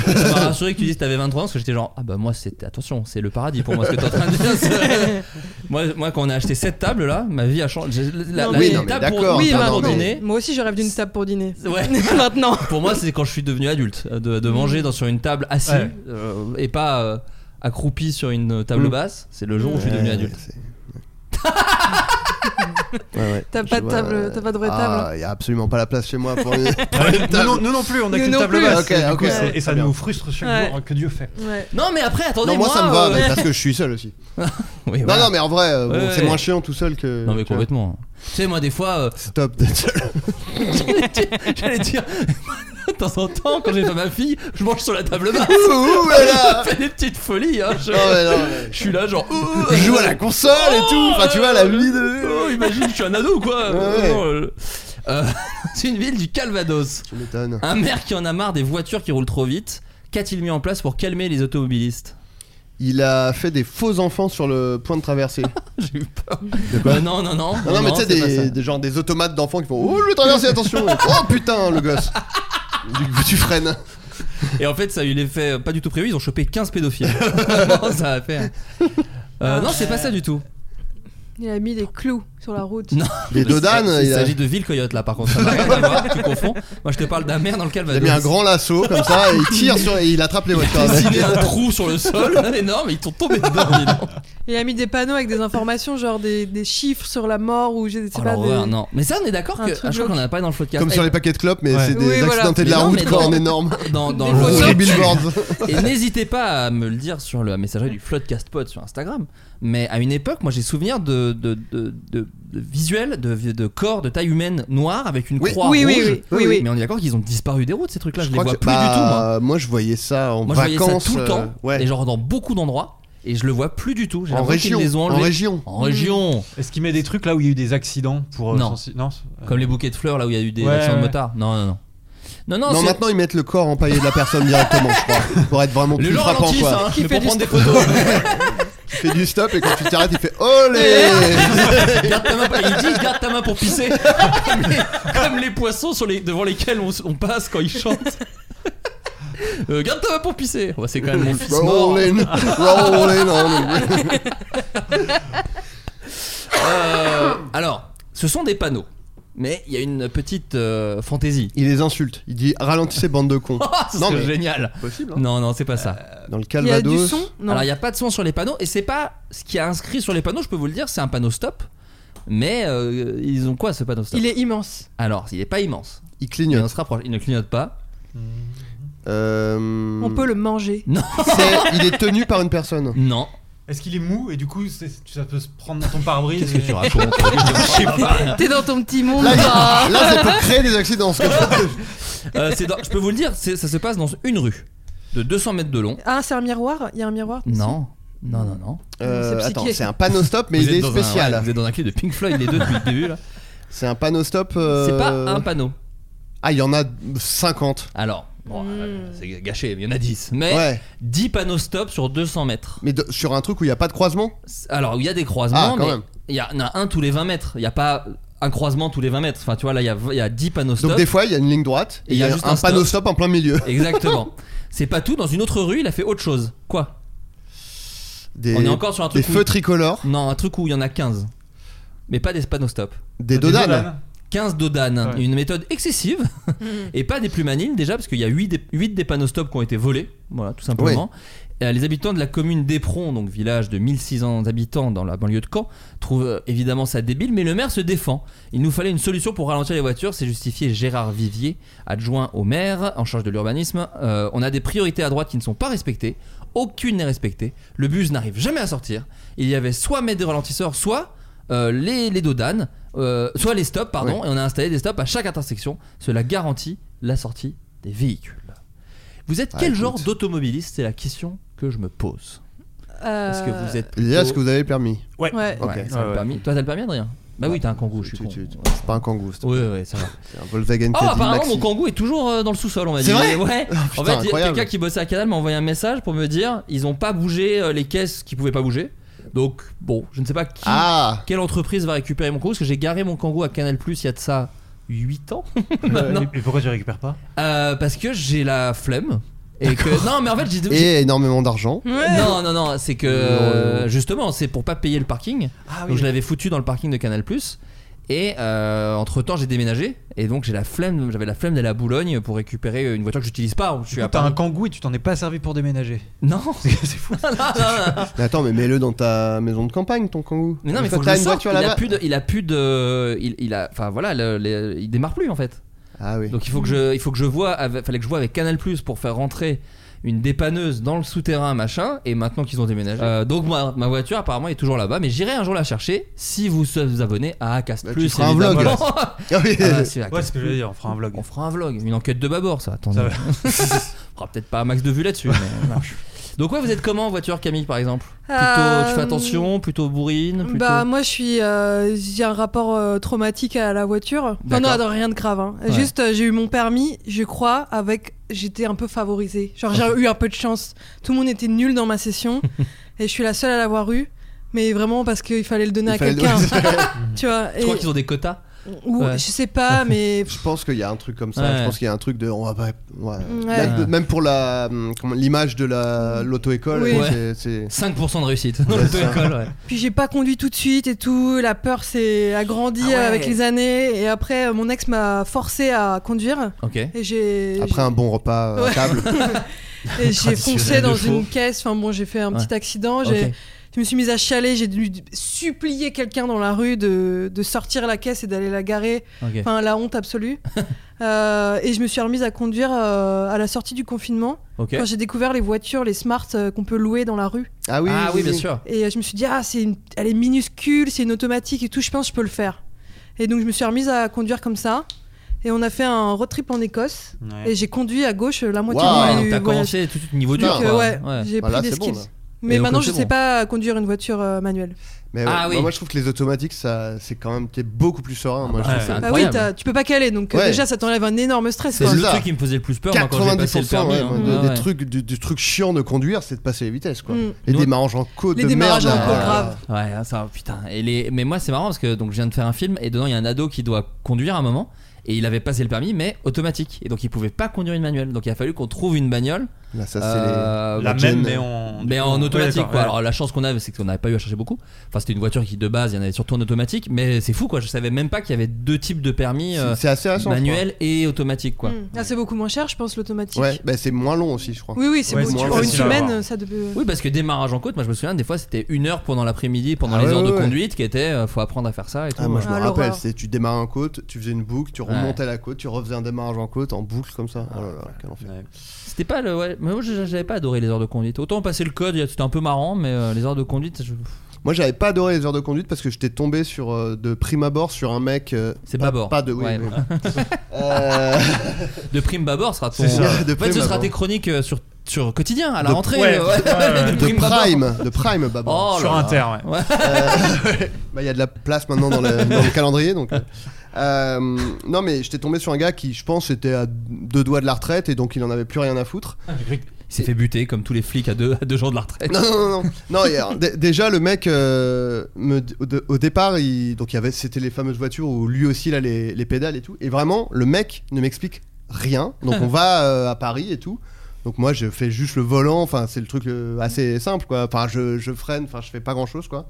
ça m'a rassuré que tu dises que t'avais 23 ans parce que j'étais genre, ah bah moi c'est, attention, c'est le paradis pour moi ce que t'es en train de dire. C'est- moi, moi quand on a acheté cette table là, ma vie a changé. La, Non, mais- la- la Oui, non, mais table pour, la d'accord, Oui, table pour maintenant. dîner. Moi aussi, je rêve d'une table pour dîner. Ouais. maintenant. Pour moi, c'est quand je suis devenu adulte, euh, Mm. de, de manger dans, sur une table assis Ouais. euh, et pas euh, accroupi sur une euh, table Mm. basse. C'est le jour où je suis devenu Ouais, adulte. c'est- Ouais, ouais. T'as pas Je de vois, table, hein. euh, t'as pas de vraie Ah, il y a absolument pas la place chez moi pour une, pour une Nous, table. non, nous non plus, on a Nous qu'une non table plus. basse. Ok, et, du ok. coup, c'est- et Très ça bien. nous frustre chaque Ouais. jour que Dieu fait. table. Ouais. Non, mais après, attendez, Non, moi, ça me va, euh, mais parce que je suis seul aussi. oui, Non, voilà. non, mais en vrai, euh, bon, Ouais, c'est ouais. moins chiant tout seul que. Non, mais tu vois. complètement. Tu sais, moi, des fois, euh, C'est top d'être seul. j'allais dire- j'allais dire, de temps en temps, quand j'ai pas ma fille, je mange sur la table basse. Ouh, ouh, elle a- Je fais des petites folies. hein, je... Non, mais non, mais- je suis là, genre, ouh, Je joue à la console et tout. Enfin, tu vois, la vie Oh, de. imagine, je suis un ado, quoi. Ouais. Non, euh, euh, c'est une ville du Calvados. Tu m'étonnes. Un maire qui en a marre des voitures qui roulent trop vite. Qu'a-t-il mis en place pour calmer les automobilistes Il a fait des faux enfants sur le point de traversée. J'ai eu peur. De quoi Euh, non, non, non. Non, non, mais tu sais, c'est pas ça. des, des, genre des automates d'enfants qui font Oh, je vais traverser, attention Oh putain, le gosse Du coup, tu freines. Et en fait, ça a eu l'effet euh, pas du tout prévu. Ils ont chopé 15 pédophiles. Vraiment, ça a fait. Euh, non, c'est pas ça du tout. Il a mis des clous sur la route. Non. Les dodanes, Il il a, s'agit de Ville Coyote là, par contre. Ça n'a rien à voir, tu confonds. Moi, je te parle d'un maire dans le il Calvados. a mis un grand lasso comme ça et il tire sur et il attrape les voitures. dessiné un trou sur le sol énorme et ils sont tombés dedans. dis donc. Il a mis des panneaux avec des informations, genre des, des chiffres sur la mort ou je sais Oh pas. l'horreur, des- non. Mais ça, on est d'accord Un que. truc ah, je crois glauque. qu'on en a pas dans le podcast. Comme sur les paquets de clopes, mais Ouais. c'est des Oui, voilà. accidentés de Mais la non, route mais quoi, dans- en euh, énorme. dans, dans Des le photos. Gros Gros billboards. Et n'hésitez pas à me le dire sur la messagerie du Floodcast Pod sur Instagram. Mais à une époque, moi j'ai souvenir de, de, de, de- de visuels, de, de corps de taille humaine noire avec une Oui. croix Oui, oui, rouge. oui, oui, oui. Mais on est d'accord qu'ils ont disparu des routes ces trucs-là. Je, les crois vois que- plus bah, du tout moi. je voyais ça en Moi je voyais vacances. ça tout le temps, euh, ouais. et genre dans beaucoup d'endroits, et je le vois plus du tout. J'ai en l'impression région. qu'ils les ont En enlevés. région. Mmh. En région. Est-ce qu'il met des trucs là où il y a eu des accidents pour euh, Non. sensi- non euh, Comme les bouquets de fleurs là où il y a eu des Ouais, accidents de ouais. motards. Non, non, non. Non, non, Non, c'est- maintenant ils mettent le corps empaillé de la personne directement, je crois. Pour être vraiment les plus gens frappant ralentissent, quoi. hein, Qui mais fait pour du prendre des photos. Tu fais du stop et quand tu t'arrêtes, il fait Olé garde ta main, pour- il dit garde ta main pour pisser comme les, comme les poissons sur les, devant lesquels on, s- on passe quand ils chantent Euh, garde ta main pour pisser. Ouais, c'est quand même mon fils mort. Rolling, rolling on. Euh, alors, ce sont des panneaux. Mais il y a une petite euh, fantaisie. Il les insulte. Il dit ralentissez bande de cons. Ah, ce Non, serait mais- génial. Possible. hein. Non, non, c'est pas ça. Dans le Il y a Calvados. du son Non. Alors, il n'y a pas de son sur les panneaux. Et c'est pas ce qui a inscrit sur les panneaux, je peux vous le dire, c'est un panneau stop. Mais euh, ils ont quoi ce panneau stop Il est immense. Alors, il est pas immense. Mais Il on clignote. se rapproche. Il ne clignote pas. Euh, Hmm. On peut le manger. Non. c'est- Il est tenu par une personne. Non. Est-ce qu'il est mou et du coup c'est- ça peut se prendre dans ton pare-brise Qu'est-ce que et- tu racontes Je sais pas. T'es dans ton petit monde. Là, il- bah. là, ça peut créer des accidents. ce que je- Euh, c'est dans- je peux vous le dire, c'est- ça se passe dans une rue de 200 mètres de long. Ah, c'est un miroir Il y a un miroir dessus Non, non, non, non. Euh, C'est attends, psyché. c'est un panneau stop, mais Vous il êtes est dans un- spécial. ouais, vous êtes dans un clip de Pink Floyd, les deux depuis le début. là. C'est un panneau stop. C'est euh, pas un panneau. Ah, il y en a 50. Alors, bon, Mm. euh, c'est gâché, il y en a 10. Mais Ouais, 10 panneaux stop sur 200 mètres. mais de- sur un truc où il n'y a pas de croisement Alors, il y a des Ah, croisements, quand mais même. il y en a un tous les 20 mètres. Il n'y a pas un croisement tous les 20 mètres. Enfin, tu vois, là, il y a, il y a 10 panneaux stop. Donc, des fois, il y a une ligne droite et il y a, juste un, un panneau stop en plein milieu. Exactement. c'est pas tout. Dans une autre rue, il a fait autre chose. Quoi Des, On est encore sur un des truc où- feux tricolores, Non, un truc où il y en a 15. Mais pas des panneaux stop. des Des dodanes. dodanes. 15 dodanes, Ouais. une méthode excessive et pas des plus maniles déjà parce qu'il y a 8 des, huit des panneaux stop qui ont été volés, voilà tout simplement. Euh, les habitants de la commune d'Éperon, donc village de 1600 habitants dans la banlieue de Caen, trouvent euh, évidemment ça débile, mais le maire se défend. Il nous fallait une solution pour ralentir les voitures, c'est justifié Gérard Vivier, adjoint au maire en charge de l'urbanisme. Euh, on a des priorités à droite qui ne sont pas respectées, aucune n'est respectée, le bus n'arrive jamais à sortir. Il y avait soit mettre des ralentisseurs, soit euh, les, les dodanes, euh, soit les stops, pardon, et on a installé des stops à chaque intersection. Cela garantit la sortie des véhicules. Vous êtes Ah, quel écoute. genre d'automobiliste C'est la question que je me pose. Euh, Est-ce que vous êtes. Il y a ce que plutôt- vous avez le permis. Ouais. Ok. Ouais, ça, le Ouais, ouais. permis. Toi, t'as le permis, Adrien Bah oui, t'as un kangou, je suis Tu- con. tu- tu- C'est pas un kangou, c'est Ouais, ouais, ça va. c'est un Volkswagen Oh, Caddy apparemment, Maxi. mon kangou est toujours euh, dans le sous-sol, on m'a dit. C'est vrai Ouais. en fait, putain, il y a incroyable. quelqu'un qui bossait à Canal m'a envoyé un message pour me dire ils ont pas bougé euh, les caisses qui pouvaient pas bouger. Donc, bon, je ne sais pas qui Ah quelle entreprise va récupérer mon kangou Parce que j'ai garé mon kangou à Canal Plus il y a de ça 8 ans. Maintenant. Et pourquoi tu récupères pas Euh, parce que j'ai la flemme. Et que... Non, mais en fait, j'ai. j'ai- Et énormément d'argent. Non, non, non, c'est que Non. justement, c'est pour pas payer le parking. Ah donc je l'avais foutu dans le parking de Canal Et entre temps, j'ai déménagé. Et donc j'ai la flemme, j'avais la flemme d'aller à Boulogne pour récupérer une voiture que j'utilise pas. Je suis à T'as un Paris. kangou et tu t'en es pas servi pour déménager. Non. C'est c'est fou. Non, non, non. Mais attends, mais mets-le dans ta maison de campagne, ton kangou. Mais non, mais Une fois faut que t'as je une sorte. voiture Il a là-bas. plus de, il a plus de, il, il a, enfin voilà, le- le- il démarre plus en fait. Ah oui. Donc il faut que je, il faut que je vois, avec- fallait que je vois avec Canal Plus pour faire rentrer une dépanneuse dans le souterrain machin. Et maintenant qu'ils ont déménagé, Euh, donc ma, ma voiture apparemment est toujours là-bas, mais j'irai un jour la chercher si vous vous abonnez à Acast Bah, tu Plus. feras un vlog. évidemment. Ah oui. Ah, c'est Acast Ouais, c'est ce que je veux dire, on fera un vlog. On fera un vlog, une enquête de bâbord, ça. Attendez. Ça va. on fera peut-être pas un max de vues là-dessus. mais voilà. Donc ouais, vous êtes comment en voiture, Camille, par exemple Plutôt, Euh, tu fais attention, plutôt bourrine, plutôt. Bah moi je suis euh, j'ai un rapport euh, traumatique à la voiture. Non non D'accord. non, rien de grave hein. Ouais. Juste euh, j'ai eu mon permis, je crois avec j'étais un peu favorisée. Genre j'ai eu un peu de chance. Tout le monde était nul dans ma session et je suis la seule à l'avoir eu mais vraiment parce qu'il fallait le donner Il à fallait le- quelqu'un. tu vois je et- crois qu'ils ont des quotas. ou ouais. je sais pas mais Je pense qu'il y a un truc comme ça. Ouais. Je pense qu'il y a un truc de. On va pas. ouais. Ouais. Même- Même pour la hum, comment- l'image de la l'auto-école, Oui. c'est- c'est 5% de réussite dans Ouais, l'auto-école, ouais. Puis j'ai pas conduit tout de suite et tout, la peur s'est agrandie Ah ouais. avec les années et après euh, mon ex m'a forcé à conduire Ok. et j'ai après un bon repas à Ouais. table. et j'ai foncé traditionnel de dans faux. une caisse, enfin bon, j'ai fait un Ouais. petit accident, j'ai Ok. je me suis mise à chialer, j'ai dû supplier quelqu'un dans la rue de, de sortir la caisse et d'aller la garer, Ok. enfin la honte absolue. Euh, et je me suis remise à conduire euh, à la sortie du confinement Ok. quand j'ai découvert les voitures, les smarts euh, qu'on peut louer dans la rue. Ah oui. ah oui, bien sûr. Et euh, je me suis dit, ah, c'est une... elle est minuscule, c'est une automatique et tout, je pense que je peux le faire. Et donc je me suis remise à conduire comme ça. Et on a fait un road trip en Écosse. Ouais. Et j'ai conduit à gauche euh, la moitié du Waouh, Ah, donc t'as voyage. commencé tout de suite niveau dur. Non, Donc, euh, quoi. ouais, j'ai Voilà, pris des c'est bon, skills. là. Mais Et maintenant, donc, je c'est sais bon. pas conduire une voiture euh, manuelle. Mais ouais, Ah oui. bah, moi je trouve que les automatiques, ça, c'est quand même t'es beaucoup plus serein. Moi, je bah, trouve ouais. ça- Bah oui, Incroyable. t'as- tu peux pas caler, donc euh, Ouais. déjà, ça t'enlève un énorme stress. C'est quoi. le ça. truc qui me faisait le plus peur moi, quand j'ai passé le 90% permis. ouais, hein. moi, des- Ouais, des ouais. trucs du, du truc chiant de conduire, c'est de passer les vitesses quoi. Mm. Les Nous- démarrages en côte Les de merde. démarrages en là. côte, grave. Ah, Ouais, ça, putain. Et les... Mais moi, c'est marrant parce que donc, je viens de faire un film et dedans, il y a un ado qui doit conduire à un moment. et il avait passé le permis, mais automatique. Et donc il pouvait pas conduire une manuelle. Donc il a fallu qu'on trouve une bagnole. Là, ça, c'est euh, les- La bah, même, Jen- mais en. mais en Ouais, automatique d'accord, quoi. ouais. Alors la chance qu'on avait c'est qu'on n'avait pas eu à chercher beaucoup. Enfin c'était une voiture qui de base il y en avait surtout en automatique mais c'est fou quoi. Je savais même pas qu'il y avait deux types de permis euh, C'est- C'est assez récent. je manuel et automatique quoi. Hmm. Ah, c'est beaucoup moins cher, je pense, l'automatique. crois. Ouais, bah, c'est moins long aussi, je crois. Oui, oui, c'est Ouais, beaucoup. c'est moins En une facile à semaine, avoir. ça devait. Oui parce que démarrage en côte moi je me souviens des fois c'était une heure pendant l'après-midi pendant Ah les ouais, heures de ouais, ouais. conduite qui était euh, faut apprendre à faire ça et tout. Ah, moi je me Ah, l'horreur. rappelle, c'est tu démarres en côte, tu faisais une boucle, tu Ouais. Ah, remontais la côte, tu refaisais un démarrage en côte en boucle comme ça. Oh là là, quel enfer. Ouais. C'était pas le ouais, mais moi je- j'avais pas adoré les heures de conduite. Autant passer le code c'était un peu marrant mais euh, les heures de conduite je- Moi j'avais pas adoré les heures de conduite parce que j'étais tombé sur euh, de prime abord sur un mec. euh, C'est pas, bâbord. Pas de. Oui, Ouais. oui. Euh, de prime bâbord sera ton. C'est ça. De en fait prime ce sera bâbord. tes chroniques euh, sur sur quotidien à la De- rentrée. ouais, euh, ouais, de de prime bâbord. prime, de prime bâbord. Oh là Sur là. Inter, ouais. Bah, il y a de la place maintenant dans le, dans le calendrier. Donc, euh, euh, non, mais j'étais tombé sur un gars qui, je pense, était à deux doigts de la retraite et donc il en avait plus rien à foutre. Il s'est fait buter comme tous les flics à deux, à deux jours de la retraite. Non, non, non, non. Non, et alors, dé- déjà, le mec, euh, me d- au, dé- au départ, il, donc il y avait, c'était les fameuses voitures où lui aussi, il a les, les pédales et tout. Et vraiment, le mec ne m'explique rien. Donc, on va euh, à Paris et tout. Donc, moi, je fais juste le volant. Enfin, c'est le truc euh, assez simple, quoi. Enfin, je, je freine. Enfin, je fais pas grand chose, quoi.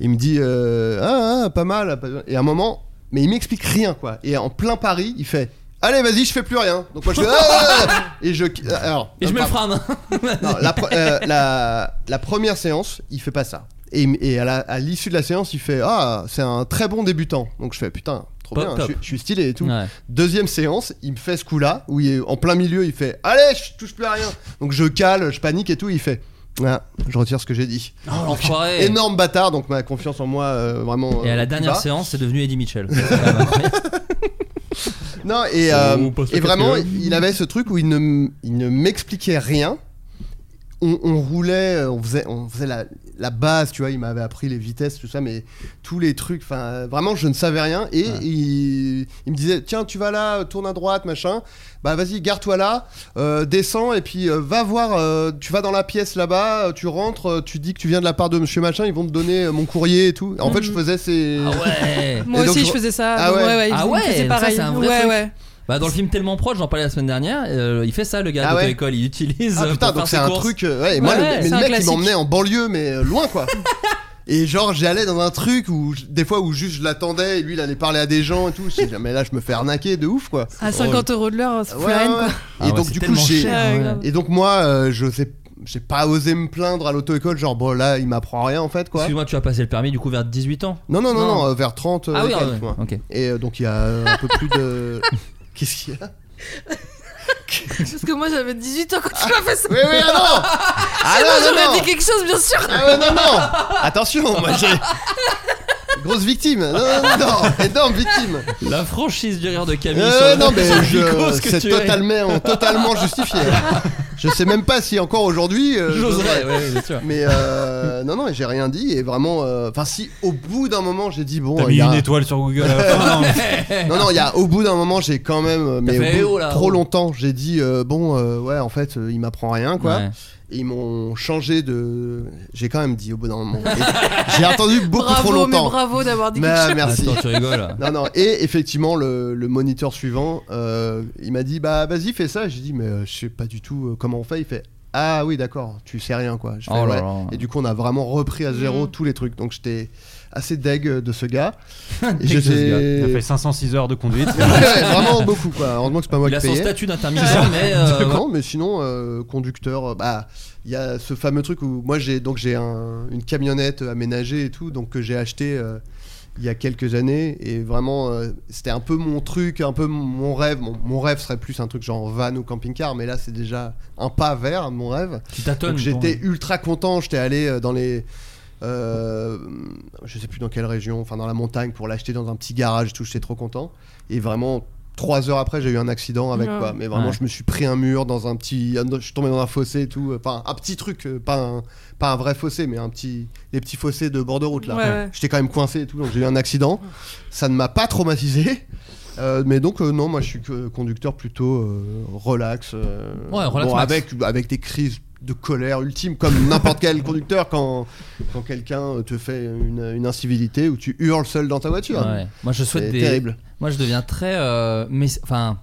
Il me dit, euh, ah, ah, pas mal. pas- Et à un moment, mais il m'explique rien, quoi. Et en plein Paris, il fait. Allez, vas-y, je fais plus rien. Donc moi je fais Ah et je alors, Et je hein. mets le pardon. frein. Non, la, pre- euh, la- la première séance, il fait pas ça. Et, il m- et à la- à l'issue de la séance, il fait Ah, c'est un très bon débutant. Donc je fais Putain, trop Pop, bien, top. Je, je suis stylé et tout. Ouais. Deuxième séance, il me fait ce coup-là, où il est en plein milieu, il fait Allez, je touche plus à rien. Donc je cale, je panique et tout. Il fait Ah, je retire ce que j'ai dit. Oh, l'enfoiré. Énorme bâtard, donc ma confiance en moi, euh, vraiment. Et à euh, la dernière bas. séance, c'est devenu Eddie Mitchell. C'est quand même incroyable. Non, et, euh, Oh, passe et le vraiment, capitaine. il avait ce truc où il ne, m- il ne m'expliquait rien. On, on roulait, euh, on faisait, on faisait la, la base, tu vois. Il m'avait appris les vitesses, tout ça, mais tous les trucs, enfin, euh, vraiment, je ne savais rien. Et il, il me disait, tiens, tu vas là, euh, tourne à droite, machin. Bah, vas-y, garde-toi là, euh, descends, et puis euh, va voir, euh, tu vas dans la pièce là-bas, euh, tu rentres, euh, tu dis que tu viens de la part de monsieur machin, ils vont te donner euh, mon courrier et tout. En fait, je faisais ces. ah ouais. Moi Et donc, aussi, je- je faisais ça. Ah Donc, ouais. ouais, il Ah faisait- il ouais, faisait ça, pareil. c'est un vrai ouais, truc. ouais. Bah, dans le film Tellement Proche, j'en parlais la semaine dernière, euh, il fait ça le gars Ah de ouais. l'école, il utilise. Ah euh, putain, pour donc c'est faire ses un courses. truc. euh, ouais, et moi, Ouais, c'est le- mais le un mec, il classique. m'emmenait en banlieue, mais euh, loin quoi. et genre, j'allais dans un truc où, je- des fois, où juste je l'attendais et lui, il allait parler à des gens et tout. Je me disais, mais là, je me fais arnaquer de ouf quoi. À 50 euros de l'heure, c'est Ouais, plus rien, ouais, quoi. ouais. Ah Et ouais, donc, c'est du coup, tellement j'ai. cher, Ouais, ouais. grave. Et donc, moi, euh, je sais. J'ai pas osé me plaindre à l'auto-école, genre, bon, là, il m'apprend rien en fait quoi. Excuse-moi, tu as passé le permis du coup vers 18 ans. Non, non, non, Non. non, euh, vers 30. euh, ah oui, et ah quelques, ouais, moi. ok. Et euh, donc, il y a euh, un peu plus de. Qu'est-ce qu'il y a Parce que moi, j'avais 18 ans quand tu m'as fait ça. Oui, oui, ah non Ah non, non, non J'aurais dit quelque chose, bien sûr. Ah ouais, non, non Attention, moi j'ai. Grosse victime Non, non, non Énorme victime La franchise du rire de Camille. Euh, sur le- Non, mais sur le je- glucose que c'est tu es. totalement, totalement justifié. Je sais même pas si encore aujourd'hui. euh, J'oserais, ouais, bien sûr. Mais euh, non, non, j'ai rien dit. Et vraiment. euh, Enfin, si au bout d'un moment j'ai dit, bon. T'as euh, mis y a- une étoile sur Google. à la fin, non, mais- Non, non, il y a au bout d'un moment j'ai quand même. euh, Mais au fait, bout eh oh, de là, trop oh. longtemps, j'ai dit, euh, bon, euh, ouais, en fait, euh, il m'apprend rien, quoi. Ouais. Et ils m'ont changé de. J'ai quand même dit au bout d'un moment. Et J'ai attendu beaucoup trop Bravo, mais longtemps. bravo d'avoir dit Mais, quelque chose. Bah, merci. Attends, tu rigoles. Non, non, et effectivement, le, le moniteur suivant, euh, il m'a dit Bah, vas-y, fais ça. J'ai dit Mais euh, je sais pas du tout euh, comment on fait. Il fait Ah, oui, d'accord, tu sais rien, quoi. Je fais, Oh là Ouais. là. Et du coup, on a vraiment repris à Mm. zéro Mhm. tous les trucs. Donc, j'étais assez deg euh, de ce gars. Et Deg de ce gars. Il a fait j'étais. 506 heures de conduite. Ouais, vraiment beaucoup, quoi. Heureusement que c'est pas moi Il a qui son payais. statut d'intermittent, mais. euh, Non, mais sinon, euh, conducteur, euh, bah, il y a ce fameux truc où moi j'ai donc j'ai un- une camionnette aménagée et tout, donc que j'ai acheté euh, il y a quelques années et vraiment euh, c'était un peu mon truc, un peu mon- mon rêve. Mon, mon rêve serait plus un truc genre van ou camping-car, mais là c'est déjà un pas vers mon rêve. Tu tâtonnes. Donc j'étais ultra content, j'étais allé euh, dans les. euh, je sais plus dans quelle région, enfin dans la montagne pour l'acheter dans un petit garage, et tout, j'étais trop content. Et vraiment, trois heures après, j'ai eu un accident avec Ouais. quoi. Mais vraiment, Ouais. je me suis pris un mur dans un petit. un- Je suis tombé dans un fossé et tout. Enfin, un petit truc, euh, pas un, pas un vrai fossé, mais un petit. Les petits fossés de bord de route là. Ouais, ouais. J'étais quand même coincé et tout, donc j'ai eu un accident. Ça ne m'a pas traumatisé. Euh, mais donc, euh, non, moi je suis que conducteur plutôt euh, relax. euh, Ouais, relax bon, max. avec, avec des crises de colère ultime, comme n'importe quel conducteur quand, quand quelqu'un te fait une, une incivilité ou tu hurles seul dans ta voiture. Ouais. Moi, je souhaite C'est des. terrible. Moi, je deviens très. euh, mais enfin.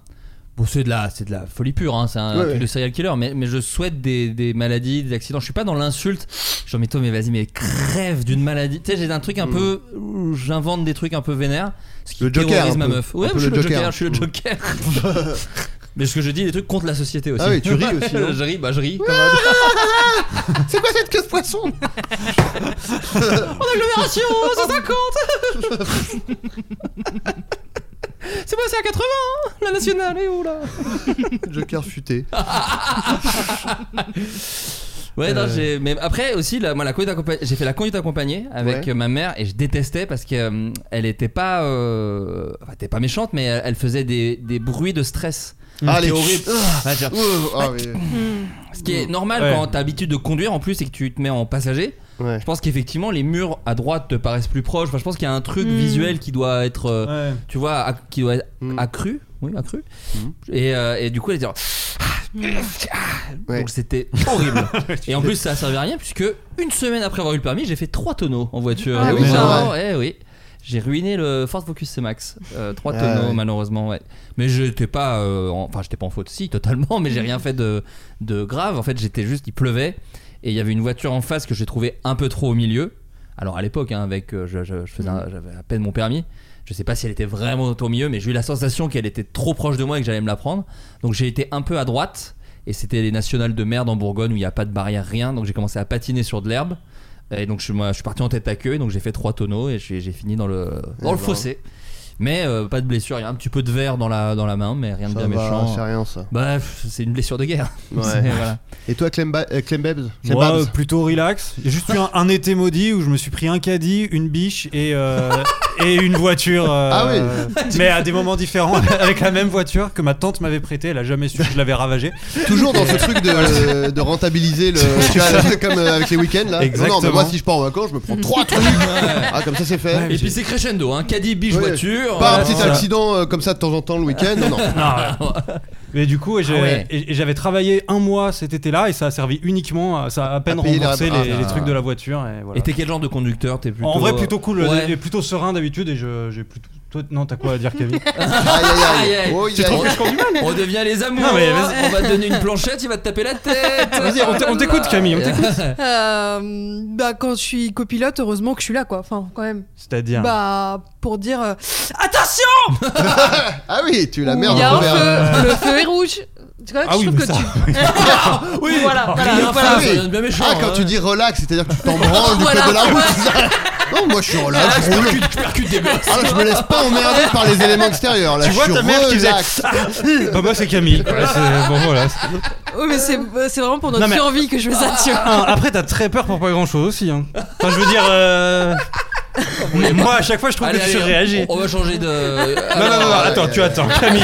Bon, c'est de, la, c'est de la folie pure, hein, c'est un Ouais, truc ouais. de serial killer, mais, mais je souhaite des, des maladies, des accidents. Je suis pas dans l'insulte. Genre, mais toi, mais vas-y, mais crève d'une maladie. Tu sais, j'ai un truc un Mm. peu. où J'invente des trucs un peu vénères. Ce qui Le Joker, terrorise un ma peu. meuf. Un Ouais, peu je suis le le Joker, Joker. Mm. je suis le Joker. mais ce que je dis, des trucs contre la société aussi. hein. Ah oui, tu ris aussi, non Je ris, bah je ris. comme un- C'est quoi cette queue de poisson En agglomération, 150 C'est passé à 80 hein La nationale est où là Joker futé. Ah, Ouais, non, Euh. j'ai- mais après aussi, la, moi, la conduite accompa- j'ai fait la conduite accompagnée avec Ouais. euh, ma mère et je détestais parce qu'elle elle était pas, euh, enfin, elle était pas méchante, mais elle, elle faisait des, des bruits de stress. Allez, C'est horrible. Ouais, genre, Ah, oui. Ce qui est normal Ouais. quand t'as l'habitude de conduire en plus et que tu te mets en passager. Ouais. Je pense qu'effectivement, les murs à droite te paraissent plus proches. Enfin, je pense qu'il y a un truc Mm. visuel qui doit être. euh, Ouais. tu vois, acc- qui doit être Mm. accru. Oui, accru. Et, euh, et du coup, elle dit. Ouais. Donc c'était horrible. et en plus, ça servait à rien puisque une semaine après avoir eu le permis, j'ai fait trois tonneaux en voiture. Ah Et oui, au bout c'est d'un moment, eh oui. J'ai ruiné le Ford Focus C-Max. Euh, trois Ah tonneaux, ouais. malheureusement, ouais. Mais j'étais pas. euh, en- Enfin, j'étais pas en faute, si, totalement, mais j'ai rien fait de, de grave. En fait, j'étais juste. Il pleuvait et il y avait une voiture en face que j'ai trouvée un peu trop au milieu. Alors à l'époque, hein, avec, euh, je, je- je faisais Mm. un- j'avais à peine mon permis. Je sais pas si elle était vraiment au milieu, mais j'ai eu la sensation qu'elle était trop proche de moi et que j'allais me la prendre. Donc j'ai été un peu à droite. Et c'était les nationales de merde en Bourgogne où il n'y a pas de barrière, rien. Donc j'ai commencé à patiner sur de l'herbe. Et donc je, suis- moi, je suis parti en tête à queue. Et donc j'ai fait trois tonneaux et j'ai j'ai fini dans le, dans le bah. fossé. Mais euh, pas de blessure. Il y a un petit peu de verre dans la, dans la main, mais rien de Ça bien va, méchant. c'est rien ça. Bah, pff, c'est une blessure de guerre. Ouais. C'est- voilà. Et toi, Clem, Ba- euh, Clem Babs Clem Moi, Babs euh, plutôt relax. J'ai juste eu un, un été maudit où je me suis pris un caddie, une biche et, euh, et une voiture. euh, Ah oui. Mais à des moments différents, avec la même voiture que ma tante m'avait prêtée. Elle a jamais su que je l'avais ravagée. Toujours dans ce truc de, de rentabiliser le. tu vois, comme euh, avec les week-ends là. Exactement. Non, non, mais moi si je pars en vacances, je me prends trois trucs. Ah, comme ça c'est fait. Et puis c'est crescendo, hein. caddie, biche, Ouais. voiture. Pas un euh, petit voilà. accident euh, comme ça de temps en temps le week-end. Non, non. Mais du coup, et j'ai- Ah ouais. et- et j'avais travaillé un mois cet été-là et ça a servi uniquement, à, ça a à peine payer les remboursé répar- les, Ah, les ah, trucs de la voiture. Et voilà. Et t'es quel genre de conducteur T'es plutôt. euh, En vrai, plutôt cool, Ouais. et plutôt serein d'habitude et je- j'ai plutôt. toi, non, t'as quoi à dire, Kevin Aïe Aïe, aïe aïe. aïe. Oh, aïe, aïe. On devient les amours. Non, mais vas-y. on va te donner une planchette, il va te taper la tête. Vas-y, on t'- on t'écoute, Camille, on t'écoute. Euh, bah, quand je suis copilote, heureusement que je suis là, quoi. Enfin, quand même. C'est-à-dire. Bah, pour dire euh, attention, Ah oui, tu la il merde. y a un Robert. feu, le feu est rouge. Tu vois, Ah je oui, trouve mais que ça. tu. Oui, Voilà, voilà, Rien voilà. faire, Ah ça oui. devient méchant, Ah, quand hein. tu dis relax, c'est-à-dire que tu t'en branles du Voilà, code de la route. c'est ça non, moi je suis relax, je roule. Je percute des gosses. Ah, je me laisse pas emmerder par les éléments extérieurs. Là, Tu Bah, je vois suis ta mère qui faisait- relax. Bah, moi, c'est Camille. quoi, c'est- bon, voilà. Oui, oh, mais c'est c'est vraiment pour notre Non, mais- survie que je fais ça, tu vois. Ah, après, t'as très peur pour pas grand chose aussi. hein. Enfin, je veux dire. euh, mais moi, à chaque fois, je trouve Allez, que tu allez, réagis. On on va changer de. Non, non, non, Alors, attends, tu attends, Camille.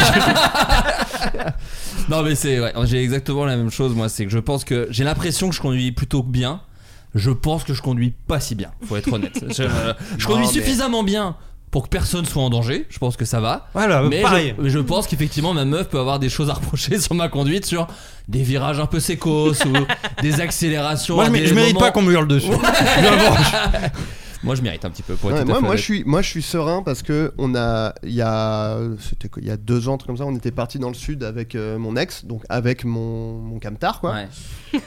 Non mais c'est ouais, j'ai exactement la même chose moi, c'est que je pense que j'ai l'impression que je conduis plutôt bien. Je pense que je conduis pas si bien, faut être honnête. Je, je Non, conduis mais- suffisamment bien pour que personne soit en danger, je pense que ça va. Voilà, mais Ah, bah, pareil. Je, mais je pense qu'effectivement ma meuf peut avoir des choses à reprocher sur ma conduite sur des virages un peu sécos ou des accélérations. Moi, je, à mé- des je mérite moments- pas qu'on me hurle dessus. Moi je mérite un petit peu pour être Ouais, tout à moi, fait moi, honnête. je suis, moi, je suis serein parce que on a, il y a, c'était quoi, il y a deux ans, un truc comme ça, on était parti dans le sud avec euh, mon ex, donc avec mon, mon camtar, quoi. Ouais.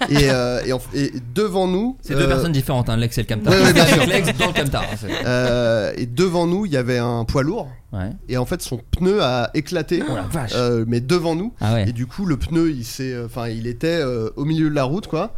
Et, euh, et, en- et devant nous, C'est deux euh, personnes différentes, hein, l'ex et le camtar. Ouais, ouais, bien sûr. l'ex dans le camtar. hein, c'est- euh, et devant nous, il y avait un poids lourd, Ouais. et en fait, son pneu a éclaté, Oh la vache. euh, mais devant nous. Ah ouais. Et du coup, le pneu, il s'est, euh, enfin, il était euh, au milieu de la route, quoi.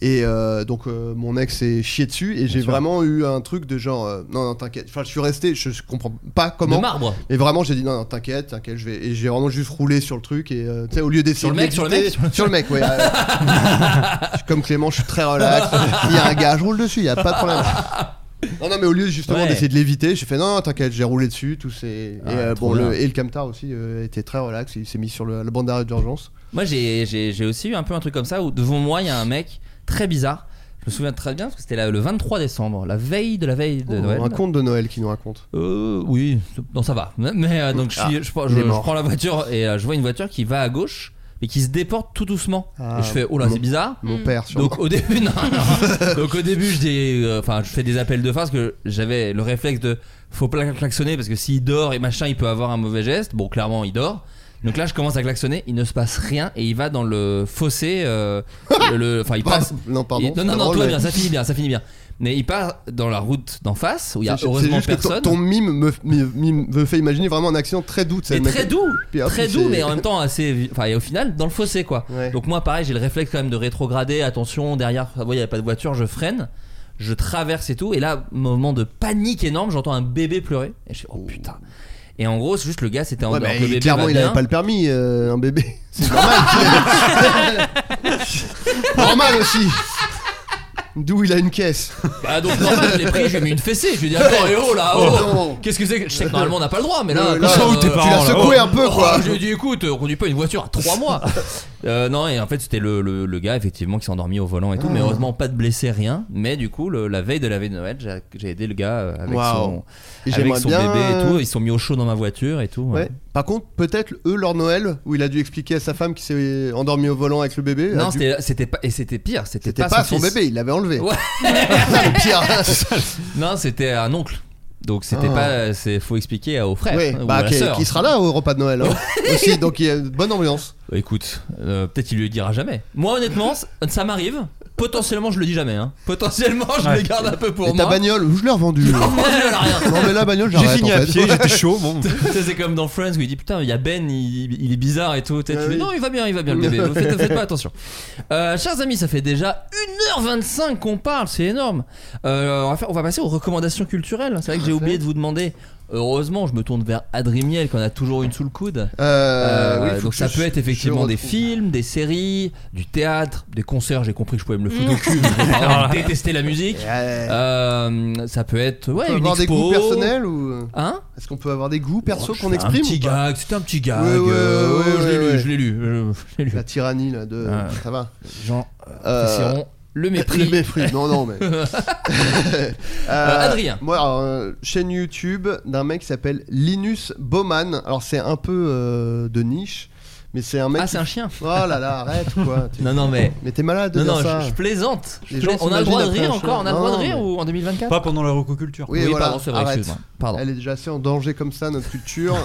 Et euh, donc euh, mon ex s'est chié dessus et j'ai sûr. vraiment eu un truc de genre euh, non non t'inquiète enfin je suis resté je, je comprends pas comment De marbre. Et vraiment, j'ai dit non, non, t'inquiète, t'inquiète, je vais. Et j'ai vraiment juste roulé sur le truc et euh, tu sais, au lieu d'essayer Sur le de mec, sur le l'éviter- mec, sur le- sur le mec, ouais. euh, je suis comme Clément, je suis très relax. S'il y a un gars, je roule dessus, il y a pas de problème. Non, non, mais au lieu justement Ouais. d'essayer de l'éviter, j'ai fait non, non, t'inquiète, j'ai roulé dessus, tout c'est. Et, Ah, euh, trop bon, le, bien. et le Camtar aussi euh, était très relax, il s'est mis sur le- la bande d'arrêt d'urgence. Moi, j'ai- j'ai j'ai aussi eu un peu un truc comme ça où devant moi, il y a un mec très bizarre. Je me souviens très bien parce que c'était la- le 23 décembre, la veille de la veille de Oh, Noël. un conte de Noël qui nous raconte. Euh, oui, non, ça va. Mais euh, donc je, suis- Ah, je, prends- il je- est mort. je prends la voiture et euh, je vois une voiture qui va à gauche mais qui se déporte tout doucement. Ah, et je fais oh là mon- c'est bizarre. mon père, sûrement. Donc au début non, non. donc au début je dis euh, enfin je fais des appels de face que j'avais le réflexe de faut pas klaxonner parce que s'il dort et machin il peut avoir un mauvais geste. Bon clairement il dort. Donc là je commence à klaxonner, il ne se passe rien et il va dans le fossé. euh, le- le- Enfin il passe. Non, pardon, il- non non, c'est non, drôle, tout va mais- bien, ça finit bien, ça finit bien. Mais il part dans la route d'en face où il y a C'est- c'est heureusement juste que ton- personne. ton mime me, me- mime- me fait imaginer vraiment un accident très doux. tu sais, Mais le mec- très doux, Puis hop, très il doux, s'est- mais en même temps assez. vi- Enfin, et au final, dans le fossé, quoi. Donc moi, pareil, j'ai le réflexe quand même de rétrograder. Attention, derrière, vous voyez, il n'y a pas de voiture, je freine, je traverse et tout. Et là, moment de panique énorme, j'entends un bébé pleurer. Et je fais oh putain. Et en gros, c'est juste le gars, c'était en Ouais, dehors mais que le bébé clairement, va il bien. avait pas le permis, euh, un bébé. C'est normal. normal aussi. D'où il a une caisse. Bah, donc normal, je l'ai pris, j'ai mis une fessée. Je lui ai dit attends, eh oh là, Oh, oh. non. Qu'est-ce que c'est que- Je sais que normalement on n'a pas le droit, mais là, Euh, comme là, ça, euh, euh, tu l'as secoué un peu, quoi. Oh, J'ai dit écoute, on conduit pas une voiture à 3 mois. Euh, non, et en fait, c'était le, le- le gars effectivement qui s'est endormi au volant et tout, Ah. mais heureusement pas de blessé, rien. Mais du coup, le- la veille de la veille de Noël, j'ai- j'ai aidé le gars euh, avec Waouh. son, Et avec j'aimerais son bien, bébé et tout. euh, Ils sont mis au chaud dans ma voiture et tout. Ouais. Par contre, peut-être eux, leur Noël, où il a dû expliquer à sa femme qui s'est endormie au volant avec le bébé. a Non, dû- c'était c'était pas et c'était pire, c'était Ah, c'était pas, pas, son, fils. bébé, il l'avait enlevé. Ouais. Ah, le pire. Non, c'était un oncle. Donc c'était Ah. pas, c'est faut expliquer au frère Ouais, ou à bah, la qui, sœur. qui sera là au repas de Noël. hein. Aussi, donc il y a une bonne ambiance. Bah, Écoute, euh, peut-être il lui dira jamais. Moi, honnêtement, c- ça m'arrive. Potentiellement, je le dis jamais. hein. Potentiellement, je Ouais. le garde un peu pour Et ta moi. bagnole, où je l'ai revendue Oh, mon Dieu, elle a rien. Non, mais la bagnole, J'ai j'arrête. fini en à fait. pied, j'étais chaud. Bon. Tu sais, c'est comme dans Friends où il dit putain, il y a Ben, il, il est bizarre et tout. Tu sais, Ah tu fais, oui. non, il va bien, il va bien le bébé. Vous Faites, faites pas attention. Euh, chers amis, ça fait déjà 1h25 qu'on parle, c'est énorme. Euh, on, va faire- on va passer aux recommandations culturelles. C'est vrai que j'ai oublié de vous demander. Heureusement, je me tourne vers Adrimiel qu'on a toujours une sous le coude. Euh, oui, Euh, faut donc que ça je- peut être je effectivement des retrouve. films, des séries, du théâtre, des concerts. J'ai compris que je pouvais me le foutre au cul. mais j'ai vraiment détesté la musique. Ouais. Euh, ça peut être ouais On peut une avoir des expo. goûts personnels ou Hein est-ce qu'on peut avoir des goûts Oh, perso qu'on c'était exprime Un petit ou pas gag, c'était un petit gag. Ouais, ouais, euh, ouais, je ouais, l'ai lu, ouais. je l'ai lu, euh, je l'ai lu. la tyrannie là de Ah. ça va Les gens Euh, apprécieront le mépris. le mépris non non mais Euh, Euh, Adrien. moi alors, euh, chaîne YouTube d'un mec qui s'appelle Linus Bauman alors c'est un peu euh, de niche mais c'est un mec Ah, qui- c'est un chien. oh là là arrête quoi Tu- Non, non, mais. mais t'es malade de Non, dire non, ça je, je plaisante. Je Les plais- gens On a le droit de s'imaginent rire après un encore, on a le droit de chien. rire Non, ou en 2024 Pas pendant la recoculture. oui, voilà pardon, c'est vrai, arrête. excuse-moi. Pardon. elle est déjà assez en danger comme ça notre culture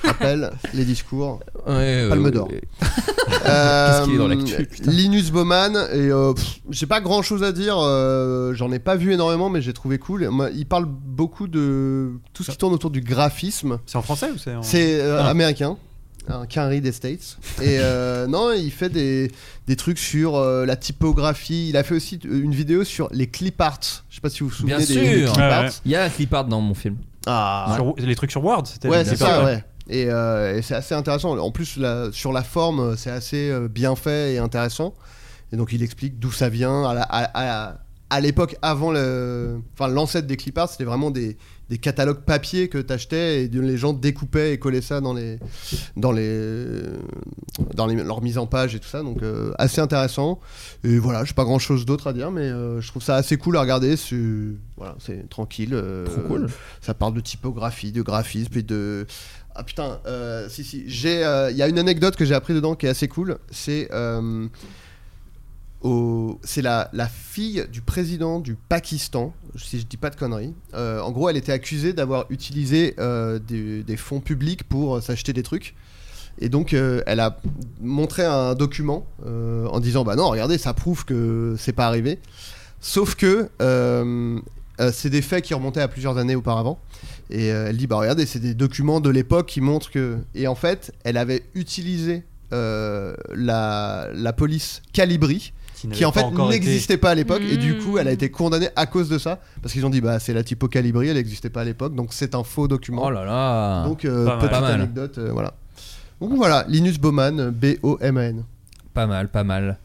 je rappelle les discours Ouais, Palme ouais, d'Or. ouais. Euh, qu'il est dans l'actu, putain. Linus Bauman et euh, pff, j'ai pas grand chose à dire euh, j'en ai pas vu énormément mais j'ai trouvé cool Moi, il parle beaucoup de tout ce qui tourne autour du graphisme C'est en français ou c'est en. c'est euh, Ah. américain hein, un Canary des States et euh, non il fait des, des trucs sur euh, la typographie il a fait aussi euh, une vidéo sur les clip arts je sais pas si vous vous souvenez Bien des, des sûr. Ah clip Ouais, arts ouais. Il y a la clipart dans mon film. ah Sur- Les trucs sur Word, c'était. Ouais, c'est D'accord. ça, ouais. Et, euh, et c'est assez intéressant. En plus, la- sur la forme, euh, c'est assez euh, bien fait et intéressant. Et donc, il explique d'où ça vient. À la- à- à- à l'époque, avant le, enfin, l'ancêtre des clipards, c'était vraiment des, des catalogues papier que t'achetais et de- les gens découpaient et collaient ça dans les, dans les, dans les- leur mise en page et tout ça. Donc, euh, assez intéressant. Et voilà, j'ai pas grand chose d'autre à dire, mais euh, je trouve ça assez cool à regarder. C'est, voilà, c'est tranquille. euh, Trop cool. Ça parle de typographie, de graphisme et de. Ah putain, euh, si, si. J'ai, euh, Il y a une anecdote que j'ai appris dedans qui est assez cool. C'est. euh, au- C'est la, la fille du président du Pakistan, si je dis pas de conneries. Euh, en gros, elle était accusée d'avoir utilisé euh, des, des fonds publics pour euh, s'acheter des trucs. Et donc, euh, elle a montré un document euh, en disant Bah non, regardez, ça prouve que c'est pas arrivé. Sauf que euh, euh, c'est des faits qui remontaient à plusieurs années auparavant. Et euh, elle dit Bah regardez, c'est des documents de l'époque qui montrent que. Et en fait, elle avait utilisé euh, la, la police Calibri, n'avait qui en pas fait encore été- n'existait pas à l'époque. Et du Mmh. coup, elle a été condamnée à cause de ça. Parce qu'ils ont dit Bah c'est la typo Calibri, elle n'existait pas à l'époque, donc c'est un faux document. Oh là là. Donc, euh, Pas mal. petite Pas mal. anecdote, euh, voilà. Donc voilà, Linus Bauman, B-O-M-A-N. Pas mal, pas mal.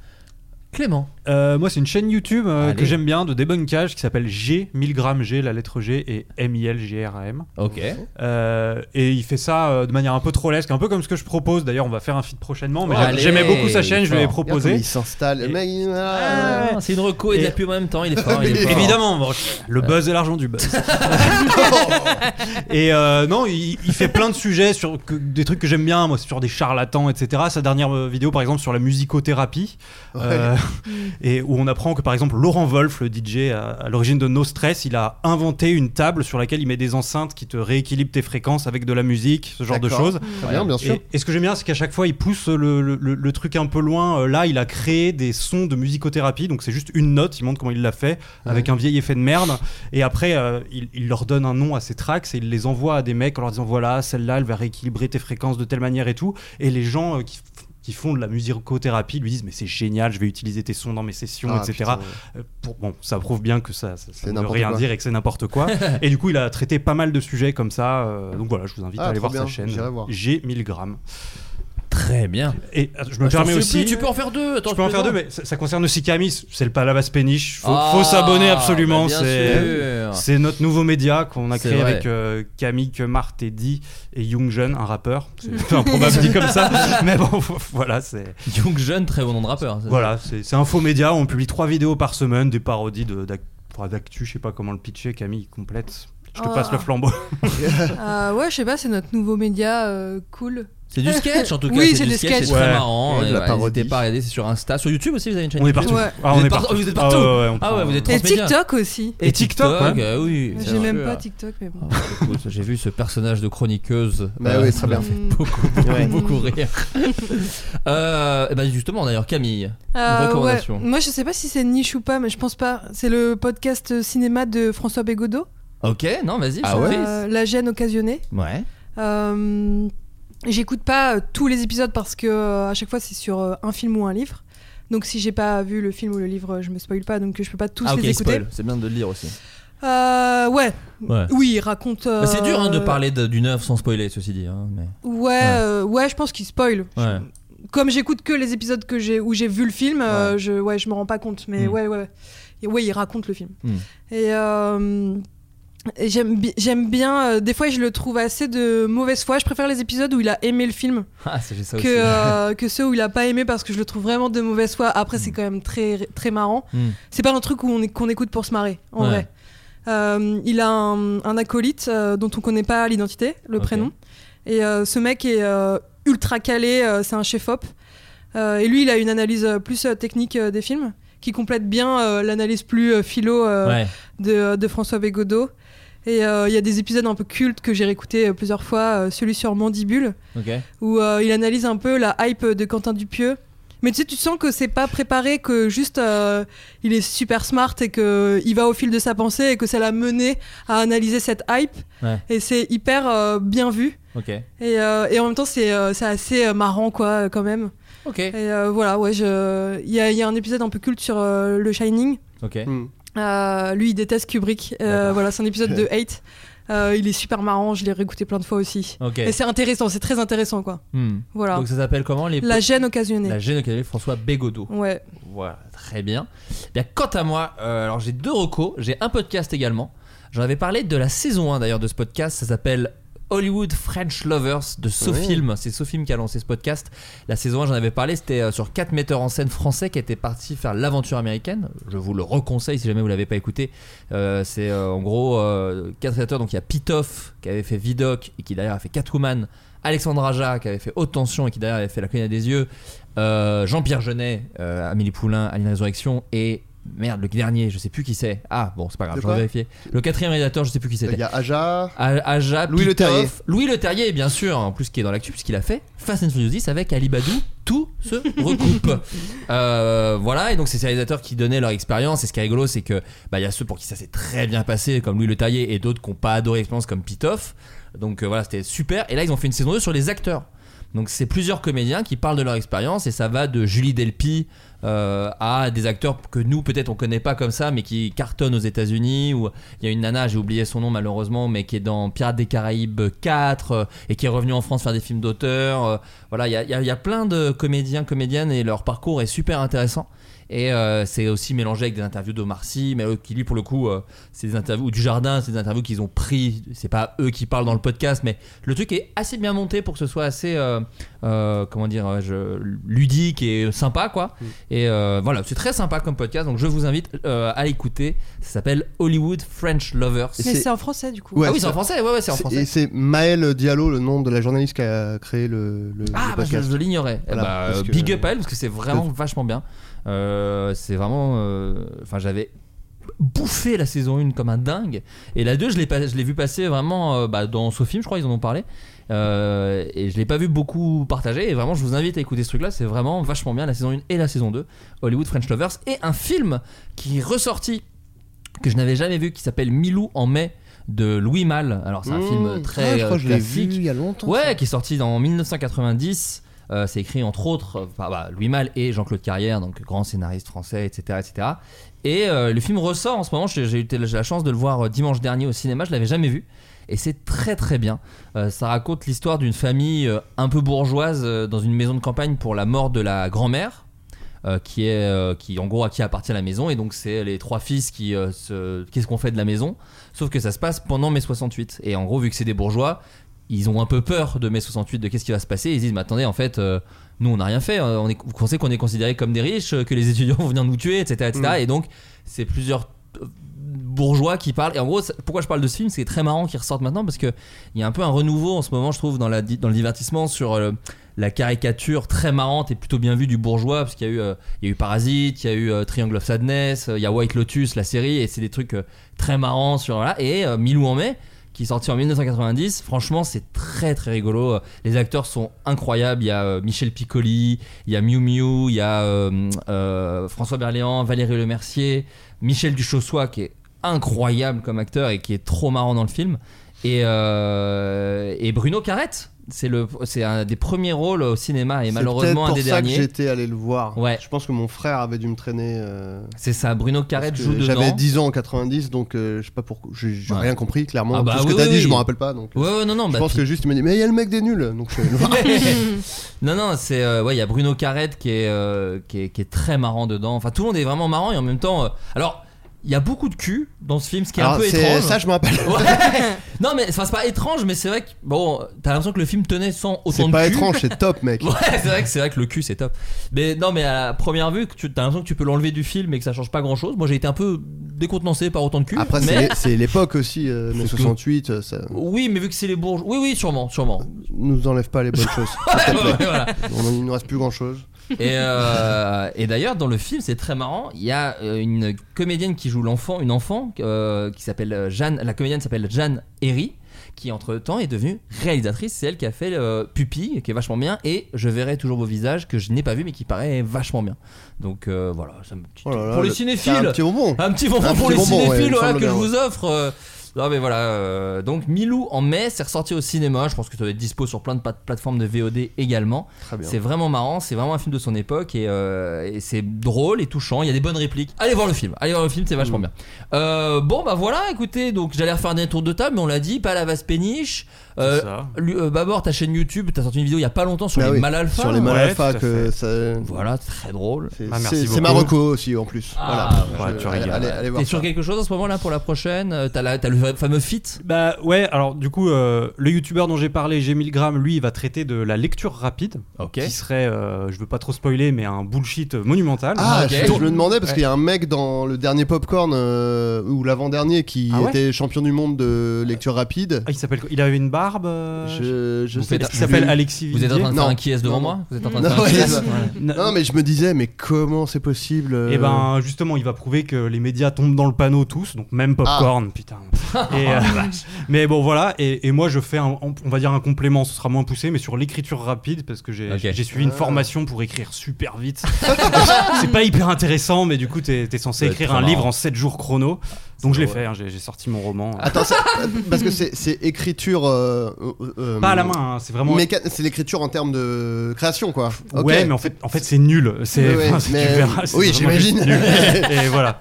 Clément. Euh, moi, c'est une chaîne YouTube euh, Allez. que j'aime bien de débunkage qui s'appelle G, 1000 grammes G, la lettre G et M-I-L-G-R-A-M. Ok. Euh, et il fait ça euh, de manière un peu trollesque, un peu comme ce que je propose. D'ailleurs, on va faire un feed prochainement, mais Oh, j'a- allez, j'aimais beaucoup sa chaîne, je lui ai fort. Regarde comment proposé. il s'installe. Le mec, il- Ah, C'est une reco et de Et- la pub en même temps, il est fort. il est fort. Évidemment, bon, le buzz et l'argent du buzz. et euh, non, il, il fait plein de sujets sur que- des trucs que j'aime bien, moi, sur des charlatans, etc. Sa dernière euh, vidéo, par exemple, sur la musicothérapie, euh, et où on apprend que, par exemple, Laurent Wolf, le DJ à, à l'origine de No Stress, il a inventé une table sur laquelle il met des enceintes qui te rééquilibrent tes fréquences avec de la musique, ce genre de D'accord. choses. Très bien, bien sûr. Et, et ce que j'aime bien, c'est qu'à chaque fois, il pousse le, le- le- le truc un peu loin. Euh, là, il a créé des sons de musicothérapie, donc c'est juste une note. Il montre comment il l'a fait avec un vieil effet de merde. Et après, euh, il, il leur donne un nom à ces tracks et il les envoie à des mecs en leur disant voilà, celle-là, elle va rééquilibrer tes fréquences de telle manière et tout. Et les gens euh, qui f- qui font de la musicothérapie lui disent mais c'est génial je vais utiliser tes sons dans mes sessions Ah, etc putain. Euh, pour, bon ça prouve bien que ça, ça, ça C'est ne veut n'importe rien quoi. dire et que c'est n'importe quoi et du coup il a traité pas mal de sujets comme ça euh, donc voilà je vous invite Ah, à aller trop voir bien, sa chaîne j'irai voir. j'ai 1000 grammes Très bien. et euh, je me Ah, je t'en permets supplie, aussi. Tu peux en faire deux. attends, je peux en fais faire deux, pas. mais ça, ça concerne aussi Camis. C'est le Palavas Péniche. Faut, Ah, faut s'abonner bah, absolument. bien c'est sûr. c'est notre nouveau média qu'on a C'est créé vrai. avec euh, Camille Kemart et Di et Young Jeune, un rappeur. C'est un peu improbable dit comme ça, mais bon, voilà, c'est Young Jeune, très bon nom de rappeur. ça. voilà, c'est c'est un faux média. On publie trois vidéos par semaine, des parodies de d'ac- enfin, d'actu. Je sais pas comment le pitcher, Camille complète. Je te Oh. passe le flambeau. Euh, ouais, je sais pas, c'est notre nouveau média euh, cool. C'est du sketch en tout cas. Oui, c'est du sketch. C'est Ouais. très marrant. Ouais, de la Et, parodie. N'hésitez pas à regarder, c'est sur Insta. Sur YouTube aussi, vous avez une chaîne On est YouTube. partout. Ouais. Ah, Vous on êtes est par- partout. oh, vous êtes partout. Ah, ouais, ouais, on Ah ouais, prend- vous êtes Et transmédia. TikTok aussi. Et TikTok, ouais. euh, oui. J'ai bien même sûr. pas TikTok, mais bon. Ah, écoute, J'ai vu ce personnage de chroniqueuse. Bah euh, oui, très bien. Mm. Beaucoup, beaucoup, Ouais. beaucoup rire. euh, et ben justement, d'ailleurs, Camille, Euh, une recommandation. ouais. Moi, je sais pas si c'est niche ou pas, mais je pense pas. C'est le podcast cinéma de François Bégodeau. Ok, non, vas-y. Ah je ouais suis Euh, prise. La gêne occasionnée. Ouais. Euh, J'écoute pas euh, tous les épisodes parce que euh, à chaque fois c'est sur euh, un film ou un livre. Donc si j'ai pas vu le film ou le livre, je me spoil pas, donc euh, je peux pas tous Ah ok, les écouter. spoil. C'est bien de le lire aussi. Euh, ouais. Ouais. Oui, il raconte. euh, Bah, c'est dur hein, de parler de- d'une œuvre sans spoiler, ceci dit. hein, mais... Ouais, euh, ouais, je pense qu'il spoil. Ouais. Comme j'écoute que les épisodes que j'ai où j'ai vu le film, euh, je ouais, je me rends pas compte, mais Mm. ouais, ouais, ouais. Et ouais, il raconte le film. Mm. Et, euh, et j'aime bi- j'aime bien. euh, des fois, je le trouve assez de mauvaise foi. Je préfère les épisodes où il a aimé le film. Ah, c'est j'ai ça que, aussi. euh, que ceux où il a pas aimé parce que je le trouve vraiment de mauvaise foi. Après, c'est quand même très, très marrant. Mm. C'est pas un truc où on est- qu'on écoute pour se marrer, en Ouais. vrai. Euh, il a un, un acolyte euh, dont on connaît pas l'identité, le Ok. prénom. Et euh, ce mec est euh, ultra calé, euh, c'est un chef-op. Euh, et lui, il a une analyse euh, plus euh, technique euh, des films qui complète bien euh, l'analyse plus euh, philo euh, Ouais. de, de François Bégodeau. Et euh, il y a des épisodes un peu cultes que j'ai réécoutés euh, plusieurs fois, euh, celui sur Mandibule Ok. où euh, il analyse un peu la hype de Quentin Dupieux. Mais tu sais, tu sens que c'est pas préparé, que juste euh, il est super smart et que il va au fil de sa pensée et que ça l'a mené à analyser cette hype. Ouais. Et c'est hyper euh, bien vu. Ok. Et, euh, et en même temps, c'est euh, c'est assez euh, marrant, quoi, euh, quand même. Ok. Et euh, voilà, ouais, je- il y, a- il y a un épisode un peu culte sur euh, Le Shining. Ok. Hmm. Euh, lui, il déteste Kubrick. Euh, D'accord. voilà, c'est un épisode de Hate. Euh, il est super marrant, je l'ai réécouté plein de fois aussi. Ok. Et c'est intéressant, c'est très intéressant, quoi. Hmm. Voilà. Donc ça s'appelle comment les La gêne occasionnée. La gêne de François Bégodeau. Ouais. Voilà, très bien. Bien, quant à moi, euh, alors j'ai deux recos, j'ai un podcast également. J'en avais parlé de la saison 1 d'ailleurs de ce podcast, ça s'appelle Hollywood French Lovers de Sofilm. C'est Sofilm qui a lancé ce podcast. La saison 1, j'en avais parlé, c'était euh, sur quatre metteurs en scène français qui étaient partis faire l'aventure américaine. Je vous le reconseille si jamais vous l'avez pas écouté. Euh, c'est euh, en gros euh, quatre acteurs. Donc il y a Pitoff qui avait fait Vidocq et qui d'ailleurs a fait Catwoman. Alexandre Aja qui avait fait Haute Tension et qui d'ailleurs avait fait La Cognée des Yeux. Euh, Jean-Pierre Jeunet, euh, Amélie Poulain, Alien Résurrection et merde le dernier, je sais plus qui c'est. Ah bon, c'est pas grave, C'est je vais pas- vérifier. Le quatrième réalisateur, je sais plus qui Il c'était. y a Aja. A- Aja, Louis Le Pitoff, Terrier. Louis Le Terrier, bien sûr, en plus qui est dans l'actu, puisqu'il a fait Fast and Furious 10 avec Ali Badou. Tout se recoupe. Euh, voilà, et donc c'est ces réalisateurs qui donnaient leur expérience. Et ce qui est rigolo, c'est que bah, il y a ceux pour qui ça s'est très bien passé, comme Louis Le Terrier, et d'autres qui n'ont pas adoré l'expérience, comme Pitoff. Donc euh, voilà, c'était super. Et là, ils ont fait une saison 2 sur les acteurs. Donc c'est plusieurs comédiens qui parlent de leur expérience et ça va de Julie Delpy euh, à des acteurs que nous peut-être on connaît pas comme ça, mais qui cartonnent aux États-Unis. Ou il y a une nana, j'ai oublié son nom malheureusement, mais qui est dans Pirates des Caraïbes 4 euh, et qui est revenue en France faire des films d'auteur. Euh, voilà, il y a, il y a- il y a plein de comédiens, comédiennes et leur parcours est super intéressant. Et euh, c'est aussi mélangé avec des interviews d'Omar Sy, mais eux qui lui pour le coup, euh, c'est des interviews ou du jardin, c'est des interviews qu'ils ont pris. C'est pas eux qui parlent dans le podcast, mais le truc est assez bien monté pour que ce soit assez, euh, euh, comment dire, euh, je- ludique et sympa quoi. Et euh, voilà, c'est très sympa comme podcast, donc je vous invite euh, à l'écouter. Ça s'appelle Hollywood French Lovers. Mais c'est en français du coup. Ouais, ah oui, c'est en français, ouais, ouais, c'est en français. Et c'est Maëlle Diallo, le nom de la journaliste qui a créé le, le- Ah, le bah, je, podcast. je l'ignorais. Eh Voilà, bah, parce euh, que- Big up à elle parce que c'est vraiment vachement bien. Euh, c'est vraiment. euh, Enfin, j'avais bouffé la saison 1 comme un dingue. Et la 2, je l'ai pas- je l'ai vu passer vraiment euh, bah, dans ce film, je crois, ils en ont parlé. Euh, et je l'ai pas vu beaucoup partagé. Et vraiment, je vous invite à écouter ce truc-là. C'est vraiment vachement bien la saison 1 et la saison 2. Hollywood French Lovers. Et un film qui est ressorti que je n'avais jamais vu qui s'appelle Milou en mai de Louis Malle. Alors c'est un Mmh. film Ah, très je crois euh, que je l'ai classique. vu il y a longtemps, Ouais, qui est sorti en 1990. Euh, c'est écrit entre autres euh, par bah, Louis Malle et Jean-Claude Carrière, donc grand scénariste français, etc. etc. Et euh, le film ressort en ce moment, j'ai j'ai eu j'ai la chance de le voir euh, dimanche dernier au cinéma, je l'avais jamais vu. Et c'est très très bien. Euh, ça raconte l'histoire d'une famille euh, un peu bourgeoise euh, dans une maison de campagne pour la mort de la grand-mère euh, qui est euh, qui en gros à qui appartient la maison et donc c'est les trois fils qui euh, se qu'est-ce qu'on fait de la maison sauf que ça se passe pendant mai 68 et en gros vu que c'est des bourgeois ils ont un peu peur de mai 68 de qu'est-ce qui va se passer ils se disent mais attendez en fait euh, nous on n'a rien fait euh, on est, vous pensez qu'on est considérés comme des riches euh, que les étudiants vont venir nous tuer etc etc Mm. et donc c'est plusieurs euh, bourgeois qui parlent et en gros ça- pourquoi je parle de ce film c'est très marrant qu'il ressorte maintenant parce que il y a un peu un renouveau en ce moment je trouve dans la di- dans le divertissement sur euh, la caricature très marrante et plutôt bien vue du bourgeois parce qu'il y a eu euh, il y a eu Parasite il y a eu euh, Triangle of Sadness euh, il y a White Lotus la série et c'est des trucs euh, très marrants sur voilà et euh, Milou en mai qui est sorti en 1990. Franchement, c'est très très rigolo. Les acteurs sont incroyables. Il y a euh, Michel Piccoli, il y a Miu Miu, il y a euh, euh, François Berléand, Valérie Lemercier, Michel Duchossois qui est incroyable comme acteur et qui est trop marrant dans le film. Et, euh, et Bruno Carrette, c'est le c'est un des premiers rôles au cinéma et C'est malheureusement peut-être un pour des ça derniers. que j'étais allé le voir. Ouais. Je pense que mon frère avait dû me traîner. euh, C'est ça, Bruno Carrette parce joue que dedans. J'avais 10 ans en 90, donc euh, je sais pas pourquoi. J'ai j'ai Ouais. rien compris, clairement. Ah bah Tout ce oui, que t'as oui, dit, oui. je m'en rappelle pas. Donc, euh, Ouais, ouais, non, non, je bah, pense que juste, il m'a dit Mais il y a le mec des nuls Donc je suis allé le voir. non, non, c'est. euh, ouais, il y a Bruno Carrette qui est, euh, qui, est, qui est très marrant dedans. Enfin, tout le monde est vraiment marrant et en même temps. euh, alors, il y a beaucoup de cul dans ce film, ce qui est un Alors, peu c'est- étrange. ça, je me rappelle. Ouais. non, mais enfin, c'est pas étrange, mais c'est vrai que. Bon, t'as l'impression que le film tenait sans autant C'est de pas cul. étrange, c'est top, mec. Ouais, c'est vrai que c'est vrai que le cul c'est top. Mais non, mais à la première vue, que tu t'as l'impression que tu peux l'enlever du film et que ça change pas grand chose. Moi, j'ai été un peu décontenancé par autant de cul. Après, mais... c'est- c'est l'époque aussi, euh, mai 68, euh, ça Oui, mais vu que c'est les bourges. Oui, oui, sûrement, sûrement. nous enlève pas les bonnes choses. Ouais, ouais, voilà. On- il nous reste plus grand chose. Et, euh, et d'ailleurs, dans le film, c'est très marrant. Il y a euh, une comédienne qui joue l'enfant, une enfant euh, qui s'appelle euh, Jeanne. La comédienne s'appelle Jeanne Herry, qui entre temps est devenue réalisatrice. C'est elle qui a fait euh, Pupille, qui est vachement bien, et Je verrai toujours vos visages, que je n'ai pas vu, mais qui paraît vachement bien. Donc euh, voilà, ça me- Oh pour les cinéphiles, Un petit bonbon. un petit bonbon pour les bonbon, ouais, il cinéphiles me voilà, semble que je bien, vous ouais. offre. euh, non mais voilà, euh, donc Milou en mai, c'est ressorti au cinéma. Je pense que ça doit être dispo sur plein de pat- plateformes de VOD également. Très bien. C'est vraiment marrant, c'est vraiment un film de son époque et, euh, et c'est drôle et touchant. Il y a des bonnes répliques. Allez voir le film, allez voir le film, c'est Mmh. vachement bien. Euh, bon bah voilà, écoutez, donc j'allais refaire un dernier tour de table, mais on l'a dit, pas la vase péniche. Euh, ça. lu- euh, Babor, ta chaîne YouTube, t'as sorti une vidéo il y a pas longtemps sur Ah les oui, malalphas. Sur les Ouais, Malalfa, tout à que ça. Voilà, très drôle. c'est- Ah, merci C'est c'est beaucoup. Marocco aussi, en plus. Ah, voilà. ouais, tu allez, régales. allez- allez voir. T'es sur ça. quelque chose en ce moment là pour la prochaine Euh, T'as la- t'as le fameux fit Bah ouais, alors du coup, euh, le youtubeur dont j'ai parlé, g Gram, lui, il va traiter de la lecture rapide, Ok. qui serait, euh, je veux pas trop spoiler, mais un bullshit monumental. Ah, Ok. je, je me demandais parce Ouais. qu'il y a un mec dans le dernier Popcorn euh, ou l'avant-dernier qui Ah ouais était champion du monde de lecture rapide. Ah, il s'appelle quoi Il avait une barbe euh, Je, je Vous sais faites- pas. Est-ce qu'il s'appelle Je- Alexis Vous êtes en train de faire Non. un qui est devant Non, moi non. Vous êtes en train de Non, faire un ouais, qui est ça. Voilà. Non, mais je me disais, mais comment c'est possible euh, Eh ben, Ah. Et ben justement, il va prouver que les médias tombent dans le panneau tous, donc même Popcorn, putain. Et, euh, Oh, la vache. mais bon, voilà. Et, et moi, je fais, un- on va dire, un complément. Ce sera moins poussé, mais sur l'écriture rapide, parce que j'ai j'ai suivi une Ah. formation pour écrire super vite. c'est pas hyper intéressant, mais du coup, t'es es censé Ça doit écrire être un très livre marrant. en 7 jours chrono. Donc, je l'ai Ouais. fait. hein, j'ai j'ai sorti mon roman. Attends, ça- parce que c'est c'est écriture. euh, euh, euh, Pas à la main, hein, c'est vraiment- méca- C'est l'écriture en termes de création, quoi. Ok. Ouais, mais en fait, en fait c'est nul. C'est, Ouais, enfin, si tu mais- verras, c'est oui, vraiment j'imagine. juste nul. et voilà.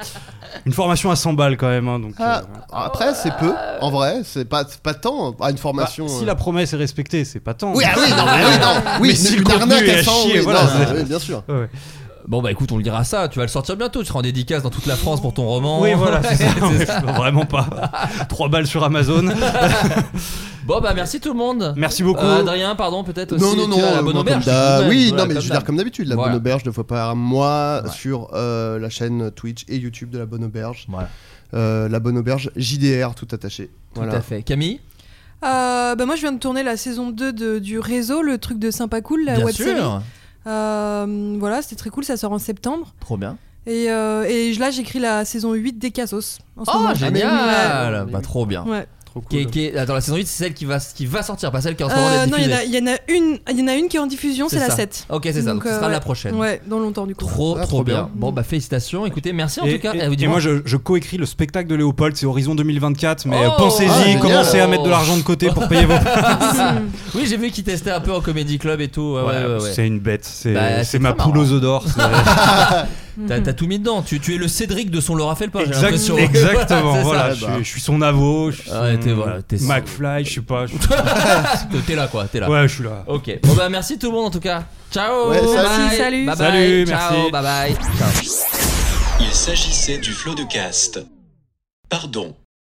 Une formation à 100 balles quand même. hein, donc, Ah, après, c'est peu, en vrai, c'est pas, c'est pas tant à une bah, formation. si euh, la promesse est respectée, c'est pas tant. Oui, ah oui, non, mais oui, non. Mais Oui, si une le contenu arnaque à est à 100, chier, oui, voilà. non, c'est- oui, bien sûr. Ouais. Bon bah écoute, on le dira ça, tu vas le sortir bientôt, tu seras en dédicace dans toute la France pour ton roman. Oui, voilà, c'est ça. C'est ça. Vraiment pas. 3 balles sur Amazon. Bon bah merci tout le monde. Merci beaucoup. Euh, Adrien, pardon, peut-être aussi. Non, non, tu non, vois, la euh, bonne moi, auberge. comme d'hab. tout de même, oui, voilà, non, mais je veux d'hab. dire, comme d'habitude, la Voilà. bonne auberge deux fois par mois sur euh, la chaîne Twitch et YouTube de la bonne auberge. Euh, la bonne auberge JDR, tout attaché. Tout à fait. Camille Euh, bah moi, je viens de tourner la saison 2 de- du réseau, le truc de Sympa Cool, la Bien web sûr. série. Euh, voilà, c'était très cool, ça sort en septembre. Trop bien. Et, euh, et je- là, j'écris la saison 8 des Cassos. En ce Oh moment. Ouais. génial Bah trop bien. Ouais. Trop cool. Qui est- qui est- Attends, la saison 8 c'est celle qui va, qui va sortir, pas celle qui est en ce moment Euh, non, il y, en a- diffusée. il y en a une, il y en a une qui est en diffusion, c'est C'est la ça. 7. Ok, c'est ça, donc ce sera la prochaine. Ouais, dans longtemps du coup. Trop, trop bien. Bon, bah, félicitations. Écoutez, merci en Ah, et, tout cas. et- Eh, et dis-moi. moi, je, je coécris le spectacle de Léopold, c'est Horizon 2024, mais euh, Oh Ah, pensez-y, génial. commencez à mettre de l'argent de côté pour payer vos places. oui, j'ai vu qu'il testait un peu en comédie club et tout. Ouais, ouais, ouais, ouais. C'est une bête, c'est Bah, c'est c'est ma très poule marrant. aux œufs d'or. c'est- T'as t'as tout mis dedans. Tu, tu es le Cédric de son Laura Felpin. j'ai Exact- l'impression. exactement, c'est ça. bah. Ah voilà, je, suis, je suis son avo, je suis Ouais, son t'es- voilà, t'es- McFly, je sais pas. je- T'es- T'es là quoi, t'es là. Ouais, je suis là. Ok. Bon bah merci tout le monde en tout cas. Ciao. Ouais, salut. Bye. Merci, salut. Bye bye. Salut, Ciao, merci. Bye bye. Ciao. Il s'agissait du flot de cast. Pardon.